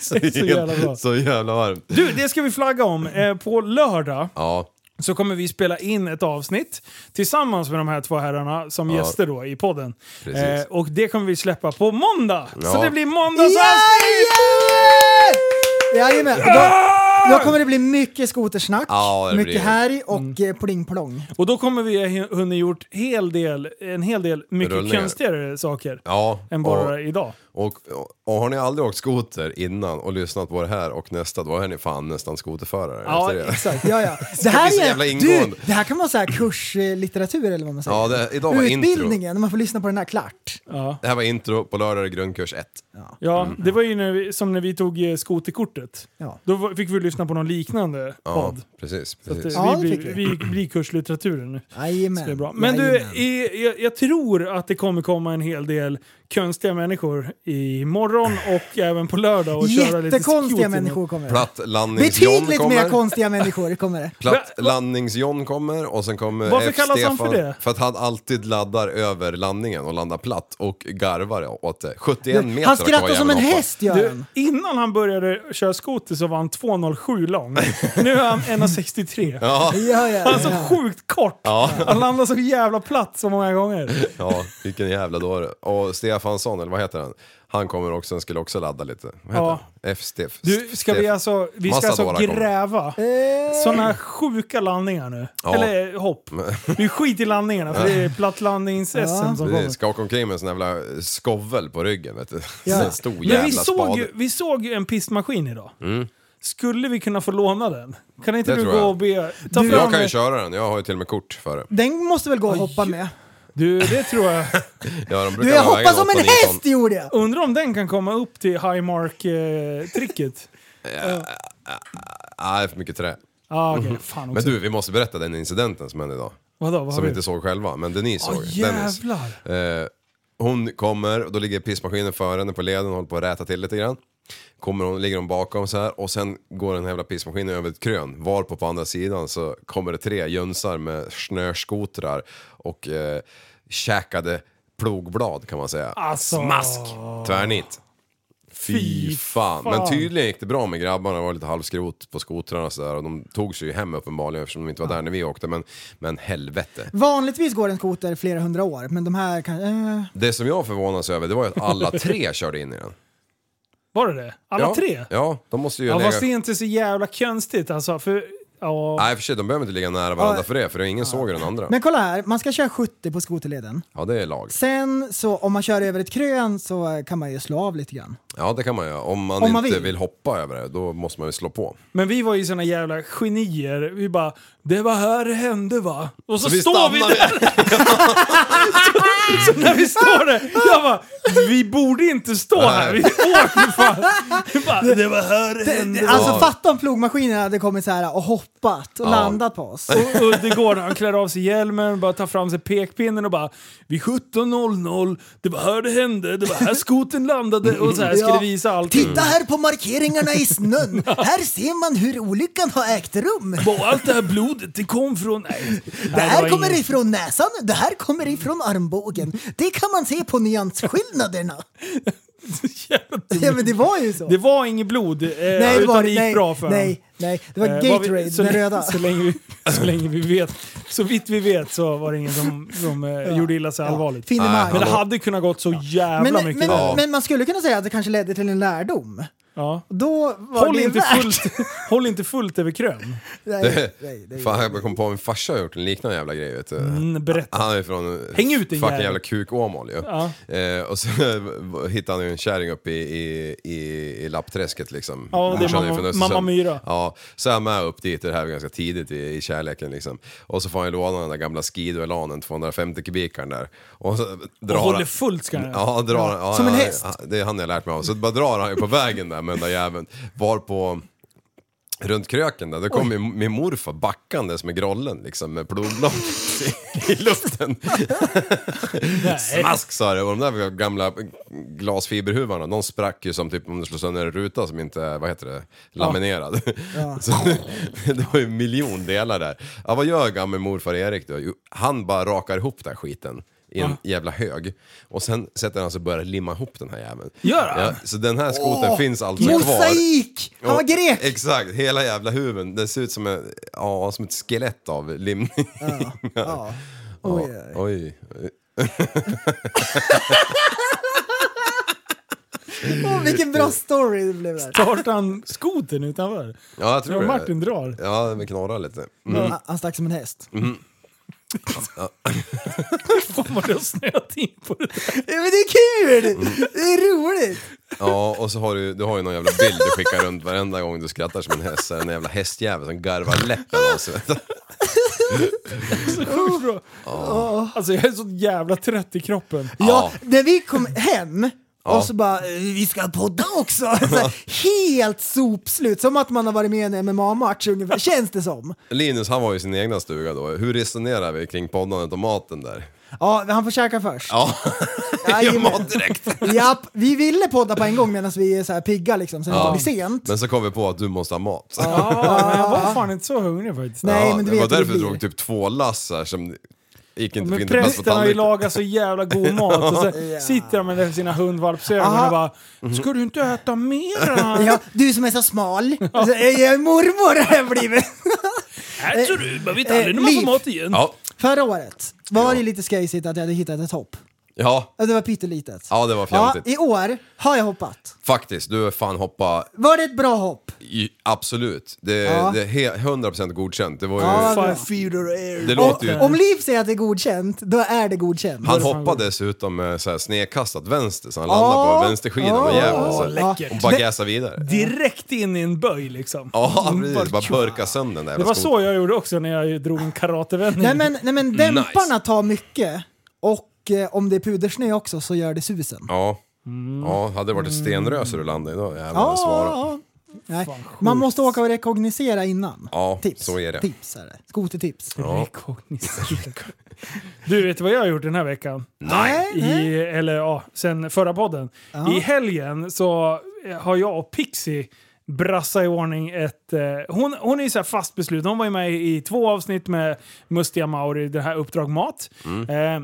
F: Så,
D: Det är så jävla bra.
F: så jävla varmt.
D: Du, det ska vi flagga om. Eh, på lördag
F: Ja,
D: så kommer vi spela in ett avsnitt tillsammans med de här två herrarna som
F: Ja.
D: gäster då i podden. Eh,
F: Precis.
D: och det kommer vi släppa på måndag! Så
F: Ja.
D: det blir måndagsavsnitt!
E: Jajamän! Då, då kommer det bli mycket skotersnack,
F: Ja, det blir
E: mycket
F: det.
E: härj och mm. plingplong.
D: Och då kommer vi ha hunnit gjort hel del, en hel del mycket
F: Rullningar.
D: konstigare saker
F: ja.
D: än bara idag.
F: Och, och, och har ni aldrig åkt skoter innan och lyssnat på det här och nästa, då är ni fan nästan skoterförare.
D: Ja,
F: efter det.
D: exakt.
E: Ja, ja. Det, här
F: bli så jävla
E: är, du,
F: ingående.
E: det här kan vara så här kurslitteratur eller vad man säger.
F: Ja, det, idag var
E: Utbildningen,
F: intro.
E: när man får lyssna på den här klart.
F: Det här var intro, på lördag är det grundkurs 1.
D: Ja,
F: Mm.
D: det var ju när vi, som när vi tog eh, skoterkortet.
E: Ja.
D: Då var- fick vi lyssna på någon liknande
F: Ja,
D: podd.
F: precis.
D: Så att, eh,
F: precis.
E: Ja, det
D: vi,
E: fick
D: blir, vi blir kurslitteraturen nu.
E: Jajamän.
D: Det är bra. Men du,
E: Jajamän.
D: i, jag, jag tror att det kommer komma en hel del konstiga människor imorgon och även på lördag och köra lite
E: Jättekonstiga
D: skoter.
E: människor kommer det.
F: Platt landnings-John
E: Betydligt mer
F: kommer.
E: konstiga människor kommer det.
F: Platt landnings-John kommer och sen kommer
D: Varför
F: F.
D: kallas han för
F: Stefan,
D: det?
F: För att han alltid laddar över landningen och landar platt och garvar åt det. 71 meter
E: Han
F: verkar vara
E: skrattar som en
F: jäveln hoppa.
E: häst gör
D: Du,
E: han.
D: innan han började köra skoter så var han 2,07 lång. Nu är han 1,63.
F: Ja,
E: Ja, ja,
D: Han är så
E: ja.
D: sjukt kort.
F: Ja.
D: Han landar så jävla platt så många gånger.
F: ja, vilken jävla dåre. Och Stefansson, eller vad heter han? Han kommer också, han skulle också ladda lite. Vad heter
D: Ja.
F: han? F-Stef.
D: Du, ska vi alltså, vi ska
F: Massa
D: alltså
F: dårar kommer.
D: gräva
E: Eh,
D: sådana sjuka landningar nu?
F: Ja.
D: Eller hopp. Vi skiter i landningarna för det är plattlandnings-SM
E: Ja.
D: som kommer.
F: Precis, skaka omkring med en sån jävla skovel på ryggen vet du.
E: Ja.
F: En stor jävla
D: Men vi såg,
F: spade. Mm.
D: ju, vi såg ju en pistmaskin idag. Skulle vi kunna få låna den? Kan inte
F: Det
D: du
F: tror
D: gå
F: jag.
D: och be... Ta
E: Du-
D: fram
F: Jag kan ju
D: den.
F: köra den, jag har ju till och med kort för det.
E: Den måste väl gå och hoppa med?
D: Du, det tror jag.
F: Ja, de brukar
E: Du, jag
F: vara
E: hoppar
F: vägen
E: som en
F: 8-9 ton.
E: häst gjorde jag!
D: Undrar om den kan komma upp till eh, highmark-tricket?
F: Nej, det är för mycket trä.
D: Ja, ah, okej. Fan
F: Mm. Men
D: också.
F: du, vi måste berätta den incidenten som hände idag.
D: Vadå, vad har
F: som
D: vi?
F: vi inte såg själva, men Denise
D: Åh,
F: såg. Dennis.
D: jävlar!
F: Eh, hon kommer och då ligger pissmaskinen före henne på leden och håller på att räta till lite grann. Kommer hon, ligger hon bakom så här och sen går den här jävla pissmaskinen över ett krön. Varpå på andra sidan så kommer det tre jönsar med snöskotrar och eh, käkade plogblad kan man säga.
D: Alltså.
F: Smask! Tvärnit. Fy fan. Men tydligen gick det bra med grabbarna, det var lite halvskrot på skotrarna och sådär och de tog sig ju hem uppenbarligen eftersom de inte var där när vi åkte men, men helvete.
E: Vanligtvis går en skoter flera hundra år, men de här kan... Eh,
F: Det som jag förvånas över det var ju att alla tre körde in i den.
D: Var det det? Alla
F: ja,
D: tre?
F: Ja, de måste ju
D: Ja,
F: lägga...
D: fast det är inte så jävla konstigt alltså. För, ja.
F: Nej för sig, de behöver inte ligga nära varandra för det för ingen såg ju den andra.
E: men kolla här, man ska köra 70 på skoterleden.
F: Ja det är lag.
E: Sen så om man kör över ett krön så kan man ju slå av lite grann.
F: Ja det kan man göra. Om man,
E: Om man
F: inte
E: vill.
F: vill. hoppa över det då måste man ju slå på.
D: Men vi var ju såna jävla genier. Vi bara, det var här det hände va? Och så,
F: vi
D: står vi
F: stannar-
D: där! så, så när vi står där, jag bara, vi borde inte stå här. Vi åker fan. Vi bara, det var här det hände va?
E: Alltså fatta om plogmaskinen hade kommit så här och hoppat och landat på oss.
D: Och Uddegård, han klär av sig hjälmen, bara tar fram sig pekpinnen och bara Vid 17.00, det var här det hände, det var här skoten landade och så här skulle
E: Ja.
D: visa allt.
E: Titta här på markeringarna i snön! Här ser man hur olyckan har ägt rum!
D: Och allt det här blodet, det kom från... Nej.
E: Det
D: Nej,
E: här
D: var
E: kommer
D: ingen-
E: ifrån näsan, det här kommer ifrån armbågen. Det kan man se på nyansskillnaderna. Ja men det var ju så.
D: Det var inget blod, eh,
E: Nej,
D: utan
E: var-
D: det gick
E: nej,
D: bra för
E: Nej, nej. Det var
D: honom. Eh, vad vi-
E: Gatorade,
D: så,
E: den
D: länge-
E: röda.
D: Så länge, vi, så länge vi vet. Så vitt vi vet så var det ingen som, som eh, gjorde illa sig allvarligt.
E: Finemang.
D: Men det hade kunnat gått så jävla
E: Men,
D: mycket
E: men,
D: värre.
E: men man skulle kunna säga att det kanske ledde till en lärdom.
D: Ja.
E: Då var
D: Håll
E: det
D: inte,
E: värt.
D: fullt, håll inte fullt över krön.
E: Nej, nej, nej.
F: Fan, jag kom på att min farsa har gjort en liknande jävla grej vet du.
D: Mm, berätta.
F: Han är från
D: Häng ut din
F: fucking
D: jävel.
F: jävla kuk Åmål ju. Eh, och så hittade han ju en kärring uppe i, i, i, i lappträsket liksom.
D: Ja, det är
F: Morsan
D: mamma-
F: från Östersund.
D: mamma Myra.
F: Ja, så är han med upp dit, det här var ganska tidigt i, i kärleken liksom. Och så får han ju låna den där gamla Skido-Elanen, 250 kubikaren där. Och så
D: Och
F: drar han-
D: håller fullt ska han göra.
F: Ja, drar han. Ja,
E: Som en
F: ja,
E: häst.
F: ja, Det är han jag lärt mig av. Så bara drar han ju på vägen där med den där jäveln. Var på Runt kröken där, då kom min, min morfar backandes med grollen liksom med ploglock i- i luften. Smask sa det och de där gamla glasfiberhuvarna, de sprack ju som typ om du slår sönder en ruta som inte är, vad heter det, laminerad. Så, det var ju en miljon delar där. Ja, vad gör gamle morfar Erik då? Jo, han bara rakar ihop den här skiten i en jävla hög. Och sen sätter han sig och börjar limma ihop den här jäveln.
D: Gör han?
F: Ja, så den här skoten finns alltså kvar.
E: Mosaik! Han var
F: Och-
E: grek!
F: Exakt, hela jävla huven. Den ser ut som, en, ja, som ett skelett av limning. Ja,
E: Ja. Oj, oj, oj.
F: Oj.
E: Åh, vilken bra story det blev där.
D: Startar han skoten utanför?
F: Ja, jag
D: Ja,
F: tror
D: Martin
F: det.
D: drar.
F: Ja, den knorrar lite.
E: Han- Han stack som en häst.
D: Fan vad du har snöat in på det där.
E: Ja, men det är kul! Det är roligt!
F: Ja, och så har du, du har ju någon jävla bild du skickar runt varenda gång du skrattar som en häst. Så är det en jävla hästjävel som garvar läppen av sig.
D: Sjukt bra. Alltså jag är så jävla trött i kroppen.
E: Ja, när vi kom hem och så bara "Eh, “vi ska podda också”. Så här, helt sopslut, som att man har varit med i en MMA-match ungefär, känns det som.
F: Linus, han var ju i sin egna stuga då. Hur resonerar vi kring poddandet och maten där?
E: Ja, han får käka först.
F: Ja, gör
E: Jajamän.
F: mat direkt.
E: Japp, vi ville podda på en gång medan vi är så här pigga liksom, så det
F: Ja.
E: inte blir sent.
F: Men så kom vi på att du måste ha mat.
D: Ja, men jag var fan inte så hungrig faktiskt.
E: Nej,
F: Ja,
E: men du
F: det
E: vet
F: var
E: hur det
F: därför du
E: blir.
F: drog typ två lass här som gick inte
D: Men
F: fick inte plats på
D: prästen har ju
F: tallriken.
D: lagat så jävla god mat och så sitter han med sina hundvalpsögon och
E: Aha.
D: bara
F: Mhm.
D: “Ska du inte äta mera?”
E: Ja, du som är så smal. Alltså, jag är mormor har jag blivit.
D: Äter du? Man vet
E: eh,
D: aldrig när man får
E: liv.
D: mat igen.
F: Ja,
E: Förra året var det ju lite skejsigt att jag hade hittat ett hopp.
F: ja,
E: Ja, Det var pyttelitet.
F: ja, det var fjantigt.
E: I år har jag hoppat.
F: Faktiskt, du har fan hoppa
E: Var det ett bra hopp?
F: i, absolut. Det,
E: Ja.
F: det är he- 100% godkänt. Det var ju,
E: Ja,
D: Fan,
E: bra.
F: det
E: Om,
F: låter ju...
E: om Liv säger att det är godkänt, då är det godkänt.
F: Han
D: det fan
F: hoppade
D: gott.
F: dessutom med så här snedkastat vänster, så han
E: Ja.
D: Ah!
F: landade på vänsterskidan med
E: Ja.
F: jäveln. så
E: Ja,
F: här.
E: läckert.
F: Och bara
E: Men-
F: gasade vidare.
D: Direkt in i en böj liksom.
F: Ja,
D: Mm,
F: precis. Bara burka sönder den
D: Det
F: där jävla
D: var
F: skon.
D: så jag gjorde också när jag drog en karatevändning.
E: Nej men, nej, men dämparna tar mycket och eh, om det är pudersnö också så gör det susen.
F: Ja. ja, hade det varit ett
D: Mm.
F: stenrö så du landade idag jävlar
E: Ja,
F: ah. svara.
E: ja, ja. Nej. Man måste åka och rekognosera innan.
F: Ja,
E: tips.
F: så är det.
E: Tips är det. Skotertips.
F: Ja.
D: Rekognosera. Du, vet du vad jag har gjort den här veckan?
E: Nej, nej.
D: I, eller ja, sen förra podden. I helgen så eh, har jag och Pixie brassat i ordning ett... Eh, hon, hon är ju så här fast besluten. Hon var ju med i två avsnitt med Mustiga Mauri, det här Uppdrag Mat. Eh,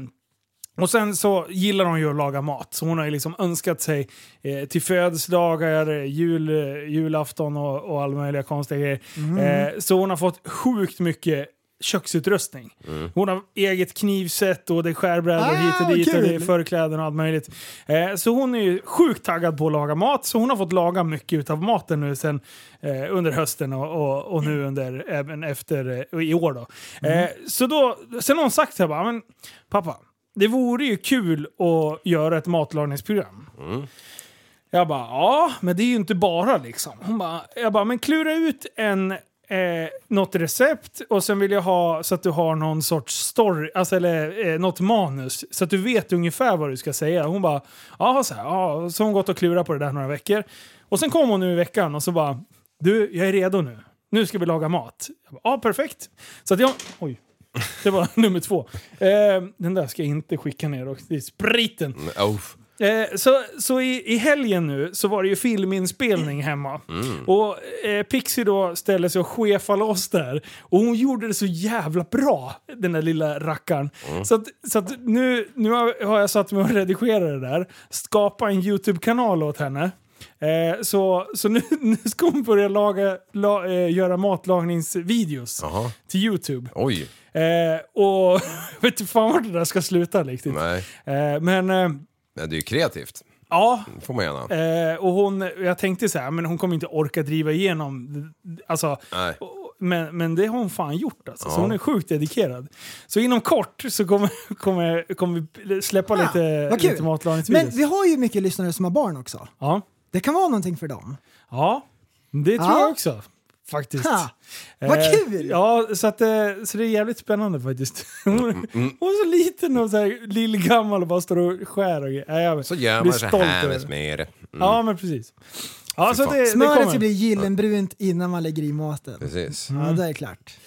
D: och sen så gillar hon ju att laga mat, så hon har ju liksom önskat sig eh, till födelsedagar, eh, jul, eh, julafton och, och alla möjliga konstiga grejer.
E: Mm.
D: Eh, så hon har fått sjukt mycket köksutrustning. Hon har eget knivset och det är skärbrädor
E: Ah,
D: hit och
E: vad
D: dit och det är
E: kul!
D: förkläden och allt möjligt. Eh, så hon är ju sjukt taggad på att laga mat, så hon har fått laga mycket av maten nu sen eh, under hösten och, och, och nu under, även efter eh, i år då. Eh, så då, sen har hon sagt så här bara, men pappa, det vore ju kul att göra ett matlagningsprogram. Jag bara, ja, men det är ju inte bara liksom. Hon bara, jag bara, men klura ut en, eh, något recept och sen vill jag ha så att du har någon sorts story, alltså eller eh, något manus. Så att du vet ungefär vad du ska säga. Hon bara, ja, så här, ja. Så har hon gått och klurat på det där några veckor. Och sen kom hon nu i veckan och så bara, du, jag är redo nu. Nu ska vi laga mat. Jag bara, ja, perfekt. Så att jag, oj. Det var nummer två. Eh, den där ska jag inte skicka ner också. Det är spriten.
F: Mm, oh.
D: Eh, så så i, i helgen nu så var det ju filminspelning hemma. Och eh, Pixie då ställde sig och chefade loss där. Och hon gjorde det så jävla bra, den där lilla rackaren. Så, att, så att nu, nu har har jag satt mig och redigerat det där. Skapa en YouTube-kanal åt henne. Eh, så så nu, nu ska hon börja laga, la, eh, göra matlagningsvideos
F: Jaha.
D: till YouTube.
F: Oj,
D: Eh, och vet du fan vart det där ska sluta riktigt.
F: nej.
D: Eh, men... Eh,
F: Men det är ju kreativt.
D: Ja,
F: får man gärna.
D: eh, och hon, jag tänkte så här, men hon kommer inte orka driva igenom... Alltså,
F: Nej.
D: och- men, men det har hon fan gjort alltså. Så
F: Ja.
D: hon är sjukt dedikerad. Så inom kort så kommer, kommer, kommer vi släppa
E: Ah,
D: lite,
E: vad kul.
D: lite
E: Men
D: matlagningsvideos.
E: vi har ju mycket lyssnare som har barn också.
D: Ja.
E: Det kan vara någonting för dem.
D: Ja, det tror
E: Ja.
D: jag också. Faktiskt.
E: Ha, vad
D: Eh,
E: kul!
D: Ja, så, att, eh, så det är jävligt spännande faktiskt. Hon,
E: Mm,
D: hon är så liten och så här lillgammal och bara står och skär och grejer. Nej, jag
F: Så gör
D: blir
F: man så
D: stolt
F: här
D: över
F: med
D: det.
F: smör. Mm.
D: Ja, men precis. Ja,
F: Fy
D: så att
F: fan.
D: det, det
E: Smöret
D: kommer.
E: ska bli gyllenbrunt innan man lägger i maten.
F: Precis.
D: Mm.
E: Ja, det är klart.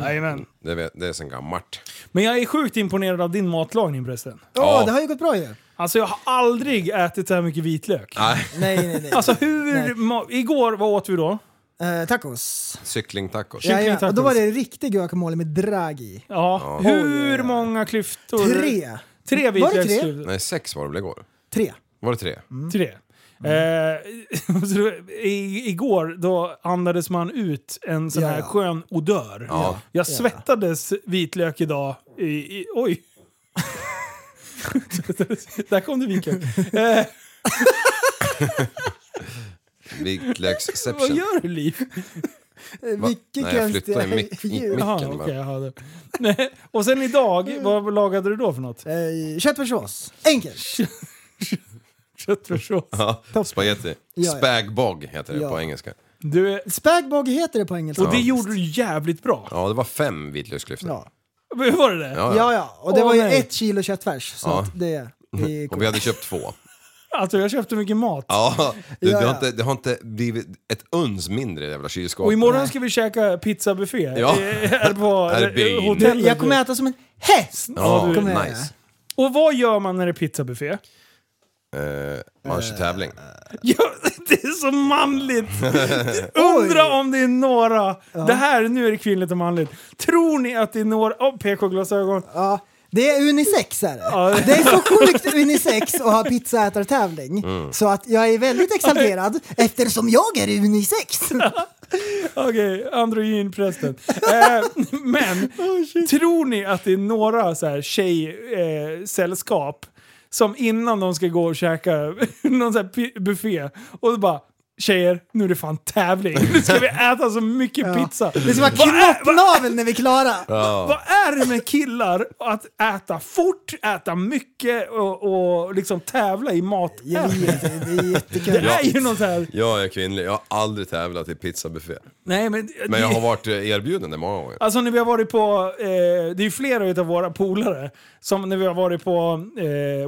D: Jajamän.
F: Det, vet, det är sen gammalt.
D: Men jag är sjukt imponerad av din matlagning förresten.
E: Ja,
F: Ja.
E: det har ju gått bra ju.
D: Alltså jag har aldrig ätit så här mycket vitlök.
F: Nej,
E: Nej, nej, nej.
D: Alltså hur... Ma- igår, vad åt vi då?
E: Eh, tacos.
F: cyklingtacos.
D: Kyckling
E: Jajamän, och Då
D: tacos.
E: var det riktig guacamole med drag i.
D: Ja. Hur många klyftor?
E: Tre. Mm.
D: Tre vitlöksklyftor.
F: Nej, sex var det väl igår?
E: Tre.
F: Var det tre?
D: till det. Eh, så det- i, igår då andades man ut en sån
E: Ja,
D: här
E: ja.
D: skön odör.
F: Ja.
D: Jag svettades vitlök idag. I, i, oj! Där kom det vitlök. Eh, vad
F: Vitlöksception.
D: gör du Liv?
E: Eh,
F: Va?
E: Vilken
F: Nej, jag
E: konstig
F: flyttade mick-
E: figur.
F: mick-
D: Jaha,
F: Micken bara.
D: okej, jag hade. Nej, Och sen idag, vad lagade du då för något?
E: Eh, Köttfärssås. Enkelt.
D: Köttfärssås?
F: Ja, spagetti.
E: ja.
F: Spagbog heter det
E: Ja.
F: på engelska.
D: Du, är-
E: Spagbog heter det på engelska.
D: och det gjorde du jävligt bra.
F: Ja, det var fem vitlöksklyftor.
E: Ja.
D: Var det det?
E: Ja, ja. Och det
D: Åh,
E: var ju
D: nej.
E: ett kilo köttfärs. Så
F: Ja. Mm.
E: att det, det är
F: Och vi hade köpt två.
D: Alltså jag köpte mycket mat.
F: Ja, du,
E: Ja,
F: Det, har
E: ja.
F: inte, det har inte blivit ett uns mindre i det jävla kylskåpet.
D: Och imorgon ska vi käka pizzabuffé.
F: Ja.
D: Eh, Här på
F: Här i byn.
D: hotellet.
E: jag kommer äta som en häst!
F: Ja,
E: kommer jag
F: nice.
D: Och vad gör man när det är pizzabuffé?
F: Eh, man kör tävling.
D: Ja, det är så manligt! Undra om det är några... Det här, nu är det kvinnligt och manligt. Tror ni att det är några... Oh, PK-glasögon.
E: Ja, det är unisex är det.
D: Ja.
E: Det är så sjukt unisex att ha pizzaätartävling.
F: Mm.
E: Så att jag är väldigt exalterad eftersom jag är unisex.
D: Okej, androgynprästen. eh, men,
E: Oh,
D: tror ni att det är några så här tjejsällskap eh, sällskap som innan de ska gå och käka någon så här pi- buffé och så bara Tjejer, nu är det fan tävling. Nu ska vi äta så mycket pizza.
E: Det ska vara
D: Vad är-
E: knoppnavel när vi är klara.
D: Vad är det med killar att äta fort, äta mycket och, och liksom tävla i mat?
E: Jag vet, det är
D: Det
E: jättekul.
D: är ju något så här...
F: Jag är kvinnlig, jag har aldrig tävlat i pizzabuffé.
D: Nej, men,
F: Men jag har varit eh, erbjuden det många gånger.
D: Alltså när vi har varit på, eh, det är ju flera av våra polare, som när vi har varit på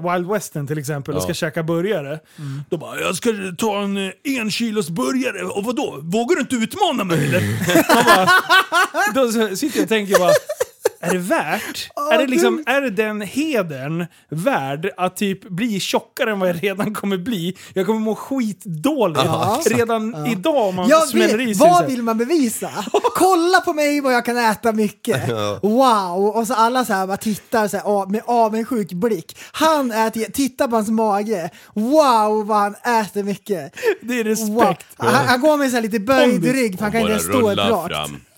D: eh, Wild Western till exempel och ska käka burgare.
E: Mm.
D: Då bara “Jag ska ta en eh, en kilos burgare och vadå? Vågar du inte utmana mig eller?” Man bara, Då så- sitter jag och tänker bara är det värt? är, det liksom, är det den hedern värd att typ bli tjockare än vad jag redan kommer bli? Jag kommer må skitdåligt redan idag om man
E: Jag
D: smäller i
E: vill,
D: sig. så
E: vad
D: här.
E: vill man bevisa? Kolla på mig vad jag kan äta mycket. Wow! Och så alla så här bara tittar så här, av- med avundsjuk blick. Han äter, titta på hans mage. Wow vad han äter mycket.
D: Det är respekt.
E: Wow. Han, han går med så här lite böjd
D: Pondus.
E: rygg för han kan inte ens stå upp rakt.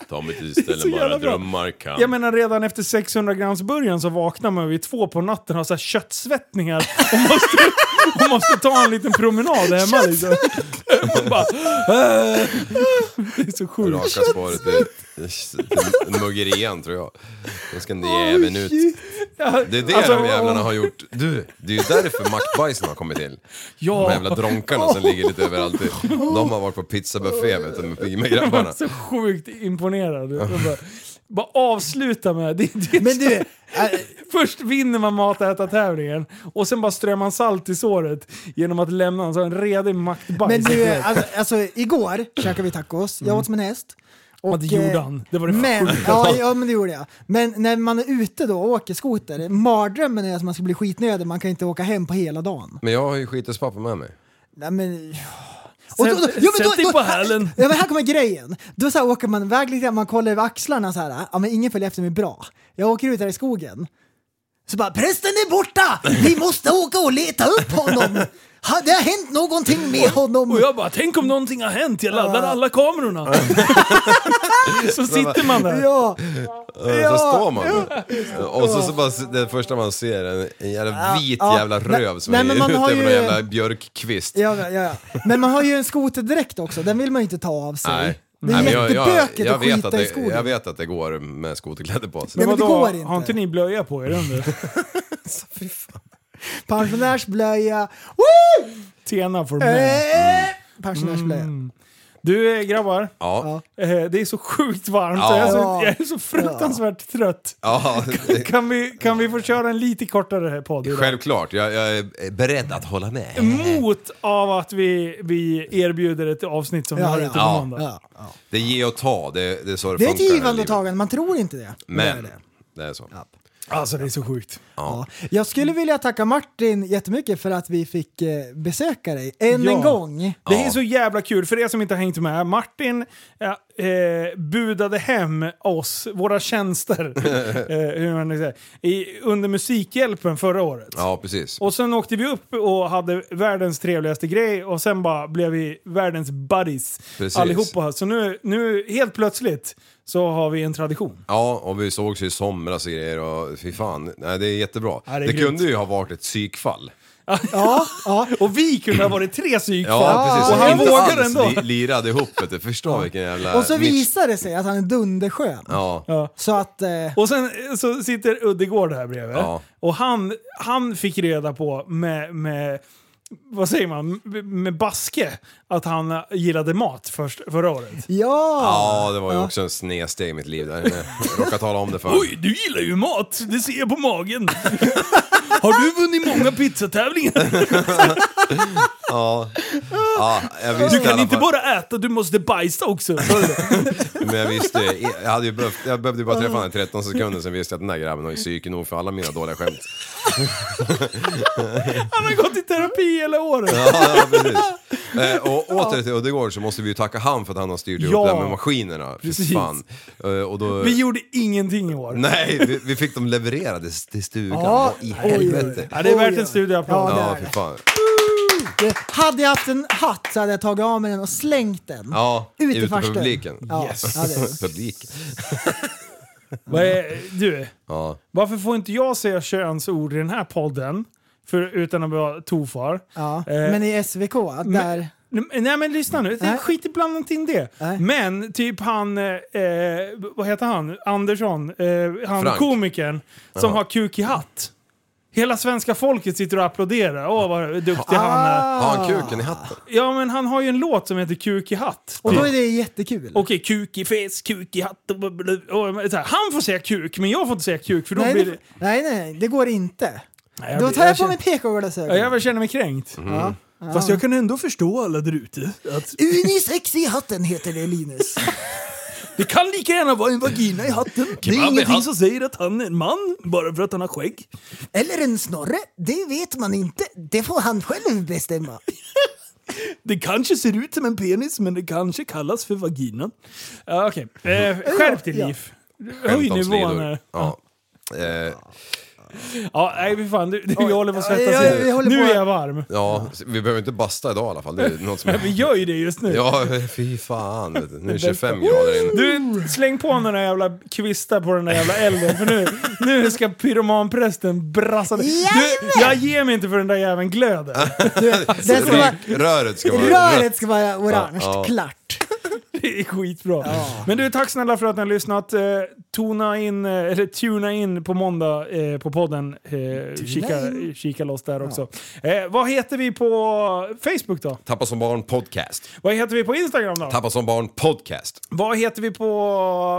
F: ta mig till
D: Det är så jävla bara bra. drömmar
F: kan.
D: Jag menar redan efter 600 grams början så vaknar man vid två på natten och har så här köttsvettningar och måste, och måste ta en liten promenad hemma. Liksom. Man bara, "Äh." det är så sjukt.
F: Raka spåret till, till muggerian tror jag. Då ska ni även ut. Det är det
D: Alltså,
F: de jävlarna
D: och-
F: har gjort. Du, det är ju därför mackbajsen har kommit till. De
D: Ja,
F: jävla dronkarna som ligger lite överallt. De har varit på pizzabuffé vet du, med, med
D: jag var
E: Alltså.
F: grabbarna.
D: så sjukt imponerad. Jag Bara, bara avsluta med det. det är
E: Men du, äh,
D: Först vinner man matätartävlingen och sen bara strör man salt i såret genom att lämna en sån redig maktbajs.
E: men du alltså, alltså igår käkade vi tacos, jag åt som en häst. Och,
D: det gjorde
E: eh,
D: han. Det var det
E: men, ja, ja, men det gjorde jag. Men när man är ute då och åker skoter, mardrömmen är att man ska bli skitnödig, man kan inte åka hem på hela dagen.
F: Men jag har ju skites pappa med mig.
E: Nej, men... Och då, då,
D: Sätt-
E: ja, men
D: sätt dig
E: då,
D: på
E: då,
D: hälen.
E: Ja, men här kommer grejen. Då så här, åker man iväg lite grann, man kollar över axlarna så här. Ja, men ingen följer efter mig bra. Jag åker ut här i skogen. Så bara, prästen är borta! Vi måste åka och leta upp honom! Ha, det har hänt någonting med honom.
D: Och jag bara, tänk om någonting har hänt, jag laddar alla kamerorna. så sitter man där.
E: Ja,
F: Så står man Och så, så bara, det första man ser är en, en jävla
E: Ja,
F: vit
E: ja.
F: jävla
E: Nej,
F: röv som
E: nej,
F: är
E: men
F: ute
E: man
F: på
E: har
F: någon
E: ju-
F: jävla björkkvist.
E: ja, ja, ja. Men man har ju en skoterdräkt också, den vill man ju inte ta av sig.
F: Nej.
E: Det är
F: Nej, men jag- jag-
E: jättebökigt
F: jag
E: att
F: vet
E: skita
F: det,
E: i skogen.
F: Jag vet att det går med skoterkläder på sig.
E: Nej, men det
D: vadå,
E: går inte.
D: Har inte ni blöja på er under?
E: Pensionärsblöja. Woo!
D: Tjena får du med.
F: Mm.
E: Eh, Pensionärsblöja.
D: Du eh, grabbar,
F: Ja.
D: eh, det är så sjukt varmt.
F: Ja.
D: Jag, är så, jag är så fruktansvärt trött.
F: ja.
D: Kan vi, kan vi få köra en lite kortare här podd idag?
F: Självklart, jag, jag är beredd att hålla med.
D: Mot av att vi, vi erbjuder ett avsnitt som vi
E: Ja,
D: har
E: ja.
D: ute på
F: Ja.
D: måndag.
E: Ja.
F: Det är ge och ta, det, det är så det
E: Det är
F: funkar i
E: ett givande och
F: livet.
E: tagande, man tror inte det.
F: Men,
E: Det är det.
F: det är så. Ja.
D: Alltså det är så sjukt.
E: Ja. Jag skulle vilja tacka Martin jättemycket för att vi fick eh, besöka dig än
D: Ja.
E: en gång.
D: Det är så jävla kul, för er som inte har hängt med. Martin eh, eh, budade hem oss, våra tjänster, eh, hur man nu säger, i, under Musikhjälpen förra året.
F: precis.
D: Och sen åkte vi upp och hade världens trevligaste grej och sen bara blev vi världens buddies
F: Precis.
D: allihopa. Så nu, nu helt plötsligt så har vi en tradition.
F: Ja, och vi sågs i somras och grejer och fy fan. Nej, det är jättebra.
D: Ja, det
F: det
D: är grymt.
F: kunde ju ha varit ett psykfall.
E: Ja, ja.
D: Och vi kunde ha varit tre psykfall.
F: Ja, precis.
D: Och han
F: Inte
D: vågar
F: alls
D: ändå.
F: Li, lirade ihop det. Förstå vilken jävla...
E: Och så
F: nisch.
E: visar det sig att han är dunderskön.
F: Ja.
E: Så att... Eh,
D: Och sen eh, så sitter Uddegård här bredvid.
F: Ja.
D: Och han, han fick reda på med, med, vad säger man, med baske att han eh, gillade mat först, förra året.
E: ja!
F: Ja, det var ju också en snedsteg i mitt liv där. Jag råkade tala om det för
D: Oj, du gillar ju mat! Det ser jag på magen! Har du vunnit många pizzatävlingar?
F: ja, jag visste
D: Du
F: i
D: kan
F: alla
D: inte
F: fall-
D: bara äta, du måste bajsa också.
F: Men jag visste ju- jag, hade ju behövt, jag behövde ju bara träffa honom i 13 sekunder, sen visste jag att den där grabben har ju psyke nog för alla mina dåliga skämt.
D: Han har gått i terapi hela året.
F: Ja, ja precis. Eh, och åter till Uddegård så måste vi ju tacka han för att han har styrt ihop
D: Ja.
F: det här med maskinerna. Fy
D: Precis.
F: Fan. Eh, och då,
D: Vi gjorde ingenting i år.
F: Nej, vi, vi fick dem levererade s- till stugan.
E: Ja,
F: Vad i
E: oj, oj, oj.
F: helvete?
D: Ja, det är värt
E: Oj, oj.
D: en studieapplåd.
E: Ja, det
F: Ja,
E: är
F: fy
E: det.
F: fan.
E: Det- Hade jag haft en hatt så hade jag tagit av mig den och slängt den.
F: Ja,
E: Ut i
F: ute på
E: farstun.
F: publiken.
E: Ja,
D: Yes.
E: ja, det är det.
F: Publiken.
D: Vad är, du,
F: Ja.
D: varför får inte jag säga könsord i den här podden? För, utan att vara tofar.
E: Ja.
D: Eh,
E: Men i SVK, där...
D: Nej men lyssna nu,
E: Nej.
D: det skit i bland annat in det.
E: Nej.
D: Men typ han, eh, eh, vad heter han, Andersson, eh, han
F: Frank.
D: komikern som har kuk i hatt. Hela svenska folket sitter och applåderar. Åh vad
E: Ah.
D: duktig han är.
F: Har han kuken i hatten?
D: Ja men han har ju en låt som heter Kuk i hatt.
E: Och då är det jättekul.
D: Okej, kuk i fes, kuk i hatt och blablabla. Och eh, så här, Han får säga kuk, men jag får inte säga kuk för då
E: nej,
D: blir
E: det,
D: det...
E: nej, nej, det går inte.
D: Nej,
E: Då
D: blir-
E: tar jag på
D: känner-
E: mig
D: Ja,
E: PK-glasögon.
D: Jag känner mig kränkt.
E: Ja.
D: Fast jag kan ändå förstå alla där ute. Att
E: Unisex i hatten heter det Linus.
D: det kan lika gärna vara en vagina i hatten. Det är ingenting som säger att han är en man bara för att han har skägg.
E: Eller en snorre, det vet man inte. Det får han själv bestämma.
D: Det kanske ser ut som en penis, men det kanske kallas för vagina. Ja, Okej, eh, skärp dig
E: Ja.
D: Liv. Höj
F: Skämt om
D: nivån
F: snedor.
D: här.
F: Ja. Eh,
D: Ja, nej fy fan. Du, du, jag håller på att svettas.
E: Ja, jag- jag håller
D: nu
E: på-
D: är jag varm.
F: ja, så vi behöver inte basta idag i alla fall. Det är något som
D: Vi gör ju det just nu.
F: Ja, fy fan. vet du. Nu är det 25 grader in.
D: Du, släng på några jävla kvistar på den där jävla elden för nu, nu ska pyromanprästen brassa dig. Du, jag ger mig inte för den där jäveln glöden.
E: Det ska vara,
F: Röret ska vara
E: röret ska vara orange,
F: Ja.
E: klart.
D: Det är skitbra. Men du, tack snälla för att ni har lyssnat. Eh, tona in, eh, eller tuna in på måndag eh, på podden. Eh, kika, kika loss där också. Eh, vad heter vi på Facebook då?
F: Tappa som barn podcast.
D: Vad heter vi på Instagram då?
F: Tappa som barn podcast.
D: vad heter vi på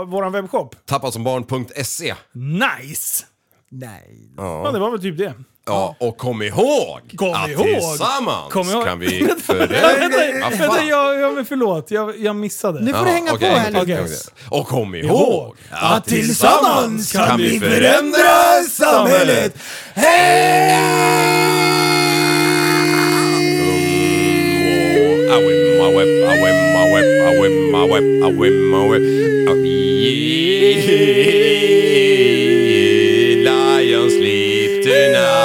D: våran webbshop?
F: Tappa som barn.se.
D: Nice!
E: Nej.
D: Ja, det var väl typ det.
F: Ja, och kom ihåg
D: Kom
F: att
D: ihåg.
F: tillsammans
D: Kom ihåg.
F: kan vi förändra...
D: Vänta,
F: Vad
D: vänta
F: fan?
D: jag, jag, men förlåt. Jag, jag missade.
E: Nu får du hänga
F: okej,
E: på
F: en
E: här
F: gång
E: Linus.
F: till, en gång till. Och kom ihåg att
E: tillsammans
F: kan vi förändra samhället. Lions sleep tonight.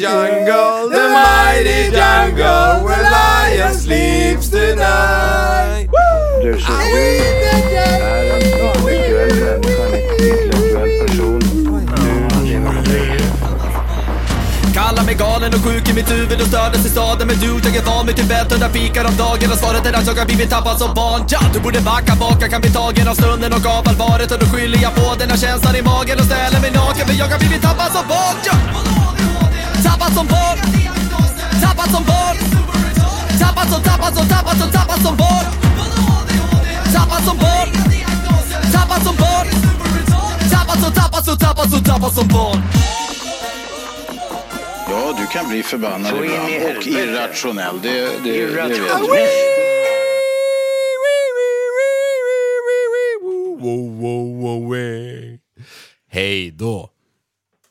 F: jungle, the mighty jungle, where lion sleeps tonight.
A: Du så du är en intellektuell människa, en intellektuell person. Du genom dig.
B: Kallar mig galen och sjuk i mitt huvud och stördes i staden Men du, jag är van vid Tibet under fikar om dagen Och svaret är att jag har blivit tappad som barn ja, Du borde backa bak, jag kan bli tagen av stunden och av allvaret Och då skyller jag på den här känslan i magen och ställer mig naken För jag har blivit tappad som barn ja. Tappad som barn Tappad som barn Tappad som, tappad som, tappad som, tappad som barn Tappad som barn Tappad som barn Tappad som, tappad som, tappad som, tappad som barn
C: Ja, du kan bli förbannad
A: Så in i
C: ibland och
A: helvete.
C: irrationell. Det, det, det vet
A: Irrationell.
C: jag.
F: Wow, wow, wow, wow.
B: Hej då!